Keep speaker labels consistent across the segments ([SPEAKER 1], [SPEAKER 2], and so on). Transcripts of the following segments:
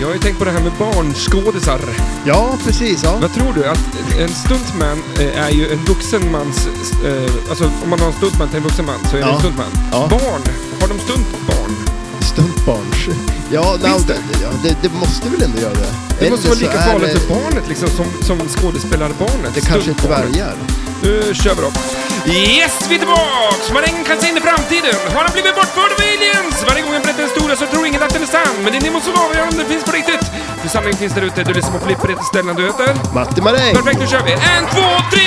[SPEAKER 1] Jag har ju tänkt på det här med barnskådisar.
[SPEAKER 2] Ja, precis. Ja.
[SPEAKER 1] Vad tror du? Att en stuntman eh, är ju en vuxen mans... eh, Alltså om man har en stuntman till en vuxen man så är det
[SPEAKER 2] Ja.
[SPEAKER 1] en stuntman.
[SPEAKER 2] Ja.
[SPEAKER 1] Barn! Har de stuntbarn?
[SPEAKER 2] Stuntbarns. Ja, no,
[SPEAKER 1] Finns
[SPEAKER 2] det, ja det, det måste väl ändå göra Eh, det.
[SPEAKER 1] Det måste vara lika farligt för
[SPEAKER 2] barn.
[SPEAKER 1] barnet liksom som, som skådespelarbarnet.
[SPEAKER 2] Det kanske inte
[SPEAKER 1] Stuntbarnet.
[SPEAKER 2] vargar.
[SPEAKER 1] Nu kör vi då. Yes, vi är tillbaks! Marängen kan se in i framtiden. Har han blivit bortförd av aliens? Varje gång jag berättar en historia så tror ingen att den är sann. Men det är ni som avgör om den finns på riktigt. För sanningen finns där ute. Du är som att flippa ett ställe du heter.
[SPEAKER 2] Matti Maräng!
[SPEAKER 1] Perfekt, nu kör vi. dus En, två, tre!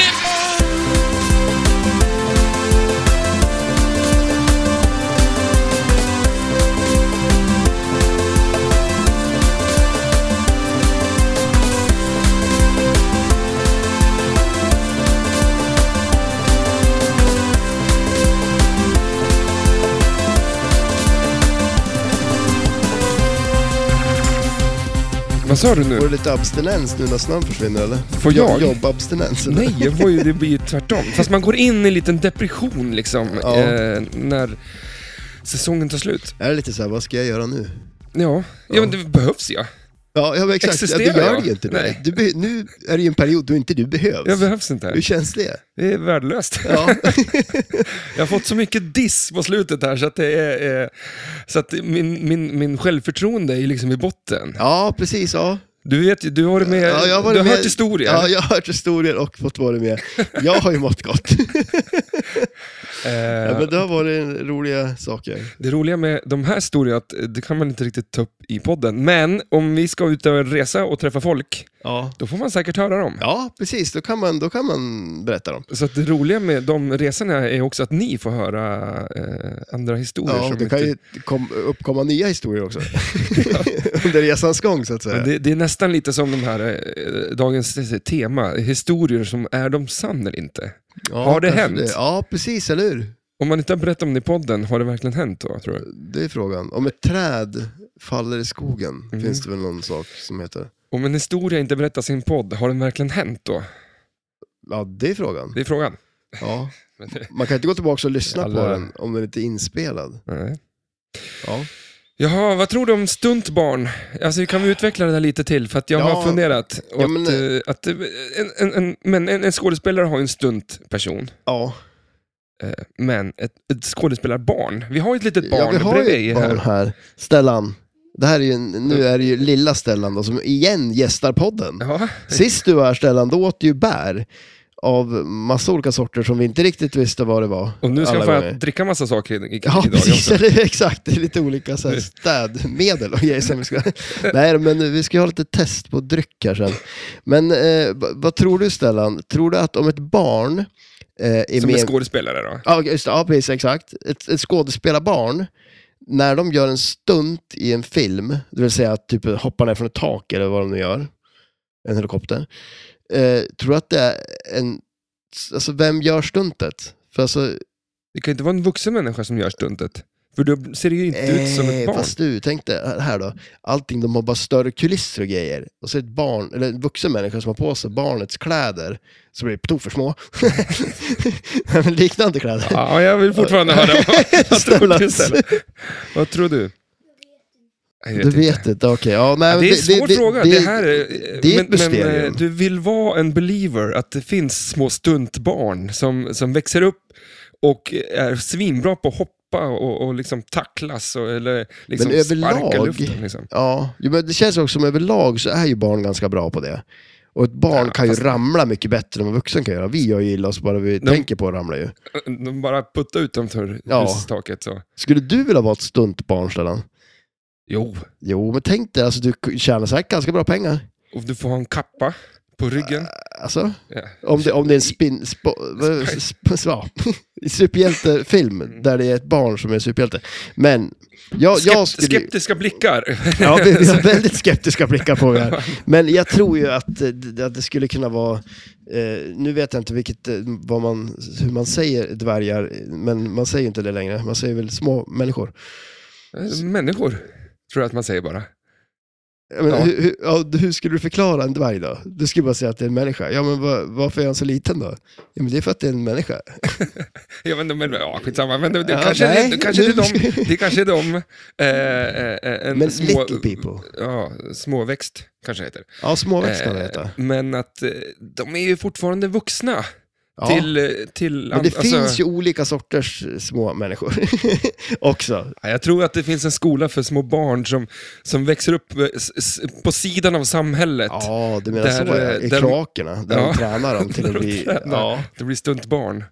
[SPEAKER 1] Vad sa du
[SPEAKER 2] Får
[SPEAKER 1] nu?
[SPEAKER 2] du lite abstinens nu när snön försvinner eller?
[SPEAKER 1] Får jag?
[SPEAKER 2] Jobbabstinens? eller?
[SPEAKER 1] Nej, jag får ju, det blir ju tvärtom. Fast man går in i en liten depression liksom.
[SPEAKER 2] Ja.
[SPEAKER 1] Eh, när säsongen tar slut.
[SPEAKER 2] Jag är lite såhär, vad ska jag göra nu?
[SPEAKER 1] Ja, ja men det behövs ja.
[SPEAKER 2] Ja, ja men exakt. Ja, du
[SPEAKER 1] Existerar
[SPEAKER 2] gör
[SPEAKER 1] jag?
[SPEAKER 2] ju inte
[SPEAKER 1] Nej.
[SPEAKER 2] det. Du be- nu är det ju en period då inte du behövs.
[SPEAKER 1] Jag behövs inte.
[SPEAKER 2] Hur känns det?
[SPEAKER 1] Det är värdelöst.
[SPEAKER 2] Ja.
[SPEAKER 1] Jag har fått så mycket diss på slutet här så att, det är, eh, så att min, min, min självförtroende är ju liksom i botten.
[SPEAKER 2] ja, precis. Ja.
[SPEAKER 1] Du vet ju, du har, varit med,
[SPEAKER 2] Ja, jag har varit
[SPEAKER 1] du har
[SPEAKER 2] med-
[SPEAKER 1] hört historier.
[SPEAKER 2] ja, jag har hört historier och fått vara med. Jag har ju mått gott.
[SPEAKER 1] Eh,
[SPEAKER 2] Ja, men det har varit roliga saker.
[SPEAKER 1] Det roliga med de här historierna är att eh, det kan man inte riktigt ta upp i podden. Men om vi ska ut och resa och träffa folk,
[SPEAKER 2] Ja.
[SPEAKER 1] då får man säkert höra dem.
[SPEAKER 2] Ja, precis. Då kan man, då kan man berätta dem.
[SPEAKER 1] Så att det roliga med de resorna är också att ni får höra eh, andra historier.
[SPEAKER 2] Ja,
[SPEAKER 1] som typ-
[SPEAKER 2] det kan
[SPEAKER 1] inte...
[SPEAKER 2] ju kom, uppkomma nya historier också. Under resans gång, så att säga.
[SPEAKER 1] Men det, det är nästan lite som de här eh, dagens tema, historier som är de sann eller inte.
[SPEAKER 2] ja,
[SPEAKER 1] har det
[SPEAKER 2] kanske
[SPEAKER 1] hänt?
[SPEAKER 2] Ja, precis. Eller hur?
[SPEAKER 1] Om man inte har berättat om det i podden, har det verkligen hänt då? Tror du?
[SPEAKER 2] Det är frågan. Om ett träd faller i skogen, finns det väl någon sak som heter?
[SPEAKER 1] Om en historia inte berättas i en podd, har den verkligen hänt då?
[SPEAKER 2] Ja, det är frågan.
[SPEAKER 1] Det är frågan.
[SPEAKER 2] Ja.
[SPEAKER 1] Men det-
[SPEAKER 2] Man kan inte gå tillbaka och lyssna på
[SPEAKER 1] Alla-
[SPEAKER 2] den om den inte är inspelad.
[SPEAKER 1] Nej.
[SPEAKER 2] Ja.
[SPEAKER 1] Jaha, vad tror du om stuntbarn? Alltså, kan vi utveckla det där lite till? För att jag
[SPEAKER 2] Ja.
[SPEAKER 1] har funderat. Och
[SPEAKER 2] Ja, men-
[SPEAKER 1] att, eh, att, eh, en, en, en, men en, en skådespelare har ju en stuntperson.
[SPEAKER 2] Ja.
[SPEAKER 1] eh, Men ett, ett skådespelarbarn, vi har ju ett litet barn
[SPEAKER 2] ja, vi har ju
[SPEAKER 1] bredvid
[SPEAKER 2] ett
[SPEAKER 1] här.
[SPEAKER 2] barn här. Stellan. Det här är ju, en- nu är det ju lilla Stellan då, som igen gästar podden.
[SPEAKER 1] Ja.
[SPEAKER 2] Sist du var här Stellan, då åt du ju bär av massa olika sorter som vi inte riktigt visste vad det var.
[SPEAKER 1] Och nu ska
[SPEAKER 2] alla
[SPEAKER 1] jag
[SPEAKER 2] gånger.
[SPEAKER 1] fan dricka massa saker i- i-
[SPEAKER 2] Ja,
[SPEAKER 1] idag
[SPEAKER 2] precis.
[SPEAKER 1] också.
[SPEAKER 2] Eller, exakt. Det är lite olika så här, städmedel och grejer som vi ska... Nej, men vi ska ju ha lite test på dryck här sen. Men eh, vad- vad tror du Stellan? Tror du att om ett barn eh, är
[SPEAKER 1] Som
[SPEAKER 2] med...
[SPEAKER 1] är skådespelare då.
[SPEAKER 2] ja, just, det. ja, precis. Exakt. Ett, ett skådespelarbarn, när de gör en stunt i en film, det vill säga att typ hoppar ner från ett tak eller vad de nu gör, en helikopter, eh, tror du att det är en... Alltså vem gör stuntet? För alltså,
[SPEAKER 1] Det kan ju inte vara en vuxen människa som gör stuntet. För då ser det ju inte ut som ett
[SPEAKER 2] Eh,
[SPEAKER 1] barn.
[SPEAKER 2] Fast du, tänk dig här då. Allting, de har bara större kulisser och grejer. Och så ett barn, eller en vuxen människa som har på sig barnets kläder, så blir det på tok för små. Nej, men Liknande kläder.
[SPEAKER 1] Ja, jag vill fortfarande höra vad, vad tror
[SPEAKER 2] Snälla.
[SPEAKER 1] du istället. Vad tror du? Nej, jag
[SPEAKER 2] du
[SPEAKER 1] vet inte.
[SPEAKER 2] vet inte, okej. Ja, nej,
[SPEAKER 1] Ja,
[SPEAKER 2] men
[SPEAKER 1] det är en svår fråga. Det, här är,
[SPEAKER 2] det är
[SPEAKER 1] men,
[SPEAKER 2] ett mysterium.
[SPEAKER 1] men eh, du vill vara en believer att det finns små stuntbarn som, som växer upp och är svinbra på att hoppa och, och liksom tacklas och, eller liksom
[SPEAKER 2] Men
[SPEAKER 1] sparka
[SPEAKER 2] överlag-
[SPEAKER 1] luften. Liksom.
[SPEAKER 2] Ja, jo, men det känns också som överlag så är ju barn ganska bra på det. Och ett barn
[SPEAKER 1] Ja,
[SPEAKER 2] kan ju
[SPEAKER 1] fast-
[SPEAKER 2] ramla mycket bättre än vad vuxen kan göra. Vi gör ju illa oss bara vi
[SPEAKER 1] De-
[SPEAKER 2] tänker på att ramla ju.
[SPEAKER 1] De bara puttar ut dem för
[SPEAKER 2] Ja.
[SPEAKER 1] hustaket. Så.
[SPEAKER 2] Skulle du vilja vara ett stuntbarn, Stellan?
[SPEAKER 1] Jo,
[SPEAKER 2] Jo, men tänk dig, alltså, du tjänar säkert ganska bra pengar.
[SPEAKER 1] och du får ha en kappa på ryggen.
[SPEAKER 2] Alltså,
[SPEAKER 1] Ja.
[SPEAKER 2] om det, om det är en spin... Spo, vad- sp, ja. superhjältefilm
[SPEAKER 1] Mm.
[SPEAKER 2] där det är ett barn som är superhjälte. Men jag,
[SPEAKER 1] Skept,
[SPEAKER 2] jag skulle...
[SPEAKER 1] skeptiska blickar.
[SPEAKER 2] Ja, vi, vi har väldigt skeptiska blickar på det här. Men jag tror ju att, eh, d- att det skulle kunna vara... Eh, nu vet jag inte vilket, eh, vad man, hur man säger dvärgar, men man säger inte det längre. Man säger väl små människor.
[SPEAKER 1] Människor, tror jag att man säger bara.
[SPEAKER 2] Jag menar,
[SPEAKER 1] Ja.
[SPEAKER 2] hur, hur, ja, hur skulle du förklara en dvärg då? Du skulle bara säga att det är en människa. Ja, men va- varför är han så liten då? Ja, men det är för att det är en människa.
[SPEAKER 1] Jag vet inte, men ja, skitsamma. Men det, det,
[SPEAKER 2] Ja,
[SPEAKER 1] kanske,
[SPEAKER 2] nej.
[SPEAKER 1] det, kanske är
[SPEAKER 2] Nu
[SPEAKER 1] de,
[SPEAKER 2] ska-
[SPEAKER 1] det kanske är de... Eh, eh, en
[SPEAKER 2] Men
[SPEAKER 1] små,
[SPEAKER 2] little people.
[SPEAKER 1] Ja, småväxt kanske heter.
[SPEAKER 2] Ja, småväxt kan det
[SPEAKER 1] Eh,
[SPEAKER 2] heta.
[SPEAKER 1] Men att eh, de är ju fortfarande vuxna.
[SPEAKER 2] Ja.
[SPEAKER 1] Till, eh, till,
[SPEAKER 2] men det
[SPEAKER 1] alltså-
[SPEAKER 2] finns ju olika sorters eh, små människor också.
[SPEAKER 1] Ja, Jag tror att det finns en skola för små barn som, som växer upp eh, s- s- på sidan av samhället.
[SPEAKER 2] Ja, du menar
[SPEAKER 1] Där,
[SPEAKER 2] så ja. I
[SPEAKER 1] eh, där-
[SPEAKER 2] kloakerna, där
[SPEAKER 1] Ja.
[SPEAKER 2] de tränar dem till
[SPEAKER 1] Där
[SPEAKER 2] att
[SPEAKER 1] de
[SPEAKER 2] bli...
[SPEAKER 1] tränar.
[SPEAKER 2] Ja.
[SPEAKER 1] Det blir stuntbarn.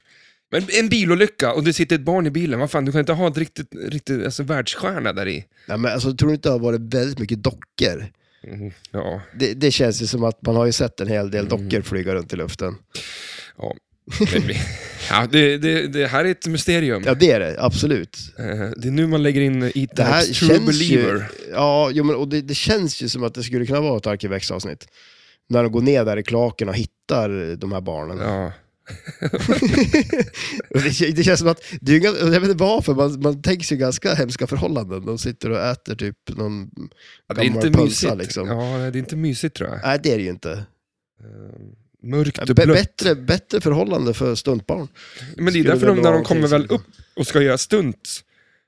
[SPEAKER 1] Men en bilolycka och det sitter ett barn i bilen, vad fan, du kan inte ha ett riktigt, riktigt alltså, världsstjärna där i.
[SPEAKER 2] Nej, men alltså, tror du inte det har varit väldigt mycket dockor?
[SPEAKER 1] Mhm. Ja,
[SPEAKER 2] Det, det känns ju som att man har ju sett en hel del
[SPEAKER 1] Mm.
[SPEAKER 2] dockor flyga runt i luften.
[SPEAKER 1] ja. Men vi- ja det, det, det här är ett mysterium.
[SPEAKER 2] Ja, det är det, absolut.
[SPEAKER 1] Eh, Det är nu man lägger in
[SPEAKER 2] Det här
[SPEAKER 1] E-Types True
[SPEAKER 2] känns ju,
[SPEAKER 1] Believer.
[SPEAKER 2] ja, jo, men, och det, det känns ju som att det skulle kunna vara ett Arkivex-avsnitt. När de går ner där i klaken och hittar de här barnen.
[SPEAKER 1] Ja.
[SPEAKER 2] Och Det, det känns som att, det är ju, ganska- jag vet inte varför, man, man tänker sig ganska hemska förhållanden. De sitter och äter typ någon
[SPEAKER 1] Ja, det är
[SPEAKER 2] gammal
[SPEAKER 1] inte
[SPEAKER 2] pölsa
[SPEAKER 1] mysigt.
[SPEAKER 2] liksom.
[SPEAKER 1] Ja, det är inte mysigt tror jag.
[SPEAKER 2] Nej, det är det ju inte.
[SPEAKER 1] Eh, Mörkt
[SPEAKER 2] B-
[SPEAKER 1] och blött.
[SPEAKER 2] bättre, bättre förhållande för stuntbarn.
[SPEAKER 1] Men det är
[SPEAKER 2] Skulle
[SPEAKER 1] därför
[SPEAKER 2] väl
[SPEAKER 1] de, när de
[SPEAKER 2] vara liksom.
[SPEAKER 1] kommer väl
[SPEAKER 2] någonting
[SPEAKER 1] upp och ska göra stunt,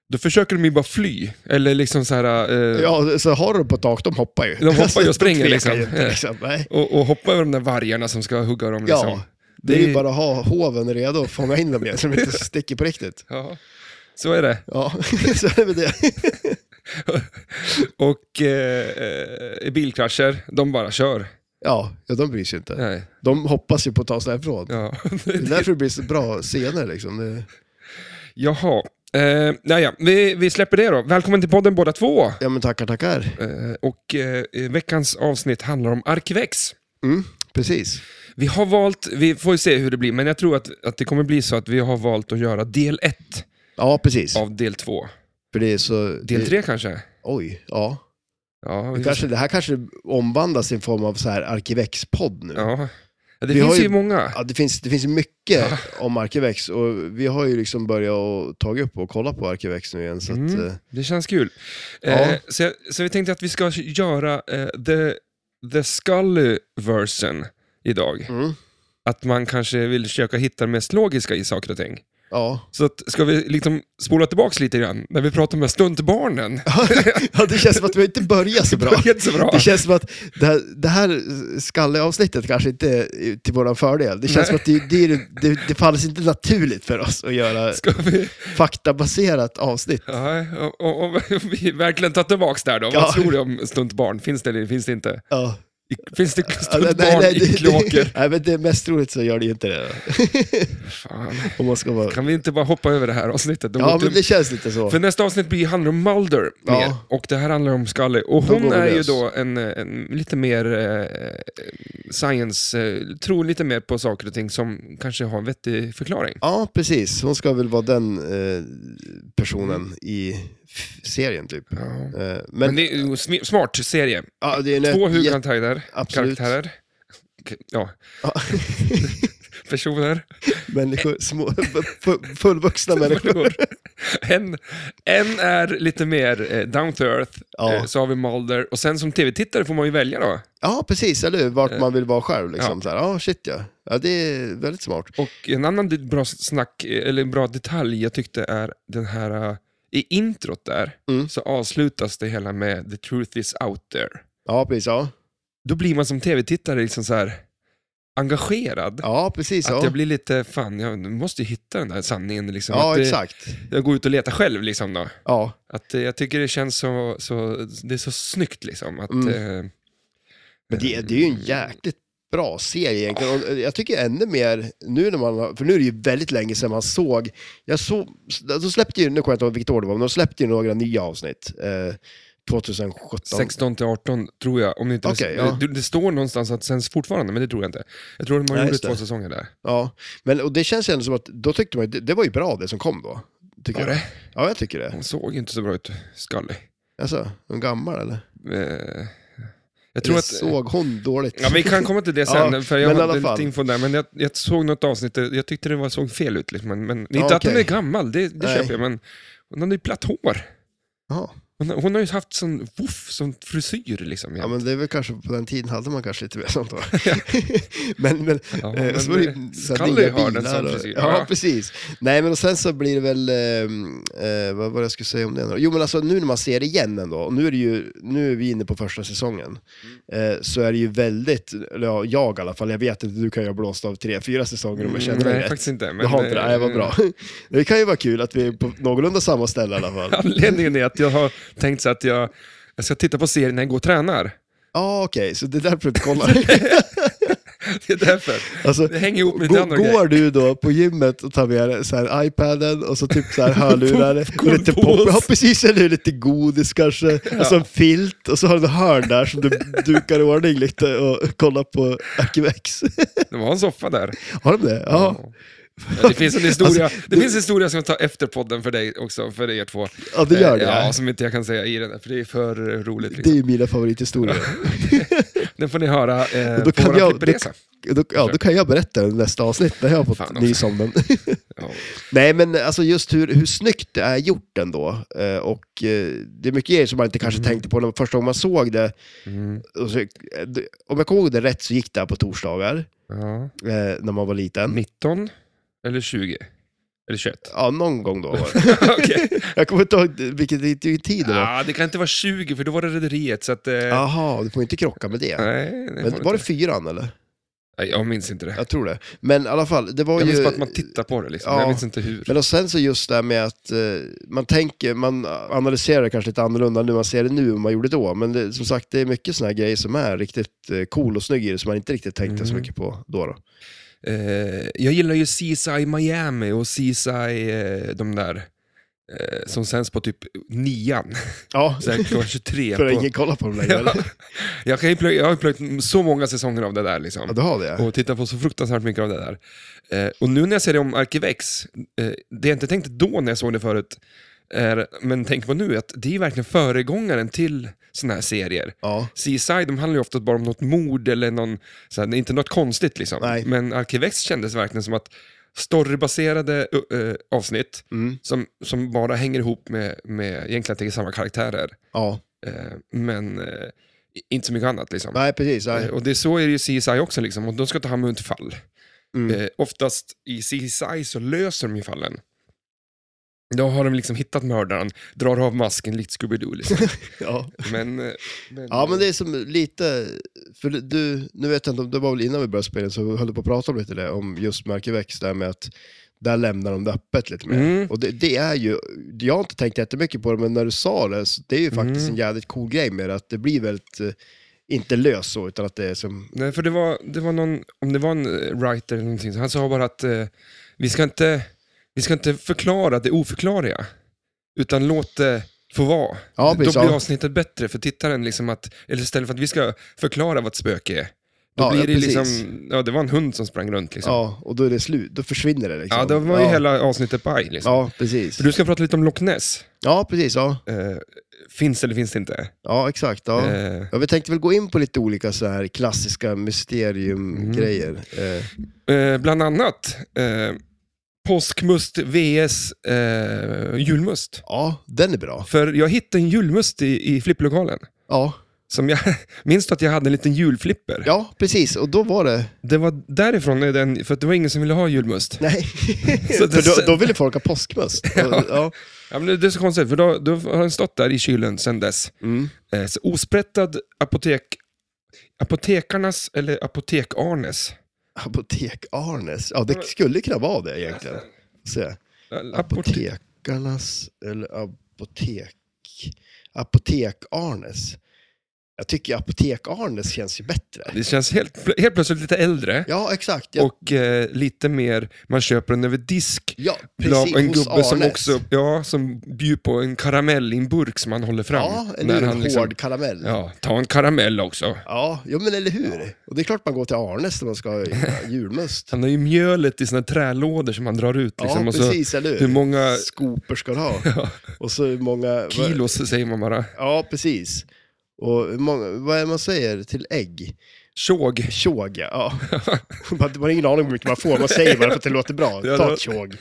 [SPEAKER 1] då försöker de ju bara fly. Eller liksom så här... eh,
[SPEAKER 2] Ja, så har de på tak, de hoppar ju.
[SPEAKER 1] De hoppar ju och
[SPEAKER 2] Alltså, de
[SPEAKER 1] springer,
[SPEAKER 2] tvekar
[SPEAKER 1] liksom.
[SPEAKER 2] ju inte,
[SPEAKER 1] Ja.
[SPEAKER 2] liksom. Nej.
[SPEAKER 1] och, och hoppa över de där vargarna som ska hugga dem. Liksom.
[SPEAKER 2] Ja, det är
[SPEAKER 1] Det-
[SPEAKER 2] ju bara att ha hoven redo och fånga in dem igen så de inte sticker på riktigt.
[SPEAKER 1] Ja, Så är det.
[SPEAKER 2] Ja, så är det med det.
[SPEAKER 1] Och eh, eh, bilkrascher, de bara kör.
[SPEAKER 2] Ja, ja, de bryr sig inte.
[SPEAKER 1] Nej,
[SPEAKER 2] De hoppas ju på att ta sig därifrån.
[SPEAKER 1] ja.
[SPEAKER 2] Det är därför det blir så bra scener liksom. Det,
[SPEAKER 1] Jaha. Eh, naja, vi, vi släpper det då. Välkommen till podden båda två.
[SPEAKER 2] ja men tackar, tackar.
[SPEAKER 1] Eh, och eh, veckans avsnitt handlar om Arkivex.
[SPEAKER 2] Mm, precis.
[SPEAKER 1] Vi har valt, vi får ju se hur det blir, men jag tror att, att det kommer bli så att vi har valt att göra del 1
[SPEAKER 2] Ja, precis.
[SPEAKER 1] av del 2.
[SPEAKER 2] För det är så...
[SPEAKER 1] Del
[SPEAKER 2] det-
[SPEAKER 1] 3 kanske?
[SPEAKER 2] Oj, ja.
[SPEAKER 1] Ja,
[SPEAKER 2] Det,
[SPEAKER 1] vi
[SPEAKER 2] kanske, det här kanske omvandlas i en form av så här Arkivex-podd nu.
[SPEAKER 1] ja. Ja, det
[SPEAKER 2] Vi
[SPEAKER 1] finns
[SPEAKER 2] har
[SPEAKER 1] ju
[SPEAKER 2] ju-
[SPEAKER 1] många.
[SPEAKER 2] Ja, det finns, det finns mycket om Arkivex och vi har ju liksom börjat och tagit upp och kolla på Arkivex nu igen. Så att,
[SPEAKER 1] Mm.
[SPEAKER 2] eh,
[SPEAKER 1] Det känns kul.
[SPEAKER 2] Ja.
[SPEAKER 1] Eh, så, jag- så vi tänkte att vi ska göra eh, the, the Scully-versen idag.
[SPEAKER 2] mm,
[SPEAKER 1] Att man kanske vill försöka hitta det mest logiska i saker och ting.
[SPEAKER 2] ja.
[SPEAKER 1] Så att, ska vi liksom spola tillbaka lite grann, när vi pratar med stuntbarnen.
[SPEAKER 2] ja, det känns som att vi inte börjar så bra.
[SPEAKER 1] Det är inte så bra.
[SPEAKER 2] Det känns som att det här, det här skalleavsnittet kanske inte är till vår fördel. Det känns
[SPEAKER 1] Nej.
[SPEAKER 2] som att det, det, är- det, det faller inte naturligt för oss att göra
[SPEAKER 1] Ska vi,
[SPEAKER 2] faktabaserat avsnitt.
[SPEAKER 1] ja, och, och, och, vi verkligen ta tillbaka där då.
[SPEAKER 2] Ja.
[SPEAKER 1] Vad tror du om stuntbarn? Finns det eller finns det inte?
[SPEAKER 2] Ja.
[SPEAKER 1] I- Finns det stuntbarn i
[SPEAKER 2] det,
[SPEAKER 1] kloaker?
[SPEAKER 2] nej, men det är mest troligt så gör det ju inte det.
[SPEAKER 1] Fan.
[SPEAKER 2] Om man ska vara...
[SPEAKER 1] Kan vi inte bara hoppa över det här avsnittet? Då
[SPEAKER 2] Ja,
[SPEAKER 1] åter-
[SPEAKER 2] men det känns lite så.
[SPEAKER 1] För nästa avsnitt blir, handlar om Mulder
[SPEAKER 2] Ja.
[SPEAKER 1] mer, och det här handlar om Scully. Och
[SPEAKER 2] Då
[SPEAKER 1] hon
[SPEAKER 2] går vi
[SPEAKER 1] är ju
[SPEAKER 2] lös.
[SPEAKER 1] då en, en lite mer eh, science, eh, tror lite mer på saker och ting som kanske har en vettig förklaring.
[SPEAKER 2] Ja, precis. Hon ska väl vara den eh, personen i f- serien typ.
[SPEAKER 1] Ja. Men,
[SPEAKER 2] Eh, men
[SPEAKER 1] det är ju sm- smart serie.
[SPEAKER 2] ja, det är en
[SPEAKER 1] Två
[SPEAKER 2] Eh, jätte-
[SPEAKER 1] huvudkaraktärer.
[SPEAKER 2] absolut.
[SPEAKER 1] karaktärer. K- Ja,
[SPEAKER 2] ja,
[SPEAKER 1] personer.
[SPEAKER 2] människor, små, fu- fullvuxna människor.
[SPEAKER 1] Människor. en, en är lite mer eh, down to earth,
[SPEAKER 2] Ja.
[SPEAKER 1] eh, så har vi Mulder, och sen som tv-tittare får man ju välja då.
[SPEAKER 2] Ja, precis. Eller hur? Vart
[SPEAKER 1] Eh,
[SPEAKER 2] man vill vara själv. Liksom. Ja, så här, ja shit ja. ja. Det är väldigt smart.
[SPEAKER 1] Och en annan di- bra snack, eh, eller en bra detalj jag tyckte är den här, uh, i introt där,
[SPEAKER 2] Mm.
[SPEAKER 1] så avslutas det hela med “The truth is out there”.
[SPEAKER 2] Ja, precis. Ja,
[SPEAKER 1] Då blir man som tv-tittare liksom så här engagerad.
[SPEAKER 2] ja precis.
[SPEAKER 1] Att
[SPEAKER 2] Ja,
[SPEAKER 1] jag blir lite, fan, jag måste ju hitta den där sanningen. Liksom.
[SPEAKER 2] ja
[SPEAKER 1] att det,
[SPEAKER 2] exakt.
[SPEAKER 1] Jag går ut och letar själv. Liksom, då.
[SPEAKER 2] Ja.
[SPEAKER 1] Att, eh, jag tycker det känns så, så, det är så snyggt. Liksom, att,
[SPEAKER 2] Mm.
[SPEAKER 1] eh,
[SPEAKER 2] Men det, det är ju en jäkligt bra serie egentligen. Och eh, jag tycker ännu mer, nu när man, har- för nu är det ju väldigt länge sedan man såg, jag såg, de släppte ju, nu kommer jag inte ihåg vilket år det var, men de släppte ju några nya avsnitt. Eh, 2017.
[SPEAKER 1] 16 till 18 tror jag. Om det, inte
[SPEAKER 2] Okej, ja.
[SPEAKER 1] det, det står någonstans att det sänds fortfarande, men det tror jag inte. Jag tror att man
[SPEAKER 2] Nej,
[SPEAKER 1] gjorde
[SPEAKER 2] just
[SPEAKER 1] två
[SPEAKER 2] det.
[SPEAKER 1] säsonger där.
[SPEAKER 2] Ja, men och det känns ju ändå som att, då tyckte man ju- det, det var ju bra det som kom då. Tycker
[SPEAKER 1] Var
[SPEAKER 2] jag.
[SPEAKER 1] det?
[SPEAKER 2] Ja, jag tycker det.
[SPEAKER 1] Hon såg ju inte så bra ut, Scully.
[SPEAKER 2] Alltså, hon gammal eller?
[SPEAKER 1] Eh, jag tror
[SPEAKER 2] eller
[SPEAKER 1] att...
[SPEAKER 2] såg hon dåligt?
[SPEAKER 1] Ja, vi kan komma till det sen,
[SPEAKER 2] Ja,
[SPEAKER 1] för jag
[SPEAKER 2] men i
[SPEAKER 1] har
[SPEAKER 2] alla
[SPEAKER 1] lite
[SPEAKER 2] fall.
[SPEAKER 1] info där. Men jag, jag såg något avsnitt, där jag tyckte det var, såg fel ut. Liksom, men, men, inte
[SPEAKER 2] Ja,
[SPEAKER 1] att hon är
[SPEAKER 2] okej.
[SPEAKER 1] gammal, det, det
[SPEAKER 2] Nej.
[SPEAKER 1] köper jag, men hon hade ju platt hår.
[SPEAKER 2] Ja.
[SPEAKER 1] Hon, hon har ju haft sån woof, sån frisyr liksom.
[SPEAKER 2] Ja, men det är väl kanske, på den tiden hade man kanske lite mer sånt då. men, men,
[SPEAKER 1] Ja,
[SPEAKER 2] eh,
[SPEAKER 1] men
[SPEAKER 2] så var det ju
[SPEAKER 1] det-
[SPEAKER 2] så här
[SPEAKER 1] Scully
[SPEAKER 2] nya
[SPEAKER 1] har den
[SPEAKER 2] bilar.
[SPEAKER 1] sån
[SPEAKER 2] Och,
[SPEAKER 1] frisyr.
[SPEAKER 2] ja,
[SPEAKER 1] Ja.
[SPEAKER 2] precis. Nej, men och sen så blir det väl, ehm, eh, vad var det jag skulle säga om det? nu då? Jo, men alltså nu när man ser det igen ändå, och nu är, det ju, nu är vi inne på första säsongen,
[SPEAKER 1] Mm.
[SPEAKER 2] eh, så är det ju väldigt, eller ja, jag i alla fall, jag vet att du kan ju ha blåst av tre, fyra säsonger om jag känner dig
[SPEAKER 1] Nej,
[SPEAKER 2] rätt.
[SPEAKER 1] faktiskt inte. Men,
[SPEAKER 2] Du har inte det? Nej, vad
[SPEAKER 1] eh,
[SPEAKER 2] bra. Det kan ju vara kul att vi är på någorlunda samma ställe i alla fall.
[SPEAKER 1] Anledningen är att jag har tänkt så att jag, jag ska titta på serien när jag går och tränar.
[SPEAKER 2] Ja, okej, så det är därför du kollar.
[SPEAKER 1] Det är därför.
[SPEAKER 2] Alltså,
[SPEAKER 1] Det hänger ihop med lite
[SPEAKER 2] Gå,
[SPEAKER 1] andra grejer.
[SPEAKER 2] går du då på gymmet och tar med så här iPaden och så typ så här hörlurar, och
[SPEAKER 1] Popcornpåse.
[SPEAKER 2] lite pop, ja, precis, eller lite godis kanske, och så en filt och så har du en hörn där som du dukar i ordning lite och kollar på Arkivex.
[SPEAKER 1] Det var en soffa där.
[SPEAKER 2] Har de det? Ja.
[SPEAKER 1] Ja, Det finns en historia,
[SPEAKER 2] Alltså,
[SPEAKER 1] det finns en historia som jag tar efter podden för dig också, för er två.
[SPEAKER 2] Ja, det gör
[SPEAKER 1] Eh,
[SPEAKER 2] det.
[SPEAKER 1] Ja, som inte jag kan säga i den, för det är för roligt.
[SPEAKER 2] Det är
[SPEAKER 1] Liksom.
[SPEAKER 2] ju mina favorithistorier.
[SPEAKER 1] Den får ni höra eh,
[SPEAKER 2] Och
[SPEAKER 1] på
[SPEAKER 2] då kan
[SPEAKER 1] vår
[SPEAKER 2] jag-
[SPEAKER 1] klippresa.
[SPEAKER 2] Då, ja, då kan jag berätta den nästa avsnitt när jag har
[SPEAKER 1] Fan
[SPEAKER 2] fått
[SPEAKER 1] också.
[SPEAKER 2] nys om den.
[SPEAKER 1] Ja.
[SPEAKER 2] Nej, men alltså just hur, hur snyggt det är gjort ändå. Eh, och eh, det är mycket grejer som man inte kanske tänkte på när, första gången man såg det.
[SPEAKER 1] Mm.
[SPEAKER 2] Och så, eh, det- om jag kommer ihåg det rätt så gick det här på torsdagar
[SPEAKER 1] Ja.
[SPEAKER 2] eh, när man var liten.
[SPEAKER 1] 19 eller 20? Eller 21?
[SPEAKER 2] Ja, någon gång då. var det.
[SPEAKER 1] Okej.
[SPEAKER 2] jag kommer inte ihåg vilket, vilken tid det var.
[SPEAKER 1] Ja, det kan inte vara 20, för då var det Rederiet. Så att, eh,
[SPEAKER 2] Jaha, du får inte krocka med det.
[SPEAKER 1] nej, det
[SPEAKER 2] Men
[SPEAKER 1] inte.
[SPEAKER 2] var det fyran eller?
[SPEAKER 1] Nej, jag minns inte det.
[SPEAKER 2] Jag tror det. Men i alla fall, det var
[SPEAKER 1] Jag minns
[SPEAKER 2] ju...
[SPEAKER 1] bara att man tittar på det, liksom.
[SPEAKER 2] Ja.
[SPEAKER 1] men jag minns inte hur.
[SPEAKER 2] Men och sen så just det här med att eh, man tänker, man analyserar det kanske lite annorlunda nu man ser det nu än man gjorde då. Men det, som sagt, det är mycket sådana här grejer som är riktigt eh, cool och snygg i det som man inte riktigt tänkte så
[SPEAKER 1] Mm.
[SPEAKER 2] mycket på då. då.
[SPEAKER 1] Eh, jag gillar ju CSI Miami och CSI, eh, de där, eh, som sänds på typ nian,
[SPEAKER 2] Ja,
[SPEAKER 1] så här klockan 23.
[SPEAKER 2] för
[SPEAKER 1] på,
[SPEAKER 2] ingen kollar på dem längre.
[SPEAKER 1] ja.
[SPEAKER 2] eller?
[SPEAKER 1] jag, kan ju plöja, jag har ju plöjt så många säsonger av det där
[SPEAKER 2] Ja,
[SPEAKER 1] liksom.
[SPEAKER 2] du har det.
[SPEAKER 1] Och tittat på så fruktansvärt mycket av det där. Eh, och nu när jag ser det om Arkivex, eh, det jag inte tänkte då när jag såg det förut, är, men tänk på nu, att det är ju verkligen föregångaren till sådana här serier.
[SPEAKER 2] Ja.
[SPEAKER 1] CSI, de handlar ju ofta bara om något mord eller någon, så här, det är inte något konstigt liksom.
[SPEAKER 2] Nej.
[SPEAKER 1] Men Arkivex kändes verkligen som att storybaserade ö, ö, avsnitt
[SPEAKER 2] Mm.
[SPEAKER 1] som, som bara hänger ihop med, med egentligen att det är samma karaktärer,
[SPEAKER 2] ja,
[SPEAKER 1] eh, men eh, inte så mycket annat liksom.
[SPEAKER 2] nej precis.
[SPEAKER 1] Eh,
[SPEAKER 2] Nej.
[SPEAKER 1] Och det är så är det ju i CSI också, liksom, och de ska ta hand om ett fall.
[SPEAKER 2] Mm.
[SPEAKER 1] Eh, oftast i CSI så löser de ju fallen. Då har de liksom hittat mördaren, drar av masken likt Scooby-Doo. Liksom.
[SPEAKER 2] Ja.
[SPEAKER 1] Men, eh, men,
[SPEAKER 2] ja, men det är som lite, för du, nu vet jag inte, om det var väl innan vi började spela in, så höll du på att prata om lite det, om just Märkeväx, där med att där lämnar de det öppet lite mer.
[SPEAKER 1] Mm.
[SPEAKER 2] Och det, det är ju, jag har inte tänkt jättemycket på det, men när du sa det, så det är ju faktiskt
[SPEAKER 1] Mm.
[SPEAKER 2] en jävligt cool grej med det, att det blir väldigt, eh, inte löst så, utan att det är som,
[SPEAKER 1] Nej, för det var, det var någon, om det var en eh, writer eller någonting, så han sa bara att eh, vi, ska inte, vi ska inte förklara det oförklarliga, utan låt det få vara.
[SPEAKER 2] ja precis,
[SPEAKER 1] då blir
[SPEAKER 2] ja.
[SPEAKER 1] avsnittet bättre för tittaren, liksom att, eller istället för att vi ska förklara vad ett spöke är. Då
[SPEAKER 2] Ja,
[SPEAKER 1] blir
[SPEAKER 2] ja,
[SPEAKER 1] det liksom,
[SPEAKER 2] precis.
[SPEAKER 1] ja, det var en hund som sprang runt liksom. Ja,
[SPEAKER 2] ja, och då är det slut, då försvinner det liksom.
[SPEAKER 1] då var ju hela avsnittet paj. Liksom.
[SPEAKER 2] Ja, precis.
[SPEAKER 1] För Du ska prata lite om Loch Ness.
[SPEAKER 2] Ja, precis, ja.
[SPEAKER 1] Eh, finns eller finns det inte?
[SPEAKER 2] Ja, exakt. Ja.
[SPEAKER 1] Eh,
[SPEAKER 2] Ja, vi tänkte väl gå in på lite olika så här klassiska mysteriumgrejer. Eh,
[SPEAKER 1] eh, bland annat eh, påskmust vs eh, julmust.
[SPEAKER 2] ja, den är bra.
[SPEAKER 1] För jag hittade en julmust i, i flipplokalen.
[SPEAKER 2] Ja,
[SPEAKER 1] Som jag, minns du att jag hade en liten julflipper?
[SPEAKER 2] ja, precis. Och då var det...
[SPEAKER 1] Det var därifrån, är den, för att det var ingen som ville ha julmust.
[SPEAKER 2] Nej.
[SPEAKER 1] Så det-
[SPEAKER 2] För då, då ville folk ha påskmust. ja. Ja.
[SPEAKER 1] Ja, men det, det är så konstigt, för då, då har den stått där i kylen sedan dess.
[SPEAKER 2] Mm.
[SPEAKER 1] Eh, så osprättad apotek, apotekarnas, eller apotekarnes.
[SPEAKER 2] Apotek Arnes. Ja, det skulle kunna vara det egentligen. Se.
[SPEAKER 1] Eh, Apote-
[SPEAKER 2] Apotekarnas eller apotek... Apotek Arnes. Jag tycker Apotek Arnes känns ju bättre.
[SPEAKER 1] det känns helt, plö- helt plötsligt lite äldre.
[SPEAKER 2] Ja, exakt. Ja,
[SPEAKER 1] Och eh, lite mer, man köper den över disk.
[SPEAKER 2] ja,
[SPEAKER 1] av
[SPEAKER 2] precis.
[SPEAKER 1] en
[SPEAKER 2] hos
[SPEAKER 1] gubbe som
[SPEAKER 2] Arnes.
[SPEAKER 1] också ja, som bjuder på en karamell i en burk som han håller fram.
[SPEAKER 2] Ja,
[SPEAKER 1] Där
[SPEAKER 2] eller hur?
[SPEAKER 1] han
[SPEAKER 2] En
[SPEAKER 1] liksom-
[SPEAKER 2] hård karamell.
[SPEAKER 1] Ja, ta en karamell också.
[SPEAKER 2] Ja, jo men eller hur. Och det är klart man går till Arnes när man ska ha julmust.
[SPEAKER 1] Han har ju mjölet i sina trälådor som han drar ut. Liksom,
[SPEAKER 2] ja,
[SPEAKER 1] och så,
[SPEAKER 2] precis, eller
[SPEAKER 1] hur
[SPEAKER 2] hur?
[SPEAKER 1] många
[SPEAKER 2] Skopor ska du ha? Och så hur många...
[SPEAKER 1] kilos säger man bara?
[SPEAKER 2] Ja, precis. Och hur många, vad är det man säger till ägg?
[SPEAKER 1] Tjog.
[SPEAKER 2] Tjog, ja. Man man har ingen aning om hur mycket man får, man säger bara för att det låter bra.
[SPEAKER 1] Ja,
[SPEAKER 2] Ta
[SPEAKER 1] då-
[SPEAKER 2] ett tjog.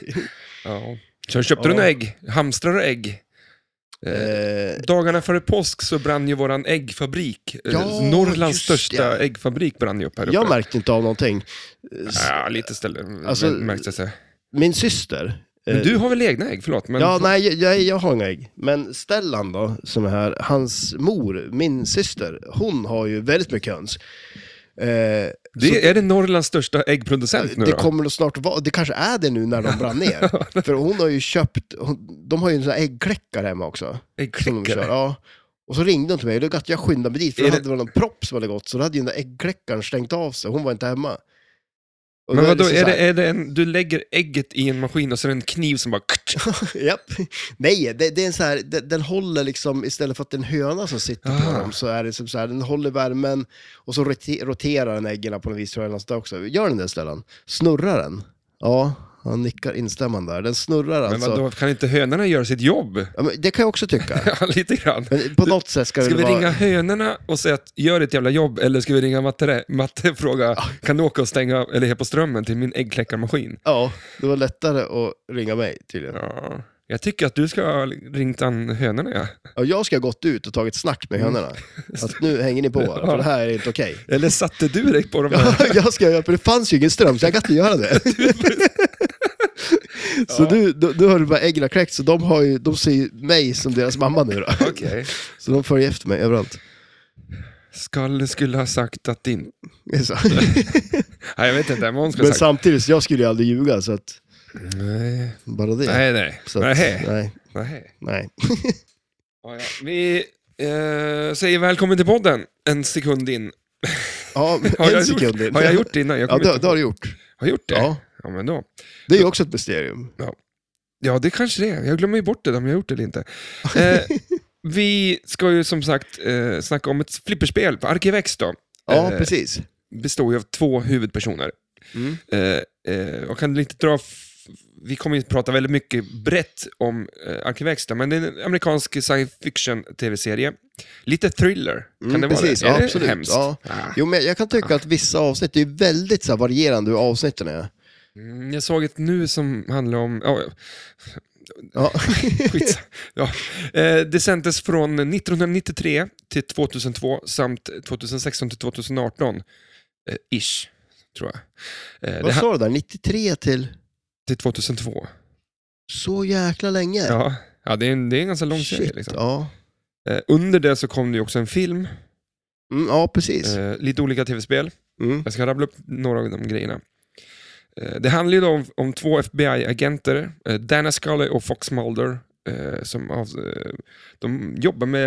[SPEAKER 1] Ja. Så köpte
[SPEAKER 2] Ja.
[SPEAKER 1] du några ägg? Hamstrar du ägg?
[SPEAKER 2] Eh,
[SPEAKER 1] Dagarna före påsk så brann ju våran äggfabrik. Eh,
[SPEAKER 2] Ja,
[SPEAKER 1] Norrlands
[SPEAKER 2] just
[SPEAKER 1] största
[SPEAKER 2] det.
[SPEAKER 1] äggfabrik brann ju upp här uppe.
[SPEAKER 2] jag märkte inte av någonting. S-
[SPEAKER 1] Ja, lite ställe
[SPEAKER 2] Alltså-
[SPEAKER 1] märkte sig.
[SPEAKER 2] Min syster. eh,
[SPEAKER 1] Men du har väl egna ägg? Förlåt. Men...
[SPEAKER 2] Ja, nej, jag- jag, jag har inga ägg. Men Stellan då, som är här, hans mor, min syster, hon har ju väldigt mycket höns. Eh, så-
[SPEAKER 1] det, är det Norrlands största äggproducent nu
[SPEAKER 2] det
[SPEAKER 1] då?
[SPEAKER 2] kommer nog snart vara, det kanske är det nu när de brann ner. För hon har ju köpt, hon, de har ju en sån här äggkläckare hemma också. Som de kör,
[SPEAKER 1] Äggkläckare?
[SPEAKER 2] ja. Och så ringde hon till mig, då att jag skyndade mig dit, för
[SPEAKER 1] Är
[SPEAKER 2] då
[SPEAKER 1] det-
[SPEAKER 2] hade det varit någon propp som hade gått, så då hade ju den där äggkläckaren stängt av sig, hon var inte hemma. Och
[SPEAKER 1] Men
[SPEAKER 2] då
[SPEAKER 1] vadå,
[SPEAKER 2] liksom
[SPEAKER 1] är
[SPEAKER 2] så
[SPEAKER 1] det,
[SPEAKER 2] här-
[SPEAKER 1] är det en, du lägger ägget i en maskin och så är det en kniv som bara...
[SPEAKER 2] Japp. Nej, det, det är en så här, den, den håller liksom, istället för att det är en höna som sitter
[SPEAKER 1] Ah.
[SPEAKER 2] på dem, så är det som så här, den håller värmen och så rote- roterar den äggen på något vis, tror jag, eller något sånt där också. Gör den det Stellan? Snurrar den? Ja, han nickar instämmande där. Den snurrar
[SPEAKER 1] Men
[SPEAKER 2] alltså.
[SPEAKER 1] vadå, kan inte hönorna göra sitt jobb?
[SPEAKER 2] Ja, men det kan jag också tycka.
[SPEAKER 1] Ja, lite grann.
[SPEAKER 2] Men på något sätt ska,
[SPEAKER 1] Ska
[SPEAKER 2] det
[SPEAKER 1] vi
[SPEAKER 2] vara...
[SPEAKER 1] ringa hönorna och säga att gör ett jävla jobb, eller ska vi ringa Matte, Matte och fråga, kan du åka och stänga, eller hela på strömmen till min äggkläckarmaskin?
[SPEAKER 2] Ja, det var lättare att ringa mig tydligen.
[SPEAKER 1] Ja. Jag tycker att du ska ha ringt an hönorna, ja.
[SPEAKER 2] Ja, jag ska ha gått ut och tagit snack med
[SPEAKER 1] Mm.
[SPEAKER 2] hönorna. Att nu hänger ni på, för det här är inte okej.
[SPEAKER 1] Eller satte du dig på dem?
[SPEAKER 2] Ja,
[SPEAKER 1] där?
[SPEAKER 2] jag ska göra, för det fanns ju ingen ström, så jag kan inte göra det. så nu, då, då har du bara äggen kläckt, så de, har ju, de ser ju mig som deras mamma nu då.
[SPEAKER 1] Okej.
[SPEAKER 2] Så de följer efter mig överallt.
[SPEAKER 1] Skalle skulle ha sagt att din...
[SPEAKER 2] Det är så.
[SPEAKER 1] Nej, jag vet inte. Måns skulle ha
[SPEAKER 2] Men
[SPEAKER 1] sagt...
[SPEAKER 2] samtidigt, så jag skulle ju aldrig ljuga, så att
[SPEAKER 1] Nej,
[SPEAKER 2] bara det.
[SPEAKER 1] nej. Nej.
[SPEAKER 2] Så att,
[SPEAKER 1] nej.
[SPEAKER 2] nej,
[SPEAKER 1] nej.
[SPEAKER 2] nej.
[SPEAKER 1] Ja, ja. Vi eh, säger välkommen till podden en sekund in.
[SPEAKER 2] Ja,
[SPEAKER 1] Har jag
[SPEAKER 2] en sekund
[SPEAKER 1] gjort,
[SPEAKER 2] in.
[SPEAKER 1] Har jag gjort det innan? Jag
[SPEAKER 2] Ja,
[SPEAKER 1] kommer
[SPEAKER 2] det,
[SPEAKER 1] inte
[SPEAKER 2] det
[SPEAKER 1] ihåg.
[SPEAKER 2] har du gjort.
[SPEAKER 1] Har jag gjort det?
[SPEAKER 2] Ja.
[SPEAKER 1] ja, men då.
[SPEAKER 2] Det är ju också ett mysterium.
[SPEAKER 1] Ja, det kanske det är. Jag glömmer ju bort det om jag har gjort det eller inte. Eh, vi ska ju som sagt eh, snacka om ett flipperspel på Arkivex då.
[SPEAKER 2] Ja,
[SPEAKER 1] Eh,
[SPEAKER 2] precis.
[SPEAKER 1] består ju av två huvudpersoner.
[SPEAKER 2] Mm.
[SPEAKER 1] Eh, eh, och kan lite dra... f- Vi kommer ju att prata väldigt mycket brett om eh, Arkivex då, men det är en amerikansk science fiction tv-serie. Lite thriller, kan
[SPEAKER 2] Mm,
[SPEAKER 1] det
[SPEAKER 2] precis.
[SPEAKER 1] vara det?
[SPEAKER 2] Ja,
[SPEAKER 1] är det
[SPEAKER 2] absolut.
[SPEAKER 1] hemskt?
[SPEAKER 2] Ja.
[SPEAKER 1] Ah.
[SPEAKER 2] Jo, men jag kan tycka att vissa avsnitt, det är väldigt så här varierande hur avsnitten är.
[SPEAKER 1] Mm, Jag såg ett nu som handlar om... ja, ja.
[SPEAKER 2] Ja.
[SPEAKER 1] Skitsa. Ja. Eh, det sändes från 1993 till 2002 samt 2016 till 2018. Eh, ish, tror jag. Eh, det
[SPEAKER 2] Vad
[SPEAKER 1] här,
[SPEAKER 2] sa du där? 93 till
[SPEAKER 1] till 2002.
[SPEAKER 2] så jäkla länge?
[SPEAKER 1] Ja. Ja, det, är en, det är en ganska lång serie.
[SPEAKER 2] Shit,
[SPEAKER 1] Liksom.
[SPEAKER 2] Ja.
[SPEAKER 1] Eh, under det så kom det ju också en film,
[SPEAKER 2] Mm, ja, precis.
[SPEAKER 1] eh, lite olika tv-spel.
[SPEAKER 2] Mm.
[SPEAKER 1] Jag ska rabbla upp några av de grejerna. Eh, Det handlar ju då om, om två FBI-agenter, eh, Dana Scully och Fox Mulder, eh, som av, eh, de jobbar med...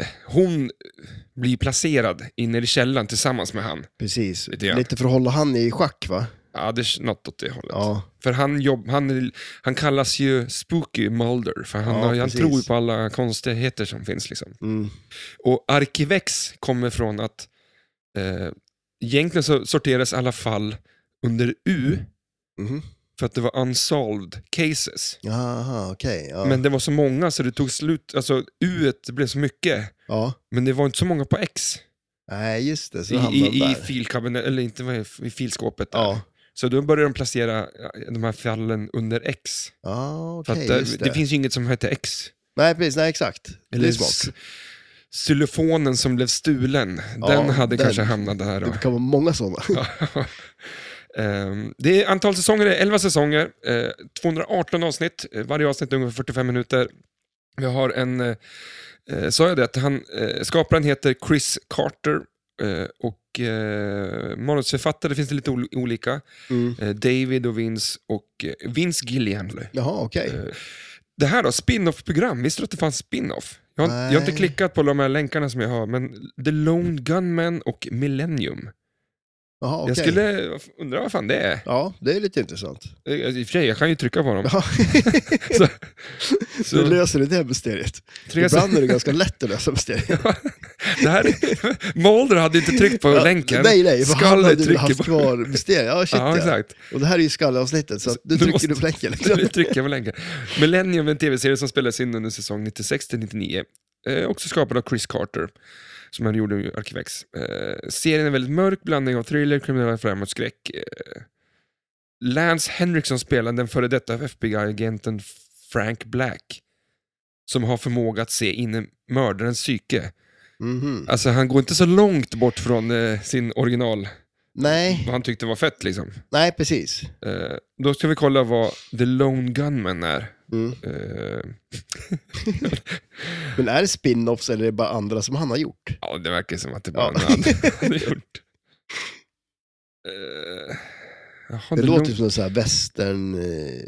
[SPEAKER 1] eh, Hon blir placerad inne i källaren tillsammans med han.
[SPEAKER 2] Precis.
[SPEAKER 1] lite grann.
[SPEAKER 2] Lite för att hålla han i schack, va?
[SPEAKER 1] Ja, det är något åt det hållet.
[SPEAKER 2] Ja.
[SPEAKER 1] För han, jobb, han, han kallas ju Spooky Mulder, för han,
[SPEAKER 2] Ja,
[SPEAKER 1] har- han
[SPEAKER 2] precis.
[SPEAKER 1] tror ju på alla konstigheter som finns. Liksom.
[SPEAKER 2] Mm.
[SPEAKER 1] Och Arkivex kommer från att eh, egentligen så sorteras alla fall under U
[SPEAKER 2] Mhm.
[SPEAKER 1] för att det var unsolved cases.
[SPEAKER 2] Jaha, okej. Ja.
[SPEAKER 1] Men det var så många så det tog slut, alltså U blev så mycket.
[SPEAKER 2] ja.
[SPEAKER 1] Men det var inte så många på X
[SPEAKER 2] Nej, just det. Så
[SPEAKER 1] i,
[SPEAKER 2] hamnade
[SPEAKER 1] i,
[SPEAKER 2] de
[SPEAKER 1] i
[SPEAKER 2] där.
[SPEAKER 1] filkabinett, eller inte vad är det, i filskåpet. Där.
[SPEAKER 2] Ja,
[SPEAKER 1] Så då började de placera de här fallen under X.
[SPEAKER 2] ja
[SPEAKER 1] För
[SPEAKER 2] okej.
[SPEAKER 1] att, eh,
[SPEAKER 2] just
[SPEAKER 1] det.
[SPEAKER 2] det.
[SPEAKER 1] finns ju inget som heter X.
[SPEAKER 2] Nej, precis. Nej, exakt. det är
[SPEAKER 1] s-
[SPEAKER 2] smart.
[SPEAKER 1] Xylofonen som blev stulen,
[SPEAKER 2] Ja,
[SPEAKER 1] den hade
[SPEAKER 2] den.
[SPEAKER 1] kanske hamnat där. Då.
[SPEAKER 2] Det kan vara många sådana.
[SPEAKER 1] Ehm, det är antal säsonger, det är 11 säsonger, eh, 218 avsnitt, eh, varje avsnitt är ungefär 45 minuter. Vi har en, eh, eh, sa jag det, att han, eh, skaparen heter Chris Carter eh, och eh, manusförfattare finns det lite ol- olika.
[SPEAKER 2] Mm.
[SPEAKER 1] Eh, David och Vince och eh, Vince Gillian.
[SPEAKER 2] Jaha, okej.
[SPEAKER 1] Eh, Det här då, spin-off-program, visste du att det fanns spin-off? Jag har, jag har inte
[SPEAKER 2] Nej.
[SPEAKER 1] klickat på de här länkarna som jag har, men The Lone Gunman och Millennium.
[SPEAKER 2] Jaha, okej.
[SPEAKER 1] Jag skulle undra vad fan det är.
[SPEAKER 2] Ja, det är lite intressant.
[SPEAKER 1] Eh, I och för sig, jag kan ju trycka på dem.
[SPEAKER 2] Ja.
[SPEAKER 1] Så,
[SPEAKER 2] Så. Du
[SPEAKER 1] så,
[SPEAKER 2] löser det där mysteriet.
[SPEAKER 1] tre
[SPEAKER 2] Ibland
[SPEAKER 1] sek-
[SPEAKER 2] är det ganska lätt att lösa mysterier.
[SPEAKER 1] det här, Mulder hade inte tryckt på länken.
[SPEAKER 2] Nej, nej, för han
[SPEAKER 1] Skalle
[SPEAKER 2] hade väl
[SPEAKER 1] trycker
[SPEAKER 2] haft
[SPEAKER 1] på-
[SPEAKER 2] kvar mysterier. Ja, shit
[SPEAKER 1] ja,
[SPEAKER 2] ja.
[SPEAKER 1] exakt.
[SPEAKER 2] Och det här är ju skallavsnittet, så att nu
[SPEAKER 1] Du
[SPEAKER 2] trycker
[SPEAKER 1] måste-
[SPEAKER 2] du på länken. Liksom.
[SPEAKER 1] Nu trycker jag på länken. Millennium är en tv-serie som spelades in under säsong 96-99. Eh, också skapad av Chris Carter, som han gjorde i Arkivex. Eh, serien är väldigt mörk, blandning av thriller, kriminella affärer mot skräck. Eh, Lance Henriksson spelar den före detta FBI-agenten Frank Black. som har förmåga att se in i mördarens psyke.
[SPEAKER 2] Mhm.
[SPEAKER 1] Alltså han går inte så långt bort från eh, sin original,
[SPEAKER 2] Nej,
[SPEAKER 1] vad han tyckte var fett liksom.
[SPEAKER 2] nej precis.
[SPEAKER 1] Eh, då ska vi kolla vad The Lone Gunman är.
[SPEAKER 2] Mm.
[SPEAKER 1] Eh,
[SPEAKER 2] Men är det spin-offs eller är det bara andra som han har gjort?
[SPEAKER 1] ja, det verkar som att det bara
[SPEAKER 2] Ja.
[SPEAKER 1] ja. hade gjort. Eh, jaha,
[SPEAKER 2] Det,
[SPEAKER 1] The
[SPEAKER 2] låter
[SPEAKER 1] Lone-
[SPEAKER 2] som en sån här västern, eh,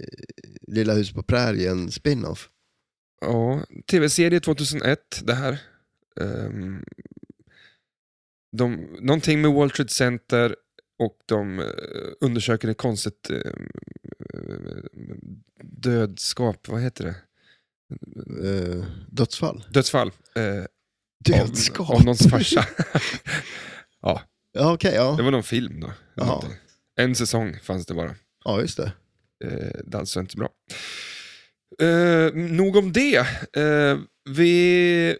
[SPEAKER 2] Lilla hus på prärien spin-off.
[SPEAKER 1] Ja, tv-serie 2001, det här. Ehm, de, någonting med World Trade Center och de eh, undersöker ett konstigt eh, dödskap, vad heter det?
[SPEAKER 2] Eh, dödsfall.
[SPEAKER 1] Dödsfall. eh,
[SPEAKER 2] Dödskap.
[SPEAKER 1] Av, av någons farsa.
[SPEAKER 2] ja, okej,
[SPEAKER 1] det
[SPEAKER 2] ja.
[SPEAKER 1] var någon film då.
[SPEAKER 2] Ja.
[SPEAKER 1] Någonting. En säsong fanns det bara.
[SPEAKER 2] ja, just det.
[SPEAKER 1] Eh, det är alltså inte bra. Eh, nog om det. Eh, vi... Eh,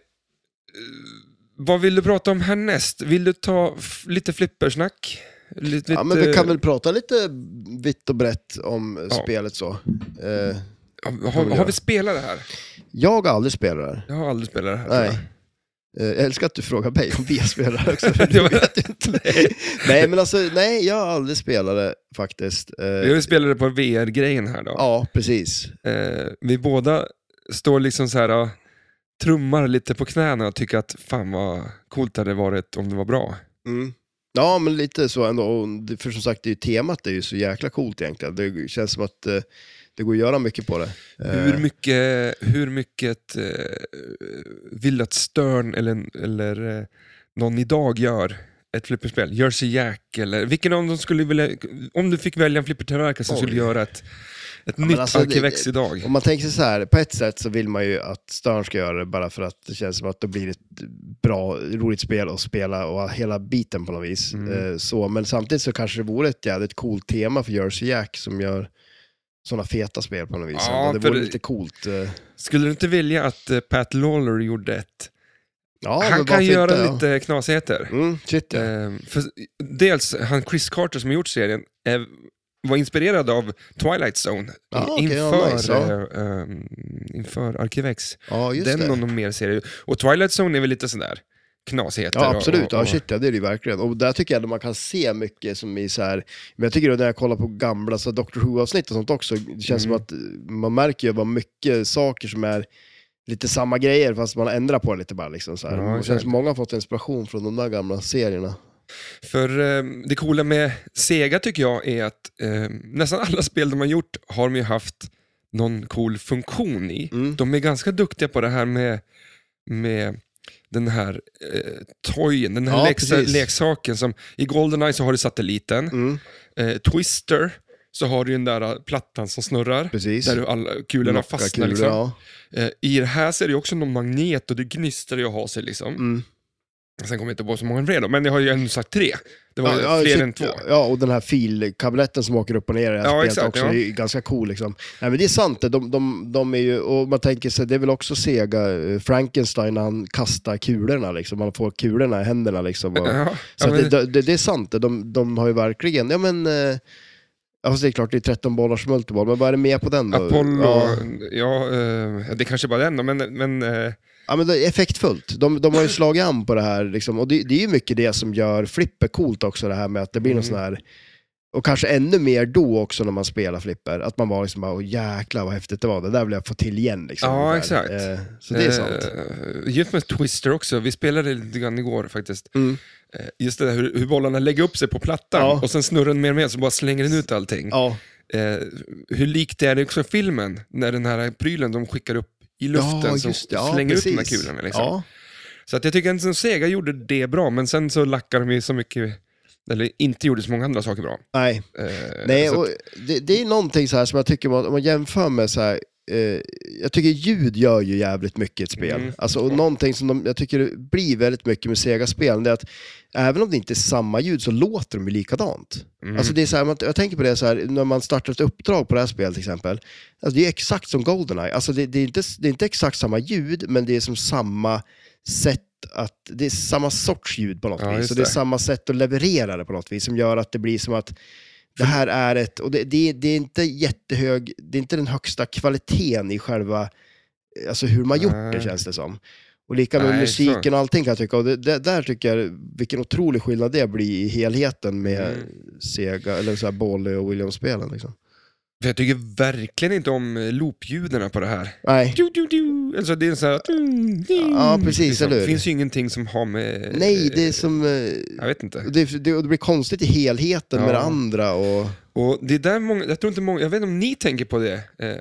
[SPEAKER 1] vad vill du prata om härnäst? Vill du ta f- lite flippersnack? Lite,
[SPEAKER 2] Ja, men vi kan
[SPEAKER 1] lite-
[SPEAKER 2] väl prata lite vitt och brett om eh,
[SPEAKER 1] Ja.
[SPEAKER 2] spelet så. Eh,
[SPEAKER 1] Ja,
[SPEAKER 2] kan vi
[SPEAKER 1] har, har
[SPEAKER 2] göra.
[SPEAKER 1] vi spelat det här?
[SPEAKER 2] jag har aldrig spelat det här.
[SPEAKER 1] Jag har aldrig spelat det här.
[SPEAKER 2] Nej.
[SPEAKER 1] tror
[SPEAKER 2] Eh, jag älskar att du frågar mig om vi har spelat det här också. För
[SPEAKER 1] Det
[SPEAKER 2] det
[SPEAKER 1] var-
[SPEAKER 2] vet jag inte. nej, men alltså, nej, jag har aldrig spelat det faktiskt. Eh,
[SPEAKER 1] jag. Vi spelade på VR-grejen här då.
[SPEAKER 2] Ja, precis.
[SPEAKER 1] Eh, vi båda står liksom så här och trummar lite på knäna och tycker att fan vad coolt det hade varit om det var bra.
[SPEAKER 2] Mm. Ja, men lite så ändå. Och det- För som sagt, det är ju temat är ju så jäkla coolt egentligen. Det känns som att eh, det går att göra mycket på det. Eh,
[SPEAKER 1] Hur mycket, hur mycket eh, vill du att Stern eller, eller eh, någon idag gör ett flipperspel? Jersey Jack eller vilken av dem skulle vilja, om du fick välja en flippertillverkare som
[SPEAKER 2] Oj.
[SPEAKER 1] skulle göra ett, ett
[SPEAKER 2] men
[SPEAKER 1] nytt
[SPEAKER 2] alltså, det-
[SPEAKER 1] Arkivex idag?
[SPEAKER 2] Om man tänker sig så här, på ett sätt så vill man ju att Stern ska göra det bara för att det känns som att det blir ett bra, roligt spel att spela och hela biten på något vis.
[SPEAKER 1] Mm.
[SPEAKER 2] Eh, så, men samtidigt så kanske det vore ett jävligt coolt tema för Jersey Jack som gör sådana feta spel på något vis.
[SPEAKER 1] Ja,
[SPEAKER 2] det
[SPEAKER 1] för
[SPEAKER 2] vore
[SPEAKER 1] det-
[SPEAKER 2] lite coolt. eh.
[SPEAKER 1] Skulle du inte vilja att eh, Pat Lawler gjorde ett?
[SPEAKER 2] Ja, men
[SPEAKER 1] Han
[SPEAKER 2] varför
[SPEAKER 1] kan göra
[SPEAKER 2] inte, ja.
[SPEAKER 1] lite knasigheter.
[SPEAKER 2] Mm, shit, ja.
[SPEAKER 1] Eh, för, dels, han Chris Carter som har gjort serien eh, var inspirerad av Twilight Zone
[SPEAKER 2] Ah, okej, ja,
[SPEAKER 1] inför,
[SPEAKER 2] nice, ja.
[SPEAKER 1] eh, eh, inför Arkivex.
[SPEAKER 2] ja, just
[SPEAKER 1] den
[SPEAKER 2] det.
[SPEAKER 1] och någon mer serie. Och Twilight Zone är väl lite sådär knasigheter.
[SPEAKER 2] Ja, absolut.
[SPEAKER 1] Och, och,
[SPEAKER 2] Ja, shit, ja, det är det ju verkligen. Och där tycker jag att man kan se mycket som i så här, men jag tycker att när jag kollar på gamla så här Doctor Who-avsnitt och sånt också, det känns
[SPEAKER 1] Mm.
[SPEAKER 2] som att eh, man märker ju vad mycket saker som är lite samma grejer fast man ändrar på det lite bara. Liksom, så här.
[SPEAKER 1] Ja,
[SPEAKER 2] det känns
[SPEAKER 1] exakt.
[SPEAKER 2] som många har fått inspiration från de där gamla serierna.
[SPEAKER 1] För eh, det coola med Sega tycker jag är att eh, nästan alla spel de har gjort har de ju haft någon cool funktion i.
[SPEAKER 2] Mm.
[SPEAKER 1] De är ganska duktiga på det här med, med den här eh, toyen, den här
[SPEAKER 2] Ja,
[SPEAKER 1] leksa-
[SPEAKER 2] precis.
[SPEAKER 1] leksaken. Som, I Goldeneye så har du satelliten.
[SPEAKER 2] Mm,
[SPEAKER 1] Eh, Twister så har du ju den där eh, plattan som snurrar.
[SPEAKER 2] precis.
[SPEAKER 1] Där du alla kulorna
[SPEAKER 2] Locka
[SPEAKER 1] fastnar.
[SPEAKER 2] kulor,
[SPEAKER 1] liksom.
[SPEAKER 2] ja.
[SPEAKER 1] Eh, I det här så är det ju också någon magnet och det gnistrar ju och har sig liksom.
[SPEAKER 2] Mm.
[SPEAKER 1] Sen kommer jag inte på så många fler då, men jag har ju ändå sagt tre. Det var ju
[SPEAKER 2] Ja, ja,
[SPEAKER 1] fler
[SPEAKER 2] shit,
[SPEAKER 1] än två.
[SPEAKER 2] ja. Ja, och den här filkabinetten som åker upp och ner i det här
[SPEAKER 1] Ja,
[SPEAKER 2] spelet
[SPEAKER 1] exakt,
[SPEAKER 2] också,
[SPEAKER 1] ja.
[SPEAKER 2] det är ju ganska cool liksom. Nej men det är sant, det. de, de, de är ju, och man tänker sig, det är väl också Sega, eh, Frankenstein, när han kastar kulorna liksom, man får kulorna i händerna liksom. Och,
[SPEAKER 1] Ja,
[SPEAKER 2] så
[SPEAKER 1] ja,
[SPEAKER 2] att
[SPEAKER 1] men,
[SPEAKER 2] det, det, det är sant, de, de har ju verkligen, ja men, eh, ja, fast det är klart det är 13 bollars multiboll, men vad är det mer på den då?
[SPEAKER 1] Apollo,
[SPEAKER 2] Ja,
[SPEAKER 1] ja, eh, det kanske bara är den då, men, men eh,
[SPEAKER 2] ja men det är effektfullt. De, de har ju slagit an på det här liksom, och det, det är ju mycket det som gör flipper coolt också, det här med att det blir någon
[SPEAKER 1] Mm.
[SPEAKER 2] sån här och kanske ännu mer då också när man spelar flipper, att man var liksom bara, åh jäklar vad häftigt det var, det där vill jag få till igen. Liksom,
[SPEAKER 1] Ja,
[SPEAKER 2] ungefär.
[SPEAKER 1] exakt.
[SPEAKER 2] Eh, så det är sant.
[SPEAKER 1] eh, just med Twister också, vi spelade lite grann igår faktiskt.
[SPEAKER 2] Mm.
[SPEAKER 1] Eh, Just det där hur, hur bollarna lägger upp sig på plattan
[SPEAKER 2] Ja.
[SPEAKER 1] och sen snurrar den mer och mer så bara slänger den ut allting.
[SPEAKER 2] Ja,
[SPEAKER 1] Eh, hur likt är det också i filmen, när den här prylen de skickar upp i luften
[SPEAKER 2] ja,
[SPEAKER 1] som
[SPEAKER 2] just det. Ja,
[SPEAKER 1] slänger ut de här
[SPEAKER 2] precis.
[SPEAKER 1] kulorna. Liksom.
[SPEAKER 2] Ja.
[SPEAKER 1] Så att jag tycker att Sega gjorde det bra, men sen så lackade de ju så mycket, eller inte gjorde så många andra saker bra.
[SPEAKER 2] Nej,
[SPEAKER 1] Eh,
[SPEAKER 2] Nej,
[SPEAKER 1] så att-
[SPEAKER 2] och det, det är någonting så här som jag tycker, man, om man jämför med så här, eh, jag tycker ljud gör ju jävligt mycket i ett spel.
[SPEAKER 1] Mm.
[SPEAKER 2] Alltså, och någonting som de, jag tycker det blir väldigt mycket med Sega-spelen, det är att även om det inte är samma ljud så låter de ju likadant.
[SPEAKER 1] Mm.
[SPEAKER 2] Alltså det är så här, man, jag tänker på det så här, när man startar ett uppdrag på det här spelet till exempel, alltså, det är exakt som Goldeneye. Alltså, det, det, är inte, det är inte exakt samma ljud, men det är som samma sätt att, det är samma sorts ljud på något
[SPEAKER 1] Ja,
[SPEAKER 2] vis.
[SPEAKER 1] just
[SPEAKER 2] Och det är
[SPEAKER 1] det.
[SPEAKER 2] samma sätt att leverera det på något vis som gör att det blir som att det här är ett, och det, det, är- det är inte jättehög, det är inte den högsta kvaliteten i själva alltså hur man gjort det
[SPEAKER 1] Nej.
[SPEAKER 2] känns det som. Och lika med
[SPEAKER 1] Nej,
[SPEAKER 2] musiken
[SPEAKER 1] så.
[SPEAKER 2] och allting kan jag tycka. Och det, det, där tycker jag vilken otrolig skillnad det blir i helheten med
[SPEAKER 1] Mm.
[SPEAKER 2] Sega, eller så här Bolly och Williams-spelen. Liksom.
[SPEAKER 1] För jag tycker verkligen inte om eh, loopljuden på det här.
[SPEAKER 2] Nej.
[SPEAKER 1] Du, du, du. Alltså det är en sån här...
[SPEAKER 2] Ja, precis, eller
[SPEAKER 1] Det
[SPEAKER 2] hur?
[SPEAKER 1] finns ju ingenting som har med...
[SPEAKER 2] Nej, det är
[SPEAKER 1] eh,
[SPEAKER 2] som... eh,
[SPEAKER 1] Jag vet inte.
[SPEAKER 2] Det, det, och det blir konstigt i helheten med
[SPEAKER 1] Ja.
[SPEAKER 2] det andra. Och,
[SPEAKER 1] Och det är där många, jag tror inte många, jag vet inte om ni tänker på det. Eh,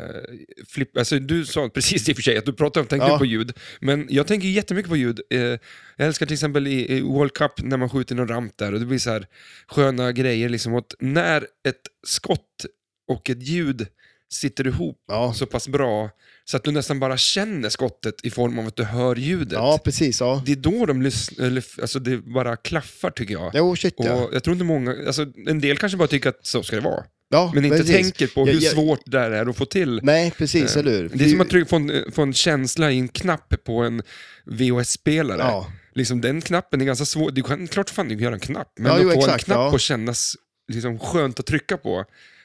[SPEAKER 1] flipp, alltså du sa precis i och för sig att du pratar om, tänker
[SPEAKER 2] Ja.
[SPEAKER 1] på ljud. Men jag tänker jättemycket på ljud. Eh, jag älskar till exempel i, i World Cup när man skjuter någon ramp där och det blir så här sköna grejer liksom. Och att när ett skott och ett ljud sitter ihop
[SPEAKER 2] ja.
[SPEAKER 1] så pass bra så att du nästan bara känner skottet i form av att du hör ljudet.
[SPEAKER 2] ja, precis. Ja.
[SPEAKER 1] Det är då de lyssnar, eller f- alltså det bara klaffar tycker jag.
[SPEAKER 2] Jo, shit ja.
[SPEAKER 1] Och jag tror inte många, alltså en del kanske bara tycker att så ska det vara.
[SPEAKER 2] ja
[SPEAKER 1] Men inte
[SPEAKER 2] precis.
[SPEAKER 1] tänker på hur
[SPEAKER 2] Jag- jag-
[SPEAKER 1] svårt det här är att få till.
[SPEAKER 2] Nej, precis,
[SPEAKER 1] Eh,
[SPEAKER 2] eller hur?
[SPEAKER 1] Det är som att trycka, få, en, få en känsla i en knapp på en VHS-spelare.
[SPEAKER 2] Ja,
[SPEAKER 1] Liksom, den knappen är ganska svår. Du kan klart fan du kan göra en knapp, men
[SPEAKER 2] Ja,
[SPEAKER 1] att
[SPEAKER 2] jo,
[SPEAKER 1] få en
[SPEAKER 2] exakt,
[SPEAKER 1] knapp
[SPEAKER 2] ja.
[SPEAKER 1] och kännas liksom, skönt att trycka på,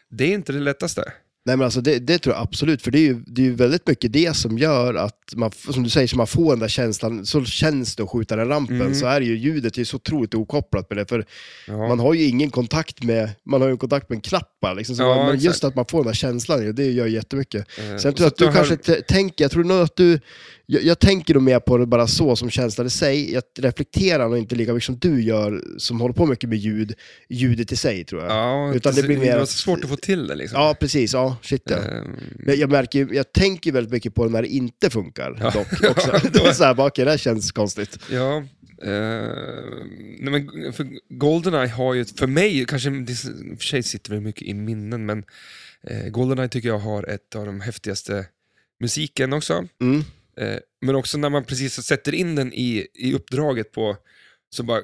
[SPEAKER 1] det är inte det lättaste.
[SPEAKER 2] nej men alltså det, det tror jag absolut, för det är, ju, det är ju väldigt mycket det som gör att man, f- som du säger, så man får den där känslan, så känns det att skjuta den rampen,
[SPEAKER 1] Mm.
[SPEAKER 2] så är det ju, ljudet är ju så otroligt okopplat med det, för
[SPEAKER 1] Ja.
[SPEAKER 2] man har ju ingen kontakt med, man har ju kontakt med en knapp bara, liksom, så
[SPEAKER 1] Ja,
[SPEAKER 2] man, men just
[SPEAKER 1] exakt.
[SPEAKER 2] att man får den där känslan, det gör jättemycket.
[SPEAKER 1] Eh,
[SPEAKER 2] Sen
[SPEAKER 1] och
[SPEAKER 2] tror jag
[SPEAKER 1] så
[SPEAKER 2] att du
[SPEAKER 1] hör-
[SPEAKER 2] kanske t- tänker, jag tror nog att du, jag, jag tänker nog mer på det bara så som känslan i sig, jag reflekterar nog inte lika mycket som du gör, som håller på mycket med ljud, ljudet i sig tror jag.
[SPEAKER 1] Ja,
[SPEAKER 2] Utan
[SPEAKER 1] det,
[SPEAKER 2] det blir mer
[SPEAKER 1] det var
[SPEAKER 2] att-
[SPEAKER 1] så svårt att få till det liksom.
[SPEAKER 2] Ja, precis. Ja, shit ja.
[SPEAKER 1] Ehm,
[SPEAKER 2] Men jag, märker, ju- jag tänker ju väldigt mycket på det när det inte funkar
[SPEAKER 1] Ja.
[SPEAKER 2] dock. Också.
[SPEAKER 1] Ja,
[SPEAKER 2] det är så här, bara, okej, det här känns konstigt.
[SPEAKER 1] Ja, eh, nej men för Goldeneye har ju, ett- för mig, kanske det s- i och för sig sitter det mycket i minnen, men eh, Goldeneye tycker jag har ett av de häftigaste musiken också.
[SPEAKER 2] Mm.
[SPEAKER 1] Eh, men också när man precis sätter in den i, i uppdraget på, så bara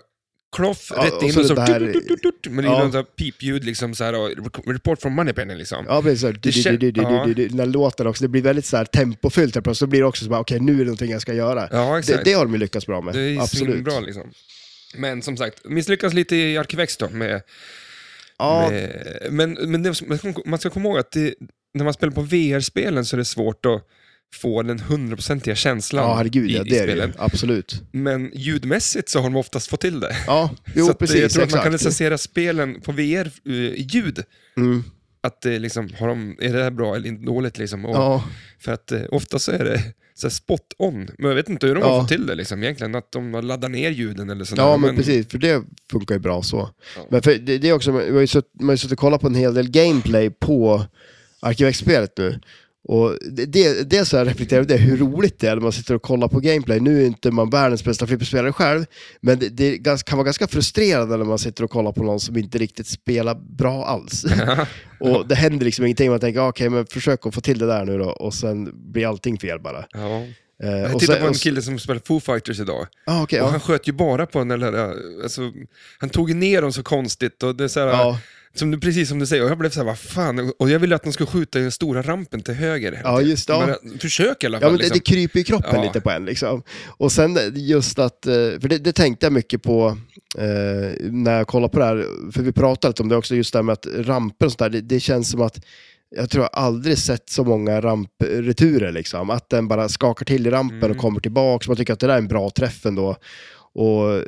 [SPEAKER 1] kloff,
[SPEAKER 2] Ja,
[SPEAKER 1] rätt
[SPEAKER 2] och
[SPEAKER 1] in
[SPEAKER 2] så
[SPEAKER 1] och så,
[SPEAKER 2] det här-
[SPEAKER 1] tut, tut, tut, tut, men det
[SPEAKER 2] Ja.
[SPEAKER 1] är ju ja. pipljud liksom så här, och re- report from Moneypenny liksom.
[SPEAKER 2] Ja, precis. Så här, du,
[SPEAKER 1] Det kän-
[SPEAKER 2] du, du, du,
[SPEAKER 1] ja.
[SPEAKER 2] du, du, den här låten också, det blir väldigt så här, tempofyllt helt plötsligt. Så blir det också så bara, okej, nu är det någonting jag ska göra.
[SPEAKER 1] Ja,
[SPEAKER 2] det,
[SPEAKER 1] exakt.
[SPEAKER 2] det har de ju lyckats bra med.
[SPEAKER 1] Det är
[SPEAKER 2] Absolut.
[SPEAKER 1] Absolut. bra liksom. Men som sagt, misslyckas lite i Arkivex då med
[SPEAKER 2] Ja,
[SPEAKER 1] Eh, Men, men det, man ska komma ihåg att det, när man spelar på VR-spelen så är det svårt att få den hundraprocentiga känslan
[SPEAKER 2] ja, herregud,
[SPEAKER 1] i,
[SPEAKER 2] ja,
[SPEAKER 1] i
[SPEAKER 2] det är det
[SPEAKER 1] spelen.
[SPEAKER 2] ju. Absolut.
[SPEAKER 1] Men ljudmässigt så har de oftast fått till det.
[SPEAKER 2] Ja, jo,
[SPEAKER 1] så att, eh,
[SPEAKER 2] precis.
[SPEAKER 1] jag tror att man
[SPEAKER 2] exakt.
[SPEAKER 1] kan recensera spelen på VR eh, i ljud.
[SPEAKER 2] mm.
[SPEAKER 1] Att det liksom, har de, är det här bra eller inte dåligt? Liksom. Och,
[SPEAKER 2] Ja,
[SPEAKER 1] För att eh, ofta så är det så här spot on. Men jag vet inte hur de
[SPEAKER 2] Ja.
[SPEAKER 1] har fått till det liksom, egentligen. Att de har laddat ner ljuden eller sådär.
[SPEAKER 2] ja men, precis, för det funkar ju bra så.
[SPEAKER 1] Ja.
[SPEAKER 2] Men för det, det är också, man har ju sutt- man har ju suttit och kollat på en hel del gameplay på Arkivex-spelet nu. Och det, det, det är så jag reflekterar över det, hur roligt det är när man sitter och kollar på gameplay. Nu är inte man världens bästa flipperspelare själv, men det, det är gans- kan vara ganska frustrerande när man sitter och kollar på någon som inte riktigt spelar bra alls. och det händer liksom ingenting, man tänker "Ah, okej, men försök att få till det där nu då, och sen blir allting fel bara.
[SPEAKER 1] Ja.
[SPEAKER 2] Eh,
[SPEAKER 1] Jag
[SPEAKER 2] och
[SPEAKER 1] tittar
[SPEAKER 2] sen-
[SPEAKER 1] på en
[SPEAKER 2] och s-
[SPEAKER 1] kille som spelar Foo Fighters idag.
[SPEAKER 2] ah, okej,
[SPEAKER 1] Och
[SPEAKER 2] ja.
[SPEAKER 1] han sköt ju bara på den där, eh, alltså, han tog ju ner dem så konstigt och det är så här,
[SPEAKER 2] Ja,
[SPEAKER 1] som du, precis som du säger, och jag blev så här, vad fan, och jag ville att de skulle skjuta i den stora rampen till höger.
[SPEAKER 2] ja, just det. ja.
[SPEAKER 1] Men, eh, försök i alla
[SPEAKER 2] Ja,
[SPEAKER 1] fall.
[SPEAKER 2] men det,
[SPEAKER 1] liksom.
[SPEAKER 2] det kryper i kroppen
[SPEAKER 1] Ja.
[SPEAKER 2] lite på en. Liksom. Och sen just att, eh, för det, det tänkte jag mycket på eh, när jag kollade på det här, för vi pratade lite om det också, just det här med att ramper och sånt där, det, det känns som att jag tror jag aldrig sett så många rampreturer, liksom. att den bara skakar till i rampen
[SPEAKER 1] Mm.
[SPEAKER 2] och kommer tillbaka. Så Man tycker att det där är en bra träff ändå. Och eh,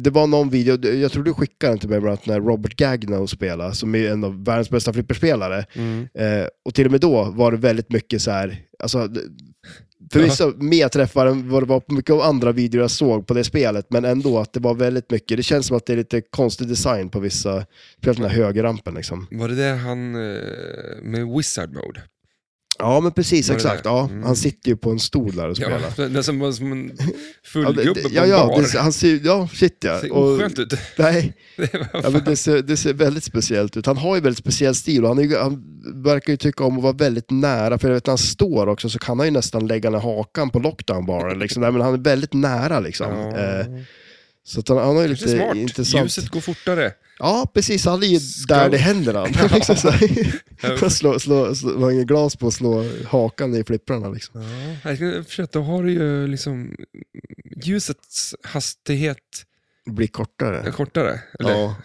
[SPEAKER 2] det var någon video, jag tror du skickade den till mig, bland annat när Robert Gagnow spelade, som är en av världens bästa flipperspelare.
[SPEAKER 1] Mm.
[SPEAKER 2] Eh, och till och med då var det väldigt mycket så här, alltså, d- för
[SPEAKER 1] Ja.
[SPEAKER 2] vissa mer träffar än vad det var på mycket av andra videor jag såg på det spelet, men ändå att det var väldigt mycket. Det känns som att det är lite konstig design på vissa, speciellt den här högerrampen liksom.
[SPEAKER 1] Var det det han eh, med Wizard Mode?
[SPEAKER 2] Ja, men precis,
[SPEAKER 1] Var det
[SPEAKER 2] exakt.
[SPEAKER 1] där?
[SPEAKER 2] Ja,
[SPEAKER 1] Mm.
[SPEAKER 2] Han sitter ju på en stol där och spelar.
[SPEAKER 1] Ja, den som var som en
[SPEAKER 2] Ja,
[SPEAKER 1] full
[SPEAKER 2] det-
[SPEAKER 1] gubbe
[SPEAKER 2] det-
[SPEAKER 1] på
[SPEAKER 2] ja,
[SPEAKER 1] en
[SPEAKER 2] ja,
[SPEAKER 1] bar.
[SPEAKER 2] det, han ser, ju- ja, shit ja.
[SPEAKER 1] Det ser
[SPEAKER 2] Och,
[SPEAKER 1] oskönt ut.
[SPEAKER 2] nej,
[SPEAKER 1] Det var
[SPEAKER 2] ja, men
[SPEAKER 1] fan-
[SPEAKER 2] det, ser, det ser väldigt speciellt ut. Han har ju väldigt speciell stil och han, är, ju- han verkar ju tycka om att vara väldigt nära. För jag vet när han står också så kan han ju nästan lägga ner hakan på lockdown bara. Liksom. Nej, men han är väldigt nära liksom.
[SPEAKER 1] Ja.
[SPEAKER 2] Eh, Så att han, han har ju
[SPEAKER 1] Kanske
[SPEAKER 2] lite
[SPEAKER 1] smart.
[SPEAKER 2] intressant...
[SPEAKER 1] Ljuset går fortare.
[SPEAKER 2] Ja, precis. Han är ju
[SPEAKER 1] Ska-
[SPEAKER 2] där det händer. Han liksom, så här.
[SPEAKER 1] Ja.
[SPEAKER 2] slå, slå, slå, man har glas på att slå hakan i flipprarna. Liksom.
[SPEAKER 1] Ja. Jag försöker, då har du ju liksom ljusets hastighet
[SPEAKER 2] Det blir kortare.
[SPEAKER 1] kortare. Eller?
[SPEAKER 2] Ja.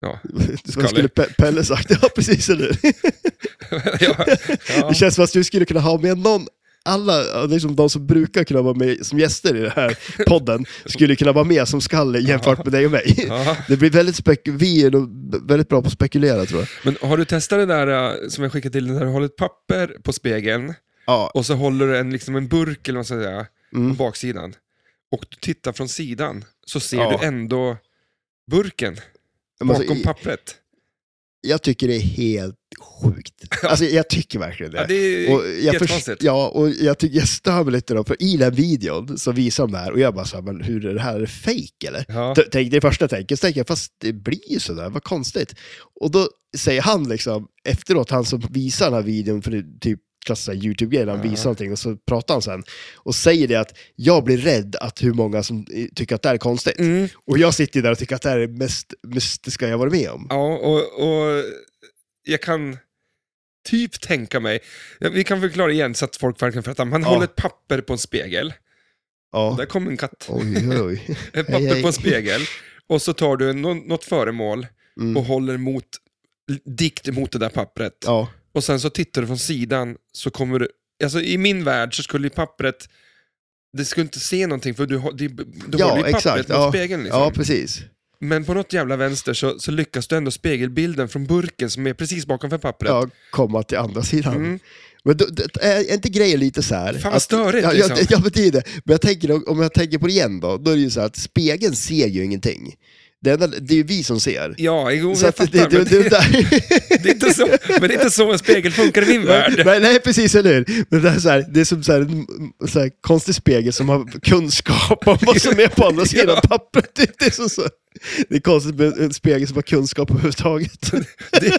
[SPEAKER 1] Ja.
[SPEAKER 2] Vad skulle Pe- Pelle sagt? Ja, precis. Eller?
[SPEAKER 1] ja, ja.
[SPEAKER 2] Det känns som att du skulle kunna ha med någon alla, liksom de som brukar kunna vara med som gäster i den här podden, skulle kunna vara med som skalle jämfört med dig och mig.
[SPEAKER 1] Ja.
[SPEAKER 2] Det blir väldigt spek- vi är nog väldigt bra på att spekulera tror jag.
[SPEAKER 1] Men har du testat det där eh, som jag skickade till dig, när du håller ett papper på spegeln
[SPEAKER 2] Ja,
[SPEAKER 1] och så håller du en, liksom en burk eller vad man ska säga,
[SPEAKER 2] Mm.
[SPEAKER 1] på baksidan och du tittar från sidan så ser
[SPEAKER 2] Ja.
[SPEAKER 1] du ändå burken
[SPEAKER 2] men alltså,
[SPEAKER 1] bakom
[SPEAKER 2] i-
[SPEAKER 1] pappret.
[SPEAKER 2] jag tycker det är helt sjukt. Alltså jag tycker verkligen det.
[SPEAKER 1] Ja, det är
[SPEAKER 2] Och jag, först,
[SPEAKER 1] jättekonstigt.
[SPEAKER 2] ja, och jag, tycker, jag stör mig lite då, för i den videon så visar de det här och jag bara såhär, men hur är det här, är det fejk eller?
[SPEAKER 1] Ja.
[SPEAKER 2] T- Tänk, det första jag tänker, så tänker jag, fast det blir ju sådär, vad konstigt. Och då säger han liksom, efteråt, han som visar den här videon, för det är typ klassiska YouTube-grejen, han
[SPEAKER 1] Ja.
[SPEAKER 2] visar någonting och så pratar han sen. Och säger det att, jag blir rädd att hur många som eh, tycker att det här är konstigt.
[SPEAKER 1] Mm.
[SPEAKER 2] Och jag sitter ju där och tycker att det här är det mest mystiska jag varit med om.
[SPEAKER 1] Ja, och, och jag kan typ tänka mig, ja, vi kan förklara igen så att folk verkligen fattar, man
[SPEAKER 2] Ja.
[SPEAKER 1] håller ett papper på en spegel,
[SPEAKER 2] Ja.
[SPEAKER 1] där kom en katt,
[SPEAKER 2] Oj, oj, oj.
[SPEAKER 1] ett papper
[SPEAKER 2] hej.
[SPEAKER 1] på en spegel, och så tar du en, nå- något föremål och
[SPEAKER 2] Mm.
[SPEAKER 1] håller mot, dikt mot det där pappret.
[SPEAKER 2] Ja.
[SPEAKER 1] Och sen så tittar du från sidan så kommer du, alltså i min värld så skulle ju pappret, det skulle inte se någonting för du, har- det- du
[SPEAKER 2] Ja,
[SPEAKER 1] håller ju pappret
[SPEAKER 2] exakt,
[SPEAKER 1] mot
[SPEAKER 2] ja.
[SPEAKER 1] spegeln liksom.
[SPEAKER 2] ja, precis.
[SPEAKER 1] Men på något jävla vänster så, så lyckas du ändå spegelbilden från burken som är precis bakom för pappret.
[SPEAKER 2] Ja, komma till andra sidan.
[SPEAKER 1] Mm.
[SPEAKER 2] Men då, det, är inte grejen lite så här?
[SPEAKER 1] Fan vad
[SPEAKER 2] att-
[SPEAKER 1] störigt
[SPEAKER 2] ja,
[SPEAKER 1] liksom.
[SPEAKER 2] jag, jag betyder det. Men jag tänker, om jag tänker på det igen då, då är det ju så här att spegeln ser ju ingenting. Det, enda, det är ju vi som ser.
[SPEAKER 1] Ja, jo,
[SPEAKER 2] så
[SPEAKER 1] jag
[SPEAKER 2] att
[SPEAKER 1] fattar.
[SPEAKER 2] det, det,
[SPEAKER 1] men,
[SPEAKER 2] det, där.
[SPEAKER 1] det är inte så, men det är inte så en spegel funkar i min värld.
[SPEAKER 2] Nej, nej, precis, eller hur? Men det, är så här, det är som så här, en så här konstig spegel som har kunskap om vad som är på andra sidan
[SPEAKER 1] Ja.
[SPEAKER 2] pappret. Det, det, är som så, det är konstigt med en spegel som har kunskap överhuvudtaget.
[SPEAKER 1] Det,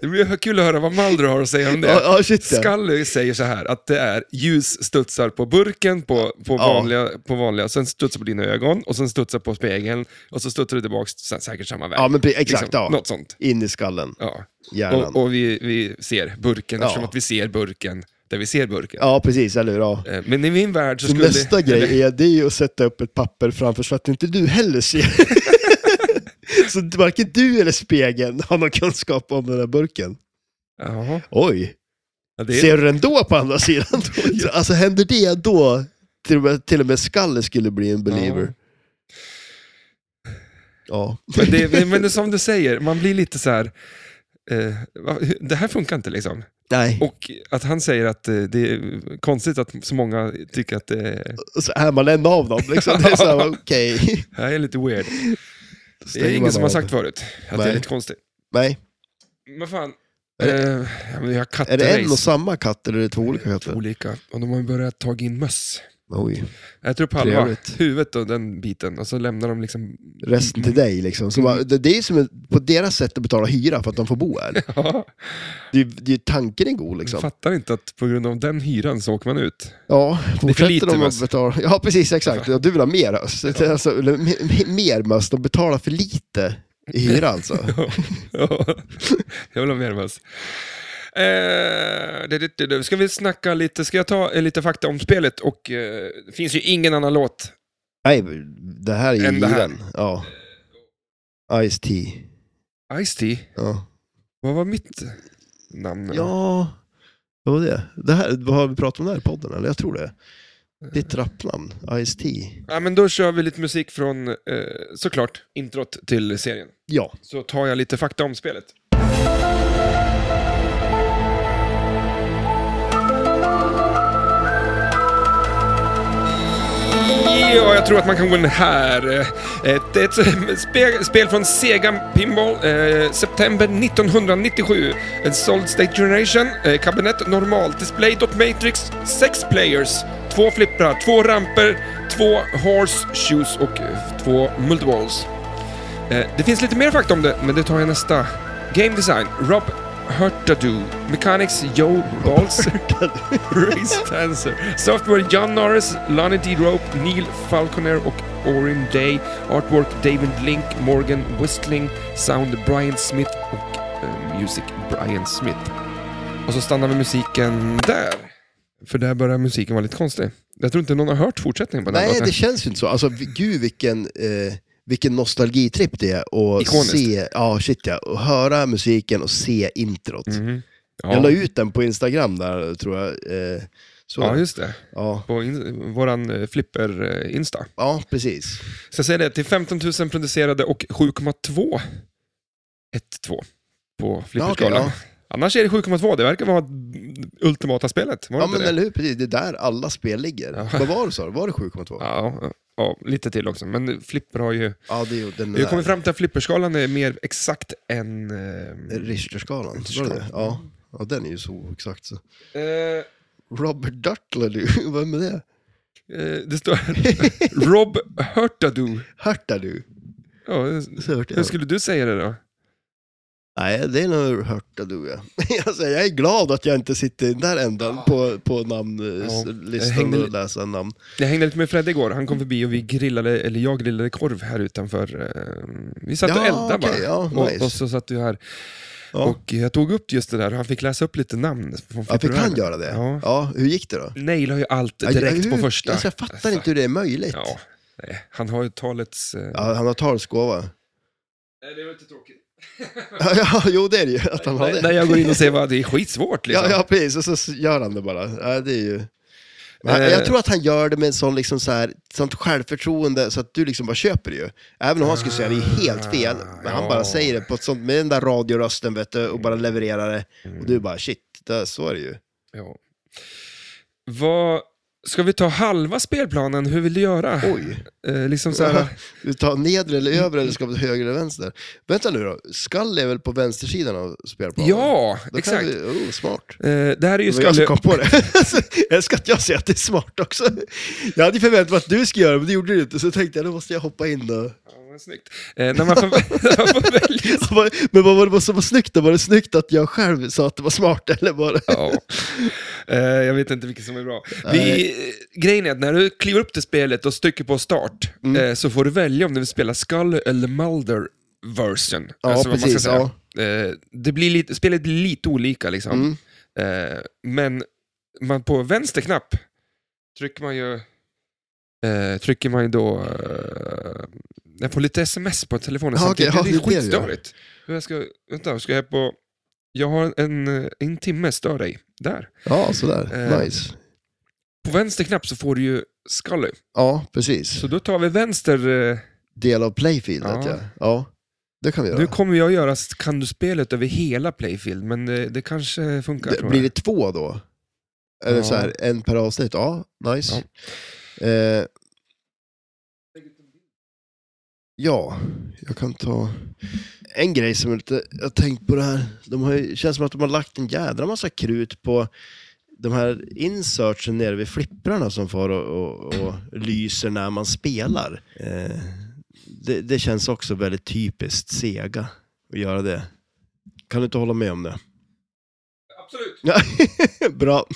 [SPEAKER 1] det blir kul att höra vad Maldro har att säga om det.
[SPEAKER 2] Ja, ja, shit ja.
[SPEAKER 1] Scully säger så här, att det är ljus studsar på burken, på, på,
[SPEAKER 2] Ja.
[SPEAKER 1] vanliga, på vanliga, sen studsar på dina ögon, och sen studsar på spegeln, och så studsar det tillbaka säkert samma väg.
[SPEAKER 2] Ja, men pre- exakt.
[SPEAKER 1] Liksom,
[SPEAKER 2] ja.
[SPEAKER 1] Något sånt.
[SPEAKER 2] In i skallen,
[SPEAKER 1] Ja.
[SPEAKER 2] hjärnan.
[SPEAKER 1] Och, och vi, vi ser burken,
[SPEAKER 2] Ja.
[SPEAKER 1] eftersom att vi ser burken där vi ser burken.
[SPEAKER 2] Ja, precis, eller hur? Ja.
[SPEAKER 1] Eh, Men i min värld så
[SPEAKER 2] Så
[SPEAKER 1] skulle...
[SPEAKER 2] nästa grej är, det är ju att sätta upp ett papper framför så att inte du heller ser. så varken du eller spegeln har någon kunskap om den där burken.
[SPEAKER 1] Ja,
[SPEAKER 2] Oj,
[SPEAKER 1] Ja, det är...
[SPEAKER 2] ser du den då på andra sidan? Så, alltså händer det då, till och med, till och med skallet skulle bli en believer. Ja.
[SPEAKER 1] Men, det, men- men det är som du säger, man blir lite så här... eh, va- hur- det här funkar inte liksom.
[SPEAKER 2] Nej,
[SPEAKER 1] Och att han säger att eh, det är konstigt att så många tycker att eh, det är,
[SPEAKER 2] och så är man en av dem liksom. Det är så här, okej.
[SPEAKER 1] det här är lite weird. Det
[SPEAKER 2] Stänger
[SPEAKER 1] är ingen
[SPEAKER 2] man
[SPEAKER 1] som har
[SPEAKER 2] av.
[SPEAKER 1] sagt förut att det är
[SPEAKER 2] Nej.
[SPEAKER 1] lite konstigt.
[SPEAKER 2] Nej.
[SPEAKER 1] Men fan,
[SPEAKER 2] Är det-
[SPEAKER 1] eh, ja, men vi har
[SPEAKER 2] Är det en och
[SPEAKER 1] kattrace.
[SPEAKER 2] samma katt eller är det två olika katter?
[SPEAKER 1] Olika. Och de har ju börjat ta in möss.
[SPEAKER 2] Oj.
[SPEAKER 1] Jag tror på halva
[SPEAKER 2] Trevligt.
[SPEAKER 1] huvudet och den biten och så lämnar de liksom...
[SPEAKER 2] resten till dig. Liksom. Så
[SPEAKER 1] Mm.
[SPEAKER 2] bara, det, det är som en, på deras sätt att betala hyra för att de får bo här.
[SPEAKER 1] Ja,
[SPEAKER 2] Det, är- det, är- tanken är god.
[SPEAKER 1] jag
[SPEAKER 2] Liksom.
[SPEAKER 1] fattar inte att på grund av den hyran så åker man ut.
[SPEAKER 2] Ja,
[SPEAKER 1] lite
[SPEAKER 2] fortsätter de
[SPEAKER 1] möss.
[SPEAKER 2] att betala. Ja, precis. Exakt. Ja, du vill ha mer möss. Alltså, eller m- m- mer möss. De betalar för lite i hyra alltså.
[SPEAKER 1] Ja, jag vill ha mer möss. Eh, det- det- det- det- Ska vi snacka lite, ska jag ta eh, lite fakta om spelet? Och, eh, det finns ju ingen annan låt.
[SPEAKER 2] Nej, det här är ju
[SPEAKER 1] Än det här.
[SPEAKER 2] hyran. Ja. Ice-T.
[SPEAKER 1] Ice-T,
[SPEAKER 2] Ja.
[SPEAKER 1] vad var mitt namn?
[SPEAKER 2] ja, vad var det? det här, vad har vi pratat om det här i podden? Eller? Jag tror det. Ditt rappnamn, Ice-T.
[SPEAKER 1] Ja, men då kör vi lite musik från, eh, såklart, introt till serien.
[SPEAKER 2] Ja.
[SPEAKER 1] Så tar jag lite fakta om spelet. Ja, jag tror att man kan gå in här. Eh, Det är ett spe- spel från Sega Pinball, eh, september 1997. En Solid State Generation, eh, kabinett, normal, display, dot matrix, sex players, två flipprar, två ramper, två horse shoes och eh, två multiballs. Eh, Det finns lite mer fakta om det, men det tar jag nästa. Game design, Rob Hurtado. Mechanics, Joe Balser. Race Dancer. Software, John Norris, Lonnie D. Rope, Neil Falconer och Orin Day. Artwork, David Link, Morgan Whistling. Sound, Brian Smith och eh, Music, Brian Smith. Och så stannar vi musiken där. För där börjar musiken vara lite konstig. Jag tror inte någon har hört fortsättningen på den.
[SPEAKER 2] Nej,
[SPEAKER 1] låten.
[SPEAKER 2] det känns ju inte så. Alltså, vi- gud vilken, eh, vilken nostalgitripp det är att
[SPEAKER 1] Ikoniskt.
[SPEAKER 2] se, ja shit ja, och höra musiken och se introt.
[SPEAKER 1] Mhm. Ja.
[SPEAKER 2] Jag la ut den på Instagram där tror jag, eh, Så,
[SPEAKER 1] Ja,
[SPEAKER 2] ja,
[SPEAKER 1] just det.
[SPEAKER 2] ja.
[SPEAKER 1] På in, våran eh, flipper-insta.
[SPEAKER 2] precis.
[SPEAKER 1] Så jag säger det, till 15 000 producerade och 7,2 1-2 på flipperskalan.
[SPEAKER 2] Ja, okej,
[SPEAKER 1] Annars är det 7,2, det verkar vara det ultimata spelet. Var det
[SPEAKER 2] Ja,
[SPEAKER 1] inte
[SPEAKER 2] men
[SPEAKER 1] det?
[SPEAKER 2] eller hur, precis. Det är där alla spel ligger.
[SPEAKER 1] Ja.
[SPEAKER 2] Vad var det så? Var det 7,2? Ja.
[SPEAKER 1] Ja, ja, lite till också. Men flipper har ju...
[SPEAKER 2] det är ju den
[SPEAKER 1] Vi har
[SPEAKER 2] där.
[SPEAKER 1] kommit fram till att flipperskalan är mer exakt än... eh,
[SPEAKER 2] Richterskalan. Var det
[SPEAKER 1] Richterskalan.
[SPEAKER 2] det? Ja. ja, den är ju så exakt så.
[SPEAKER 1] eh,
[SPEAKER 2] Robert Dutler, du. Vem är det?
[SPEAKER 1] eh, det står Rob Hurtado.
[SPEAKER 2] Hörta du?
[SPEAKER 1] Ja, eh,
[SPEAKER 2] Så hörde
[SPEAKER 1] hur
[SPEAKER 2] jag.
[SPEAKER 1] skulle du säga det då?
[SPEAKER 2] Nej, det är nog Hörta du, ja. alltså, jag är glad att jag inte sitter i den där ändan på, på
[SPEAKER 1] jag
[SPEAKER 2] namnlistan
[SPEAKER 1] hängde li-
[SPEAKER 2] och läser namn.
[SPEAKER 1] Jag hängde lite med Fredde igår, han kom förbi och vi grillade, eller jag grillade korv här utanför. eh, Vi satt och
[SPEAKER 2] Ja,
[SPEAKER 1] eldade bara.
[SPEAKER 2] okej, ja,
[SPEAKER 1] och,
[SPEAKER 2] nice.
[SPEAKER 1] och så satt du här.
[SPEAKER 2] Ja.
[SPEAKER 1] Och jag tog upp just det där och han fick läsa upp lite namn. Från
[SPEAKER 2] Ja, fick han
[SPEAKER 1] flippervärlden.
[SPEAKER 2] göra det?
[SPEAKER 1] Ja.
[SPEAKER 2] Ja. Hur gick det då?
[SPEAKER 1] Nailade ju allt
[SPEAKER 2] Ja,
[SPEAKER 1] direkt
[SPEAKER 2] hur-
[SPEAKER 1] på första.
[SPEAKER 2] Alltså, jag fattar
[SPEAKER 1] Alltså,
[SPEAKER 2] inte hur det är möjligt.
[SPEAKER 1] Ja, nej, han har ju talets... eh,
[SPEAKER 2] Ja, han har talsgåva.
[SPEAKER 1] Nej, det var inte tråkigt.
[SPEAKER 2] Ja, ja, jo, det är det ju. Att han har
[SPEAKER 1] Nej,
[SPEAKER 2] det.
[SPEAKER 1] när jag går in och säger vad det är skitsvårt liksom.
[SPEAKER 2] ja, ja, precis. Och så s- gör han det bara. Ja, det är ju... Men han-
[SPEAKER 1] Eh.
[SPEAKER 2] Jag tror att han gör det med en sån, liksom så här, sånt självförtroende så att du liksom bara köper det ju. Även om han skulle säga det är helt fel, men han
[SPEAKER 1] Ja.
[SPEAKER 2] bara säger det på ett sånt, med den där radiorösten vet du, och bara levererar det. Och du bara shit, det, så är det ju.
[SPEAKER 1] Mm, Ja. Vad... Ska vi ta halva spelplanen? Hur vill du göra?
[SPEAKER 2] Oj.
[SPEAKER 1] Eh, liksom så här,
[SPEAKER 2] Du tar nedre eller övre eller ska vi ta höger eller vänster? Vänta nu då, skall är väl på vänstersidan av spelplanen?
[SPEAKER 1] ja,
[SPEAKER 2] Då kan
[SPEAKER 1] exakt.
[SPEAKER 2] Vi, oh, smart.
[SPEAKER 1] Eh, det här är ju
[SPEAKER 2] Det var jag som
[SPEAKER 1] skalle...
[SPEAKER 2] kom alltså på det. Så jag älskar att jag säger att det är smart också. Jag hade ju förväntat mig att du skulle göra det, men det gjorde du inte. Så tänkte jag, då måste jag hoppa in och...
[SPEAKER 1] Ja, men snyggt. Eh, när man får, när man får välja...
[SPEAKER 2] Så bara, Men vad var det som var snyggt då? Var det snyggt att jag själv sa att det var smart, eller var det...
[SPEAKER 1] Ja. Eh, jag vet inte vilket som är bra. Vi, eh, grejen är att när du kliver upp till spelet och trycker på start
[SPEAKER 2] Mm.
[SPEAKER 1] eh, så får du välja om du vill spela Skull eller Alltså Mulder version.
[SPEAKER 2] Ja, precis,
[SPEAKER 1] Eh, det blir lite, spelet blir lite olika
[SPEAKER 2] Mm.
[SPEAKER 1] liksom. Eh, men man på vänster knapp trycker man ju eh, trycker man ju då... Eh, jag får lite sms på telefonen
[SPEAKER 2] Ja,
[SPEAKER 1] samtidigt.
[SPEAKER 2] okej, ja,
[SPEAKER 1] det är
[SPEAKER 2] det är det jag gör.
[SPEAKER 1] skitstörigt. Jag ska, vänta, ska jag på... Jag har en, eh, en timme, stör dig. Där.
[SPEAKER 2] Ja, sådär.
[SPEAKER 1] Eh.
[SPEAKER 2] Nice.
[SPEAKER 1] På vänster knapp så får du ju Scully.
[SPEAKER 2] Ja, precis.
[SPEAKER 1] Så då tar vi vänster... eh,
[SPEAKER 2] Del av playfieldet,
[SPEAKER 1] Ja.
[SPEAKER 2] ja. ja. det kan vi
[SPEAKER 1] Nu
[SPEAKER 2] göra.
[SPEAKER 1] kommer jag göra s- kan du-spelet över hela Playfield, men eh, det, det kanske funkar
[SPEAKER 2] Det,
[SPEAKER 1] tror
[SPEAKER 2] blir
[SPEAKER 1] jag.
[SPEAKER 2] det två då? Eller
[SPEAKER 1] Ja.
[SPEAKER 2] så här, en per avsnitt? Ja, nice. Eh, Ja, jag kan ta en grej som är lite, jag har tänkt på det här. De har ju, det känns som att de har lagt en jädra massa krut på de här insertsen nere vid flipprarna som far och, och, och lyser när man spelar. Eh, det, det känns också väldigt typiskt Sega att göra det. Kan du inte hålla med om det?
[SPEAKER 1] Absolut.
[SPEAKER 2] Ja, Bra.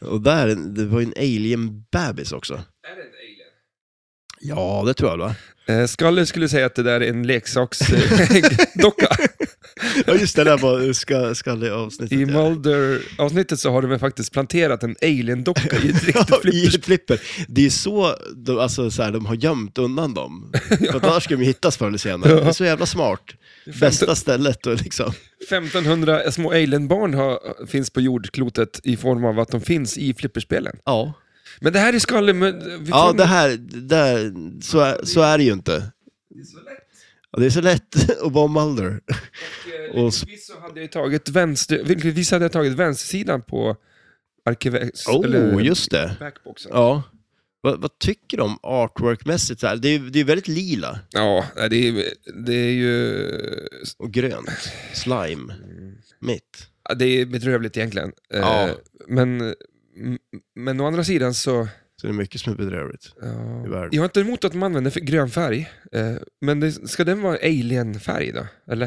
[SPEAKER 2] Och där, det var ju en alien-bebis också.
[SPEAKER 1] Är det en alien?
[SPEAKER 2] Ja, det tror jag va?
[SPEAKER 1] Eh, Scully skulle säga att det där är en leksaksdocka.
[SPEAKER 2] Ja just det, det där var ska, skallig avsnittet.
[SPEAKER 1] I
[SPEAKER 2] ja.
[SPEAKER 1] Mulder-avsnittet så har de väl faktiskt planterat en alien-docka i ett riktigt
[SPEAKER 2] I
[SPEAKER 1] flipperspel.
[SPEAKER 2] ett flipper. Det är ju så de, alltså, så här, de har gömt undan dem. För att annars skulle de hittas förr eller senare. Det är så jävla smart. Bästa stället och liksom.
[SPEAKER 1] 1500 små alien-barn har, finns på jordklotet i form av att de finns i flipperspelen.
[SPEAKER 2] Ja.
[SPEAKER 1] Men det här är Scully... Men vi får-
[SPEAKER 2] Ja, det här, det där, så, är, så är det ju inte.
[SPEAKER 1] Det är så lätt.
[SPEAKER 2] Ja, Det är så lätt att vara Mulder.
[SPEAKER 1] Eh,
[SPEAKER 2] Och
[SPEAKER 1] Lyckligtvis så hade jag tagit vänster, lyckligtvis hade jag tagit vänstersidan på arkivex,
[SPEAKER 2] Oh, just det.
[SPEAKER 1] backboxen.
[SPEAKER 2] Ja. Vad, vad tycker du om artworkmässigt? så här? Det är ju det är väldigt lila
[SPEAKER 1] Ja, nej, det är, det är ju
[SPEAKER 2] och grönt. Slime. Mitt.
[SPEAKER 1] ja, det är bedrövligt egentligen. Eh,
[SPEAKER 2] Ja.
[SPEAKER 1] Men, m- men å andra sidan så...
[SPEAKER 2] Så det är mycket som är bedrövligt
[SPEAKER 1] Ja,
[SPEAKER 2] i världen.
[SPEAKER 1] jag har inte emot att de använder f- grön färg, eh, men det, ska den vara alien-färg då? Eller?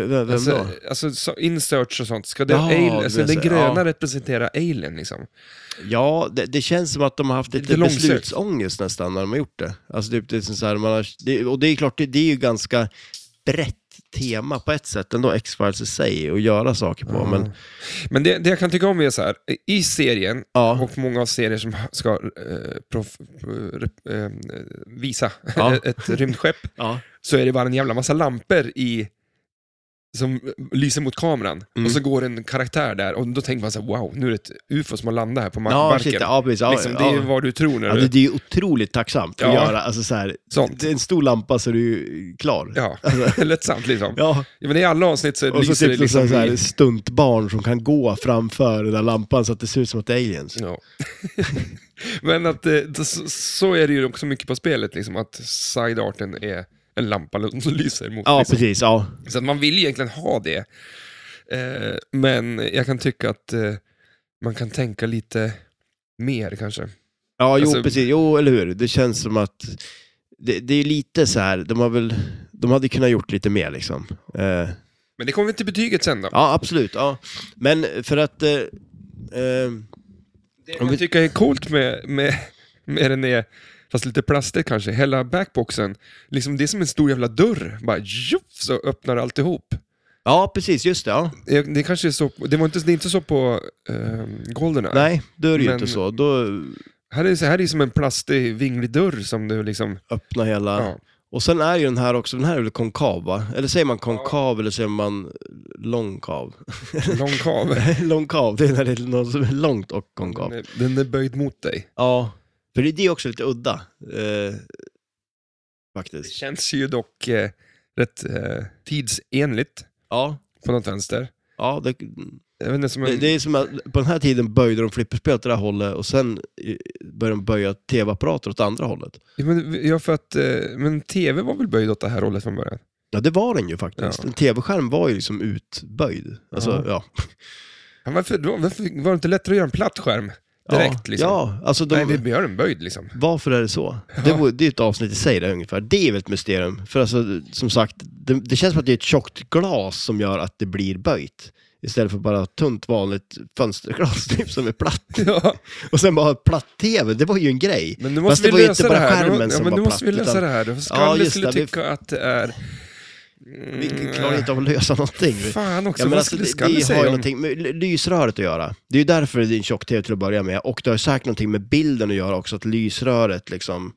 [SPEAKER 2] V- v- Vem då?
[SPEAKER 1] alltså, alltså så, inserts och sånt, ska det,
[SPEAKER 2] Ja,
[SPEAKER 1] al-
[SPEAKER 2] du
[SPEAKER 1] alltså,
[SPEAKER 2] menar
[SPEAKER 1] den
[SPEAKER 2] så,
[SPEAKER 1] gröna
[SPEAKER 2] ja.
[SPEAKER 1] representera alien liksom?
[SPEAKER 2] Ja, det, det känns som att de har haft
[SPEAKER 1] Lite
[SPEAKER 2] lite
[SPEAKER 1] långsökt.
[SPEAKER 2] beslutsångest nästan när de har gjort det. Alltså typ, det är så här, man har, det, och det är klart, det, det är ju ganska brett tema på ett sätt ändå, X-Files i sig, och göra saker på. Men
[SPEAKER 1] Men det, det jag kan tycka om är så här, i serien,
[SPEAKER 2] ja,
[SPEAKER 1] Och många av serier som ska eh, prof, rep- eh, visa
[SPEAKER 2] Ja.
[SPEAKER 1] ett rymdskepp,
[SPEAKER 2] ja.
[SPEAKER 1] så är det bara en jävla massa lampor i som lyser mot kameran
[SPEAKER 2] Mm.
[SPEAKER 1] och så går en karaktär där och då tänker man så här, wow, nu är det ett ufo som har landat här på ma-
[SPEAKER 2] Ja,
[SPEAKER 1] marken.
[SPEAKER 2] shit, ja, precis. Ja,
[SPEAKER 1] liksom,
[SPEAKER 2] ja.
[SPEAKER 1] Det är ju vad du tror när
[SPEAKER 2] Ja,
[SPEAKER 1] du...
[SPEAKER 2] det, det är ju otroligt tacksamt
[SPEAKER 1] Ja.
[SPEAKER 2] att göra. Alltså, så här,
[SPEAKER 1] Sånt.
[SPEAKER 2] Det är en stor lampa så är du ju klar.
[SPEAKER 1] Ja,
[SPEAKER 2] Alltså,
[SPEAKER 1] lättsamt liksom. Ja.
[SPEAKER 2] ja.
[SPEAKER 1] men I alla avsnitt så
[SPEAKER 2] Och så
[SPEAKER 1] lyser det
[SPEAKER 2] typ liksom
[SPEAKER 1] liksom...
[SPEAKER 2] så här,
[SPEAKER 1] i-
[SPEAKER 2] stuntbarn som kan gå framför den där lampan så att det ser ut som att det är aliens.
[SPEAKER 1] Ja. men att, eh, det- så, så är det ju också mycket på spelet, liksom, att side-arten är en lampa som lyser mot.
[SPEAKER 2] Ja,
[SPEAKER 1] liksom.
[SPEAKER 2] precis. Ja.
[SPEAKER 1] Så att man vill ju egentligen ha det. Eh, men jag kan tycka att eh, man kan tänka lite mer kanske.
[SPEAKER 2] Ja, jo,
[SPEAKER 1] Alltså-
[SPEAKER 2] precis. Jo, eller hur. Det känns som att det, det är lite så här, de har väl, de hade kunnat gjort lite mer liksom. Eh,
[SPEAKER 1] Men det kommer vi till betyget sen då.
[SPEAKER 2] ja, absolut. Ja. Men för att... Eh, eh,
[SPEAKER 1] Det jag tycker är coolt med, med, med den är, fast lite plastigt kanske, hela backboxen. Liksom det är som en stor jävla dörr. Bara tjoff, så öppnar alltihop.
[SPEAKER 2] ja, precis. Just det. Ja.
[SPEAKER 1] Det det kanske är så, det, var inte, det är inte så på eh, Goldeneye.
[SPEAKER 2] Nej, då är det ju
[SPEAKER 1] Men-
[SPEAKER 2] inte så. Då
[SPEAKER 1] Här är, så här är som en plastig vinglig dörr som du liksom...
[SPEAKER 2] öppnar hela...
[SPEAKER 1] Ja.
[SPEAKER 2] Och sen är ju den här också, den här är väl konkav va? Eller säger man konkav eller säger man långkav?
[SPEAKER 1] lång kav.
[SPEAKER 2] långkav, det är när det är något som är långt och konkav.
[SPEAKER 1] Den är- Den är böjd mot dig.
[SPEAKER 2] Ja, för det det är också lite udda. Eh,
[SPEAKER 1] Det
[SPEAKER 2] faktiskt.
[SPEAKER 1] känns ju dock eh, rätt eh, tidsenligt
[SPEAKER 2] Ja,
[SPEAKER 1] på något vänster.
[SPEAKER 2] ja det,
[SPEAKER 1] Jag vet inte, som en,
[SPEAKER 2] det, det är som att på den här tiden böjde de flipperspel åt det här hållet och sen eh, började de böja tv-apparater åt andra hållet.
[SPEAKER 1] Ja, men, ja, för att, eh, men tv var väl böjd åt det här hållet från början?
[SPEAKER 2] Ja, det var den ju faktiskt.
[SPEAKER 1] Ja.
[SPEAKER 2] En tv-skärm var ju liksom utböjd. Alltså,
[SPEAKER 1] Ja.
[SPEAKER 2] ja.
[SPEAKER 1] Ja, varför, då, varför var det inte lättare att göra en platt skärm
[SPEAKER 2] Ja.
[SPEAKER 1] direkt? liksom?
[SPEAKER 2] Ja, alltså de...
[SPEAKER 1] Nej, vi gör en böjd liksom.
[SPEAKER 2] Varför är det så? Det, vore, det är ett avsnitt i sig där ungefär. Det är väl ett mysterium. För alltså, som sagt, det, det känns som att det är ett tjockt glas som gör att det blir böjt. Istället för bara tunt vanligt fönsterglas typ, som är platt.
[SPEAKER 1] Ja,
[SPEAKER 2] Och sen bara platt-tv, det var ju en grej.
[SPEAKER 1] men nu
[SPEAKER 2] Fast
[SPEAKER 1] måste
[SPEAKER 2] det
[SPEAKER 1] vi
[SPEAKER 2] var ju
[SPEAKER 1] lösa
[SPEAKER 2] inte
[SPEAKER 1] det
[SPEAKER 2] bara
[SPEAKER 1] här.
[SPEAKER 2] skärmen
[SPEAKER 1] Nu, ja,
[SPEAKER 2] som
[SPEAKER 1] men
[SPEAKER 2] var
[SPEAKER 1] nu måste vi
[SPEAKER 2] platt,
[SPEAKER 1] lösa
[SPEAKER 2] utan-
[SPEAKER 1] det här.
[SPEAKER 2] Ja,
[SPEAKER 1] Skalle
[SPEAKER 2] just
[SPEAKER 1] skulle
[SPEAKER 2] det, vi-
[SPEAKER 1] tycka att det är... Mm,
[SPEAKER 2] Vi klarar inte av att lösa någonting.
[SPEAKER 1] Fan också,
[SPEAKER 2] Ja, men
[SPEAKER 1] vad
[SPEAKER 2] alltså,
[SPEAKER 1] skulle
[SPEAKER 2] det,
[SPEAKER 1] Skalle
[SPEAKER 2] det har ju
[SPEAKER 1] säga om...
[SPEAKER 2] någonting med l- lysröret att göra. Det är ju därför det är en tjock-tv till att börja med. Och det har säkert någonting med bilden att göra också, att lysröret liksom...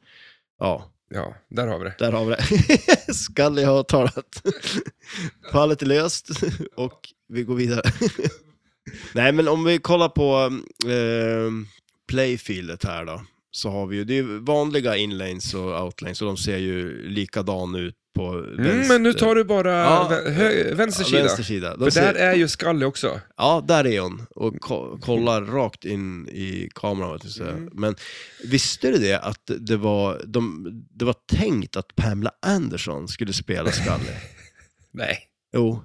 [SPEAKER 2] Ja,
[SPEAKER 1] Ja, där har vi det.
[SPEAKER 2] Där har vi det. Skallig har talat. Fallet är löst och vi går vidare. Nej, men om vi kollar på eh, playfieldet här då. Så har vi ju, det är ju vanliga inlanes och outlanes och de ser ju likadan ut på
[SPEAKER 1] Mm, men nu tar du bara
[SPEAKER 2] Ja,
[SPEAKER 1] vä- hö- vänster
[SPEAKER 2] Ja,
[SPEAKER 1] sida.
[SPEAKER 2] vänster sida. De
[SPEAKER 1] För
[SPEAKER 2] ser,
[SPEAKER 1] där är ju Skalle också.
[SPEAKER 2] Ja, där är hon och ko- kollar rakt in i kameran. vad jag ska säga.
[SPEAKER 1] Mm.
[SPEAKER 2] Men visste du det att det var, de, det var tänkt att Pamela Anderson skulle spela Scully?
[SPEAKER 1] Nej.
[SPEAKER 2] jo,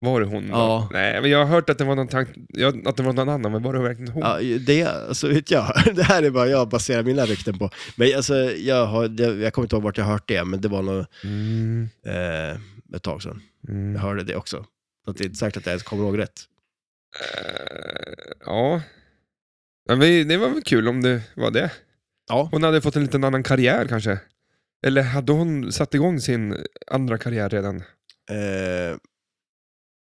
[SPEAKER 1] Var det hon då?
[SPEAKER 2] Ja.
[SPEAKER 1] Nej, men jag har hört att det var någon, tank... ja, att det var någon annan, men var det verkligen hon?
[SPEAKER 2] ja, det alltså, vet jag. Det här är bara jag baserar mina rykten på. Men alltså, jag, har, jag, jag kommer inte ihåg vart jag har hört det, men det var nog
[SPEAKER 1] Mm,
[SPEAKER 2] eh, ett tag sedan.
[SPEAKER 1] mm.
[SPEAKER 2] Jag hörde det också. Så att det är inte säkert att jag ens kommer ihåg rätt.
[SPEAKER 1] Eh, ja. Ja, men det var väl kul om det var det.
[SPEAKER 2] Ja.
[SPEAKER 1] Hon hade fått en liten annan karriär kanske. Eller hade hon satt igång sin andra karriär redan?
[SPEAKER 2] Eh,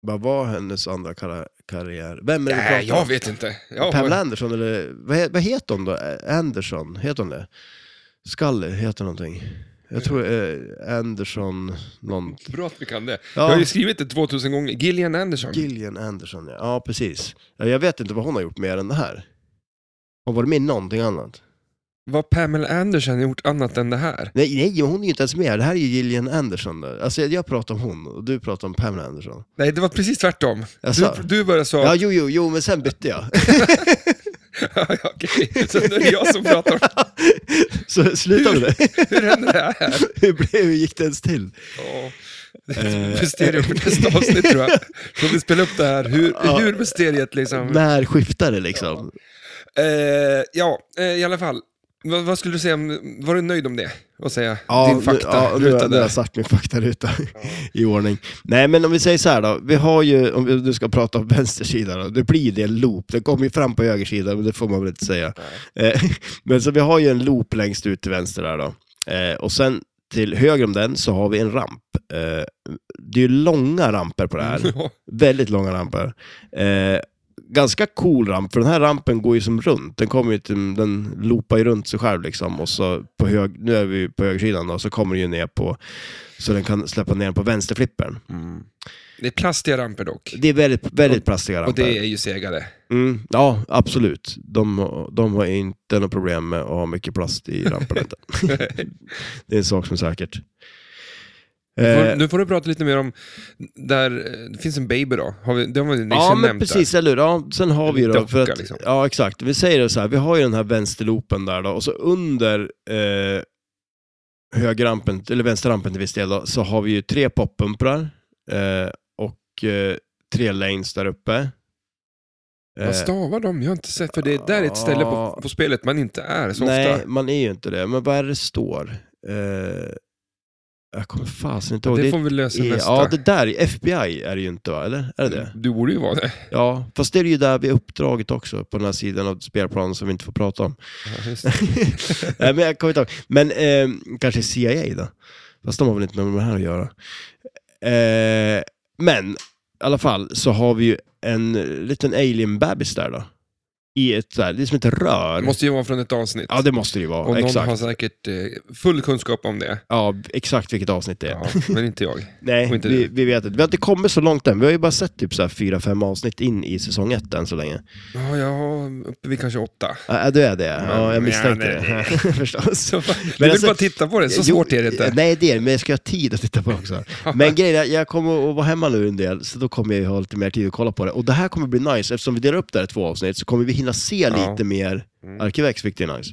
[SPEAKER 2] vad var hennes andra kara- karriär? Vem är det vi pratar
[SPEAKER 1] Nej,
[SPEAKER 2] om?
[SPEAKER 1] jag vet inte. Jag
[SPEAKER 2] Pamela
[SPEAKER 1] har...
[SPEAKER 2] Anderson eller vad, he- vad heter hon då? Eh, Anderson, heter hon det? Scully heter någonting. Jag tror eh, Anderson, någon...
[SPEAKER 1] Bra att vi kan det. Jag har
[SPEAKER 2] Ja,
[SPEAKER 1] ju skrivit det 2000 gånger. Gillian Anderson.
[SPEAKER 2] Gillian Anderson, ja. ja precis. Ja, jag vet inte vad hon har gjort mer än det här. Hon var med i någonting annat.
[SPEAKER 1] Vad Pamela Anderson gjort annat än det här?
[SPEAKER 2] Nej, nej, hon är ju inte ens med. Det här är ju Gillian Anderson. Då. Alltså jag, jag pratar om hon och du pratar om Pamela Anderson.
[SPEAKER 1] Nej, det var precis tvärtom.
[SPEAKER 2] Alltså,
[SPEAKER 1] Du, du började så...
[SPEAKER 2] ja, jo, jo, jo, men sen bytte jag.
[SPEAKER 1] Ja, ja, okej. Så nu är det jag som pratar om
[SPEAKER 2] Så sluta med det.
[SPEAKER 1] hur händer det här?
[SPEAKER 2] Hur, blev, hur gick det ens till?
[SPEAKER 1] Ja. Det är
[SPEAKER 2] Eh.
[SPEAKER 1] ett mysterium för nästa avsnitt tror jag. Får vi spela upp det här? Hur,
[SPEAKER 2] Ja.
[SPEAKER 1] hur mysteriet liksom?
[SPEAKER 2] När skiftar det liksom?
[SPEAKER 1] Eh, ja, eh, i alla fall. Vad- vad skulle du säga om, var du nöjd om det? Vad säga? Din fakta,
[SPEAKER 2] nu, ja, nu, har-
[SPEAKER 1] ruta
[SPEAKER 2] nu har
[SPEAKER 1] där.
[SPEAKER 2] jag satt min faktaruta i ordning. Nej, men om vi säger så här då. Vi har ju, om vi- du ska prata om vänster sida då, det blir ju det en loop. Det kommer ju fram på höger sida, men det får man väl inte säga. Eh, men så vi har ju en loop längst ut till vänster där då. Eh, och sen till höger om den så har vi en ramp. Eh, det är ju långa ramper på det här.
[SPEAKER 1] Ja,
[SPEAKER 2] Väldigt långa ramper. Eh, ganska cool ramp, för den här rampen går ju som runt. Den kommer ju till, den loopar ju runt sig själv liksom. Och så på hög, nu är vi ju på högersidan och så kommer den ju ner på, så den kan släppa ner den på vänsterflippern.
[SPEAKER 1] Det är plastiga ramper dock.
[SPEAKER 2] Mm. Det är väldigt, väldigt plastiga
[SPEAKER 1] Och
[SPEAKER 2] ramper.
[SPEAKER 1] det är ju segare.
[SPEAKER 2] Mm, ja, absolut. De, de har inte något problem med att ha mycket plast i ramperna. inte. det är en sak som är säkert.
[SPEAKER 1] Får-
[SPEAKER 2] Eh,
[SPEAKER 1] Nu får du prata lite mer om, där, eh, det finns en baby då. Har vi, det har vi nyss
[SPEAKER 2] ja, men
[SPEAKER 1] nämnt där.
[SPEAKER 2] precis, eller hur? Ja, sen har vi ju då,
[SPEAKER 1] Docka,
[SPEAKER 2] för att,
[SPEAKER 1] liksom.
[SPEAKER 2] ja exakt, vi säger det så här, vi har ju den här vänsterloopen där då, och så under eh, högerrampen, eller vänsterrampen till viss del då, så har vi ju tre poppumprar eh, och eh, tre lanes där uppe.
[SPEAKER 1] Vad
[SPEAKER 2] Eh,
[SPEAKER 1] stavar de? Jag har inte sett, för det där är ett ställe på,
[SPEAKER 2] Ja.
[SPEAKER 1] på spelet man inte är så
[SPEAKER 2] Nej,
[SPEAKER 1] ofta.
[SPEAKER 2] man är ju inte det. Men vad är det står? Eh, jag kommer fasen inte ihåg.
[SPEAKER 1] Det får vi lösa
[SPEAKER 2] är-
[SPEAKER 1] nästa. Mm.
[SPEAKER 2] Ja, det där, FBI är det ju inte va? Eller? Är det det?
[SPEAKER 1] Du borde ju vara det.
[SPEAKER 2] Ja, fast det är ju där vi har uppdraget också, på den här sidan av spelplanen som vi inte får prata om.
[SPEAKER 1] Ja, just det.
[SPEAKER 2] Nej, men jag kommer inte ihåg. Men eh, kanske CIA då? Fast de har väl inte med det här att göra. Eh, men i alla fall så har vi ju en liten alien-bebis där då. I ett, så här, det är som ett rör.
[SPEAKER 1] Det måste ju vara från ett avsnitt.
[SPEAKER 2] Ja, det måste det ju vara.
[SPEAKER 1] och någon
[SPEAKER 2] exakt.
[SPEAKER 1] har säkert eh, full kunskap om det.
[SPEAKER 2] Ja, exakt vilket avsnitt det är.
[SPEAKER 1] Ja, men inte jag. och
[SPEAKER 2] Nej,
[SPEAKER 1] inte
[SPEAKER 2] vi,
[SPEAKER 1] du.
[SPEAKER 2] vi vet inte. Vi har inte kommit så långt än. Vi har ju bara sett typ så här fyra, fem avsnitt in i säsong ett än så länge.
[SPEAKER 1] Ja, jag har uppe vid kanske åtta.
[SPEAKER 2] Ja, du är det? Ja,
[SPEAKER 1] Ja,
[SPEAKER 2] jag misstänkte
[SPEAKER 1] det är
[SPEAKER 2] det. Förstås.
[SPEAKER 1] Så, du vill
[SPEAKER 2] alltså-
[SPEAKER 1] bara titta på det, så svårt är det inte.
[SPEAKER 2] Nej, det är det, men jag ska ha tid att titta på det också. Men grejen är, jag kommer att vara hemma nu en del, så då kommer jag ju ha lite mer tid att kolla på det. Och det här kommer bli nice, eftersom vi delar upp det här i två avsnitt, så kommer vi hinna se
[SPEAKER 1] Ja. Mm.
[SPEAKER 2] lite mer Arkivex, vilket är nice.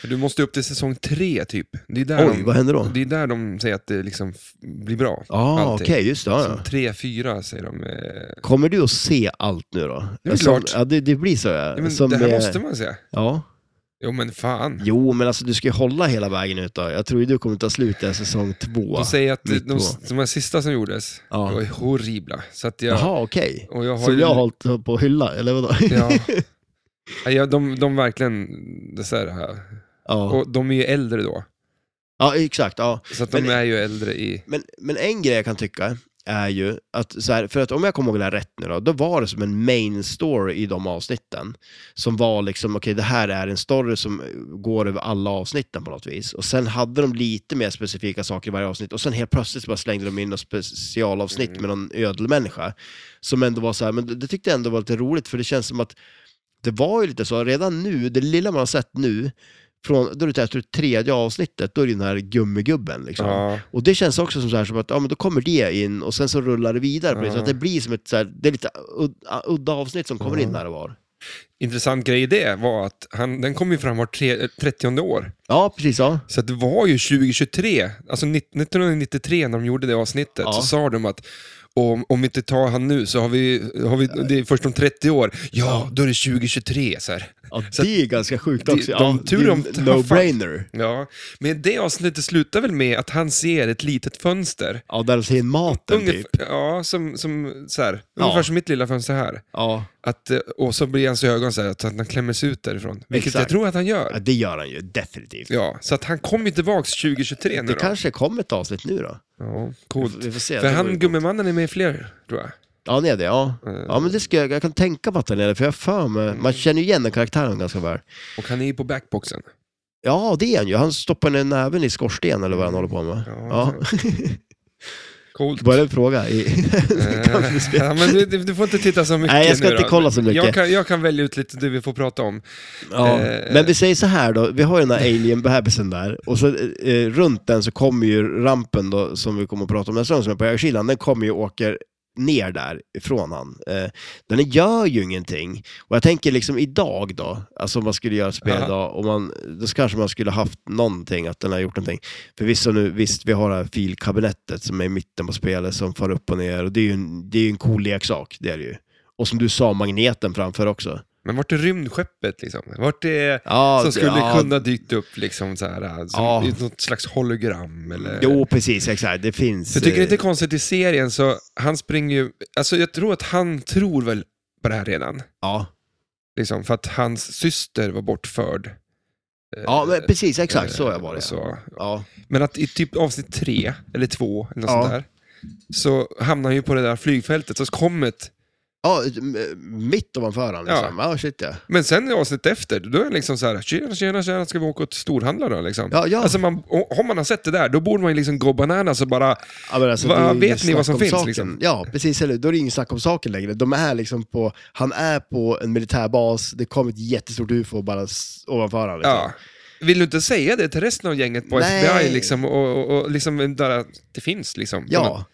[SPEAKER 1] För du måste upp till säsong tre typ. Det är där
[SPEAKER 2] Oj,
[SPEAKER 1] de,
[SPEAKER 2] vad händer då?
[SPEAKER 1] Det är där de säger att det liksom f- blir bra.
[SPEAKER 2] Ja, ah, okej,
[SPEAKER 1] alltid.
[SPEAKER 2] just det. Ja, ja.
[SPEAKER 1] Så tre, fyra säger de. eh,
[SPEAKER 2] Kommer du att se allt nu då?
[SPEAKER 1] Det är väl
[SPEAKER 2] Som-
[SPEAKER 1] klart.
[SPEAKER 2] Ja, det, det blir så.
[SPEAKER 1] Ja,
[SPEAKER 2] Ja.
[SPEAKER 1] men
[SPEAKER 2] Som
[SPEAKER 1] det här
[SPEAKER 2] med-
[SPEAKER 1] måste man säga.
[SPEAKER 2] Ja.
[SPEAKER 1] Jo men fan.
[SPEAKER 2] Jo, men alltså du ska ju hålla hela vägen ut då. Jag tror ju du kommer ta slut i säsong två.
[SPEAKER 1] De säger att
[SPEAKER 2] mitt
[SPEAKER 1] de,
[SPEAKER 2] på.
[SPEAKER 1] de här sista som gjordes
[SPEAKER 2] Ja.
[SPEAKER 1] var ju horribla. Så att jag,
[SPEAKER 2] Jaha, okej.
[SPEAKER 1] och jag har
[SPEAKER 2] Så
[SPEAKER 1] ju-
[SPEAKER 2] du har hållit på att hylla, eller vadå?
[SPEAKER 1] Ja. Ja, jag- de, de verkligen, det är så här, här.
[SPEAKER 2] ja.
[SPEAKER 1] Och de är ju äldre då.
[SPEAKER 2] ja, exakt. Ja.
[SPEAKER 1] Så att de
[SPEAKER 2] Men-
[SPEAKER 1] är ju äldre i...
[SPEAKER 2] Men, men en grej jag kan tycka är ju att, så här, för att om jag kommer ihåg det här rätt nu då, då var det som en main story i de avsnitten. Som var liksom, okej det här är en story som går över alla avsnitten på något vis. Och sen hade de lite mer specifika saker i varje avsnitt och sen helt plötsligt så bara slängde de in något specialavsnitt med någon ödelmänniska. Som ändå var så här, men det, det tyckte jag ändå var lite roligt för det känns som att det var ju lite så, redan nu, det lilla man har sett nu, från, då är det jag tror, tredje avsnittet, då är det den här gummigubben liksom.
[SPEAKER 1] Ja.
[SPEAKER 2] Och det känns också som, så här, som att ja, men då kommer det in och sen så rullar det vidare. på det. Så
[SPEAKER 1] Ja.
[SPEAKER 2] att det blir som ett så här, det är lite udda, udda avsnitt som
[SPEAKER 1] Mm.
[SPEAKER 2] kommer in här och var.
[SPEAKER 1] Intressant grej i det var att han, den kom ju fram var tre, 30 år.
[SPEAKER 2] Ja, precis. Ja.
[SPEAKER 1] Så att det var ju 2023, alltså nitt- 1993 när de gjorde det avsnittet,
[SPEAKER 2] Ja.
[SPEAKER 1] så sa de att om, om vi inte tar han nu så har vi, har vi det är först om 30 år. Ja, då är det 2023. Så här.
[SPEAKER 2] Ja,
[SPEAKER 1] Så
[SPEAKER 2] det är ganska sjukt
[SPEAKER 1] det-
[SPEAKER 2] också.
[SPEAKER 1] de-
[SPEAKER 2] Ja,
[SPEAKER 1] tur
[SPEAKER 2] det är
[SPEAKER 1] de
[SPEAKER 2] en
[SPEAKER 1] tar
[SPEAKER 2] no-brainer.
[SPEAKER 1] Ja, men det avsnittet slutar väl med att han ser ett litet fönster.
[SPEAKER 2] Ja, där de ser in maten typ.
[SPEAKER 1] Ungefär, ja, som, som, så här,
[SPEAKER 2] Ja.
[SPEAKER 1] ungefär som mitt lilla fönster här.
[SPEAKER 2] Ja.
[SPEAKER 1] Att, eh, och så blir hans ögon så här, att han klämmer sig ut därifrån. Vilket jag
[SPEAKER 2] Exakt.
[SPEAKER 1] tror att han
[SPEAKER 2] ja,
[SPEAKER 1] gör.
[SPEAKER 2] det gör han ju definitivt.
[SPEAKER 1] Ja, så att han kommer ju tillbaks 2023 nu
[SPEAKER 2] det
[SPEAKER 1] då.
[SPEAKER 2] kanske kommer ett avsnitt nu då.
[SPEAKER 1] Ja,
[SPEAKER 2] Vi
[SPEAKER 1] coolt.
[SPEAKER 2] får, vi får se.
[SPEAKER 1] För
[SPEAKER 2] Det vore
[SPEAKER 1] han,
[SPEAKER 2] coolt.
[SPEAKER 1] gummemannen, är med i fler, tror jag.
[SPEAKER 2] Ja, det är det. Ja.
[SPEAKER 1] Eh.
[SPEAKER 2] ja, men det ska jag, jag kan tänka på att han är det, för jag har för
[SPEAKER 1] Mm.
[SPEAKER 2] mig, man känner ju igen den karaktären ganska väl.
[SPEAKER 1] Och han är ju på backboxen.
[SPEAKER 2] Ja, det är han ju. Han stoppar ner näven i skorsten eller vad han håller på med.
[SPEAKER 1] Mm. Ja. Coolt.
[SPEAKER 2] Bara en fråga. I...
[SPEAKER 1] Eh, ja, men du, du får inte titta så mycket
[SPEAKER 2] Nej, jag ska
[SPEAKER 1] nu
[SPEAKER 2] inte
[SPEAKER 1] då.
[SPEAKER 2] kolla så mycket.
[SPEAKER 1] Jag kan, jag kan välja ut lite det vi får prata om.
[SPEAKER 2] Ja.
[SPEAKER 1] Eh,
[SPEAKER 2] Men vi säger så här då, vi har ju den här alien-bebisen där, och så eh, runt den så kommer ju rampen då, som vi kommer att prata om nästa gång, som är på högersidan, den kommer ju och åker ner där ifrån han. Eh, den gör ju ingenting. Och jag tänker liksom idag då, alltså om man skulle göra ett spel
[SPEAKER 1] Ja.
[SPEAKER 2] idag, och man, då kanske man skulle haft någonting, att den har gjort någonting. För visst, så nu, visst vi har det här filkabinettet som är i mitten på spelet som far upp och ner, och det är ju en, det är ju en cool leksak, det är det ju. Och som du sa, magneten framför också.
[SPEAKER 1] Men vart är rymdskeppet liksom? Vart är...
[SPEAKER 2] Ja,
[SPEAKER 1] som skulle
[SPEAKER 2] ja,
[SPEAKER 1] kunna dykt upp liksom så här, som
[SPEAKER 2] Ja.
[SPEAKER 1] i något slags hologram eller...
[SPEAKER 2] Jo, precis. Exakt. Det finns.
[SPEAKER 1] Jag tycker inte det är
[SPEAKER 2] eh,
[SPEAKER 1] konstigt i serien, så han springer ju... Alltså jag tror att han tror väl på det här redan.
[SPEAKER 2] Ja,
[SPEAKER 1] Liksom, för att hans syster var bortförd. Eh,
[SPEAKER 2] ja men precis. Exakt så jag
[SPEAKER 1] eh,
[SPEAKER 2] var
[SPEAKER 1] och
[SPEAKER 2] det.
[SPEAKER 1] Så.
[SPEAKER 2] Ja,
[SPEAKER 1] Men att i typ avsnitt tre, eller två, eller något
[SPEAKER 2] Ja.
[SPEAKER 1] sånt där, så hamnar han ju på det där flygfältet, så kommer ett
[SPEAKER 2] Ja, m- mitt ovanför han liksom. Ja, shit ja.
[SPEAKER 1] Men sen i avsnittet efter, då är det liksom så här, tjena, tjena, tjena, ska vi åka och storhandla då? Liksom.
[SPEAKER 2] Ja, ja.
[SPEAKER 1] Alltså man, om man har sett det där, då borde man ju liksom gå bananas och bara...
[SPEAKER 2] ja men alltså,
[SPEAKER 1] Vad-
[SPEAKER 2] det är ju
[SPEAKER 1] vet
[SPEAKER 2] inget
[SPEAKER 1] ni vad som
[SPEAKER 2] snack om
[SPEAKER 1] finns,
[SPEAKER 2] saken.
[SPEAKER 1] liksom?
[SPEAKER 2] Ja, precis. Eller, hur? då är det ingen snack om saken längre. De är liksom på, han är på en militärbas, det kom ett jättestort ufo bara s- ovanför honom. Liksom.
[SPEAKER 1] Ja. Vill du inte säga det till resten av gänget på
[SPEAKER 2] Nej.
[SPEAKER 1] FBI liksom, och, och, och liksom där att det finns liksom?
[SPEAKER 2] ja.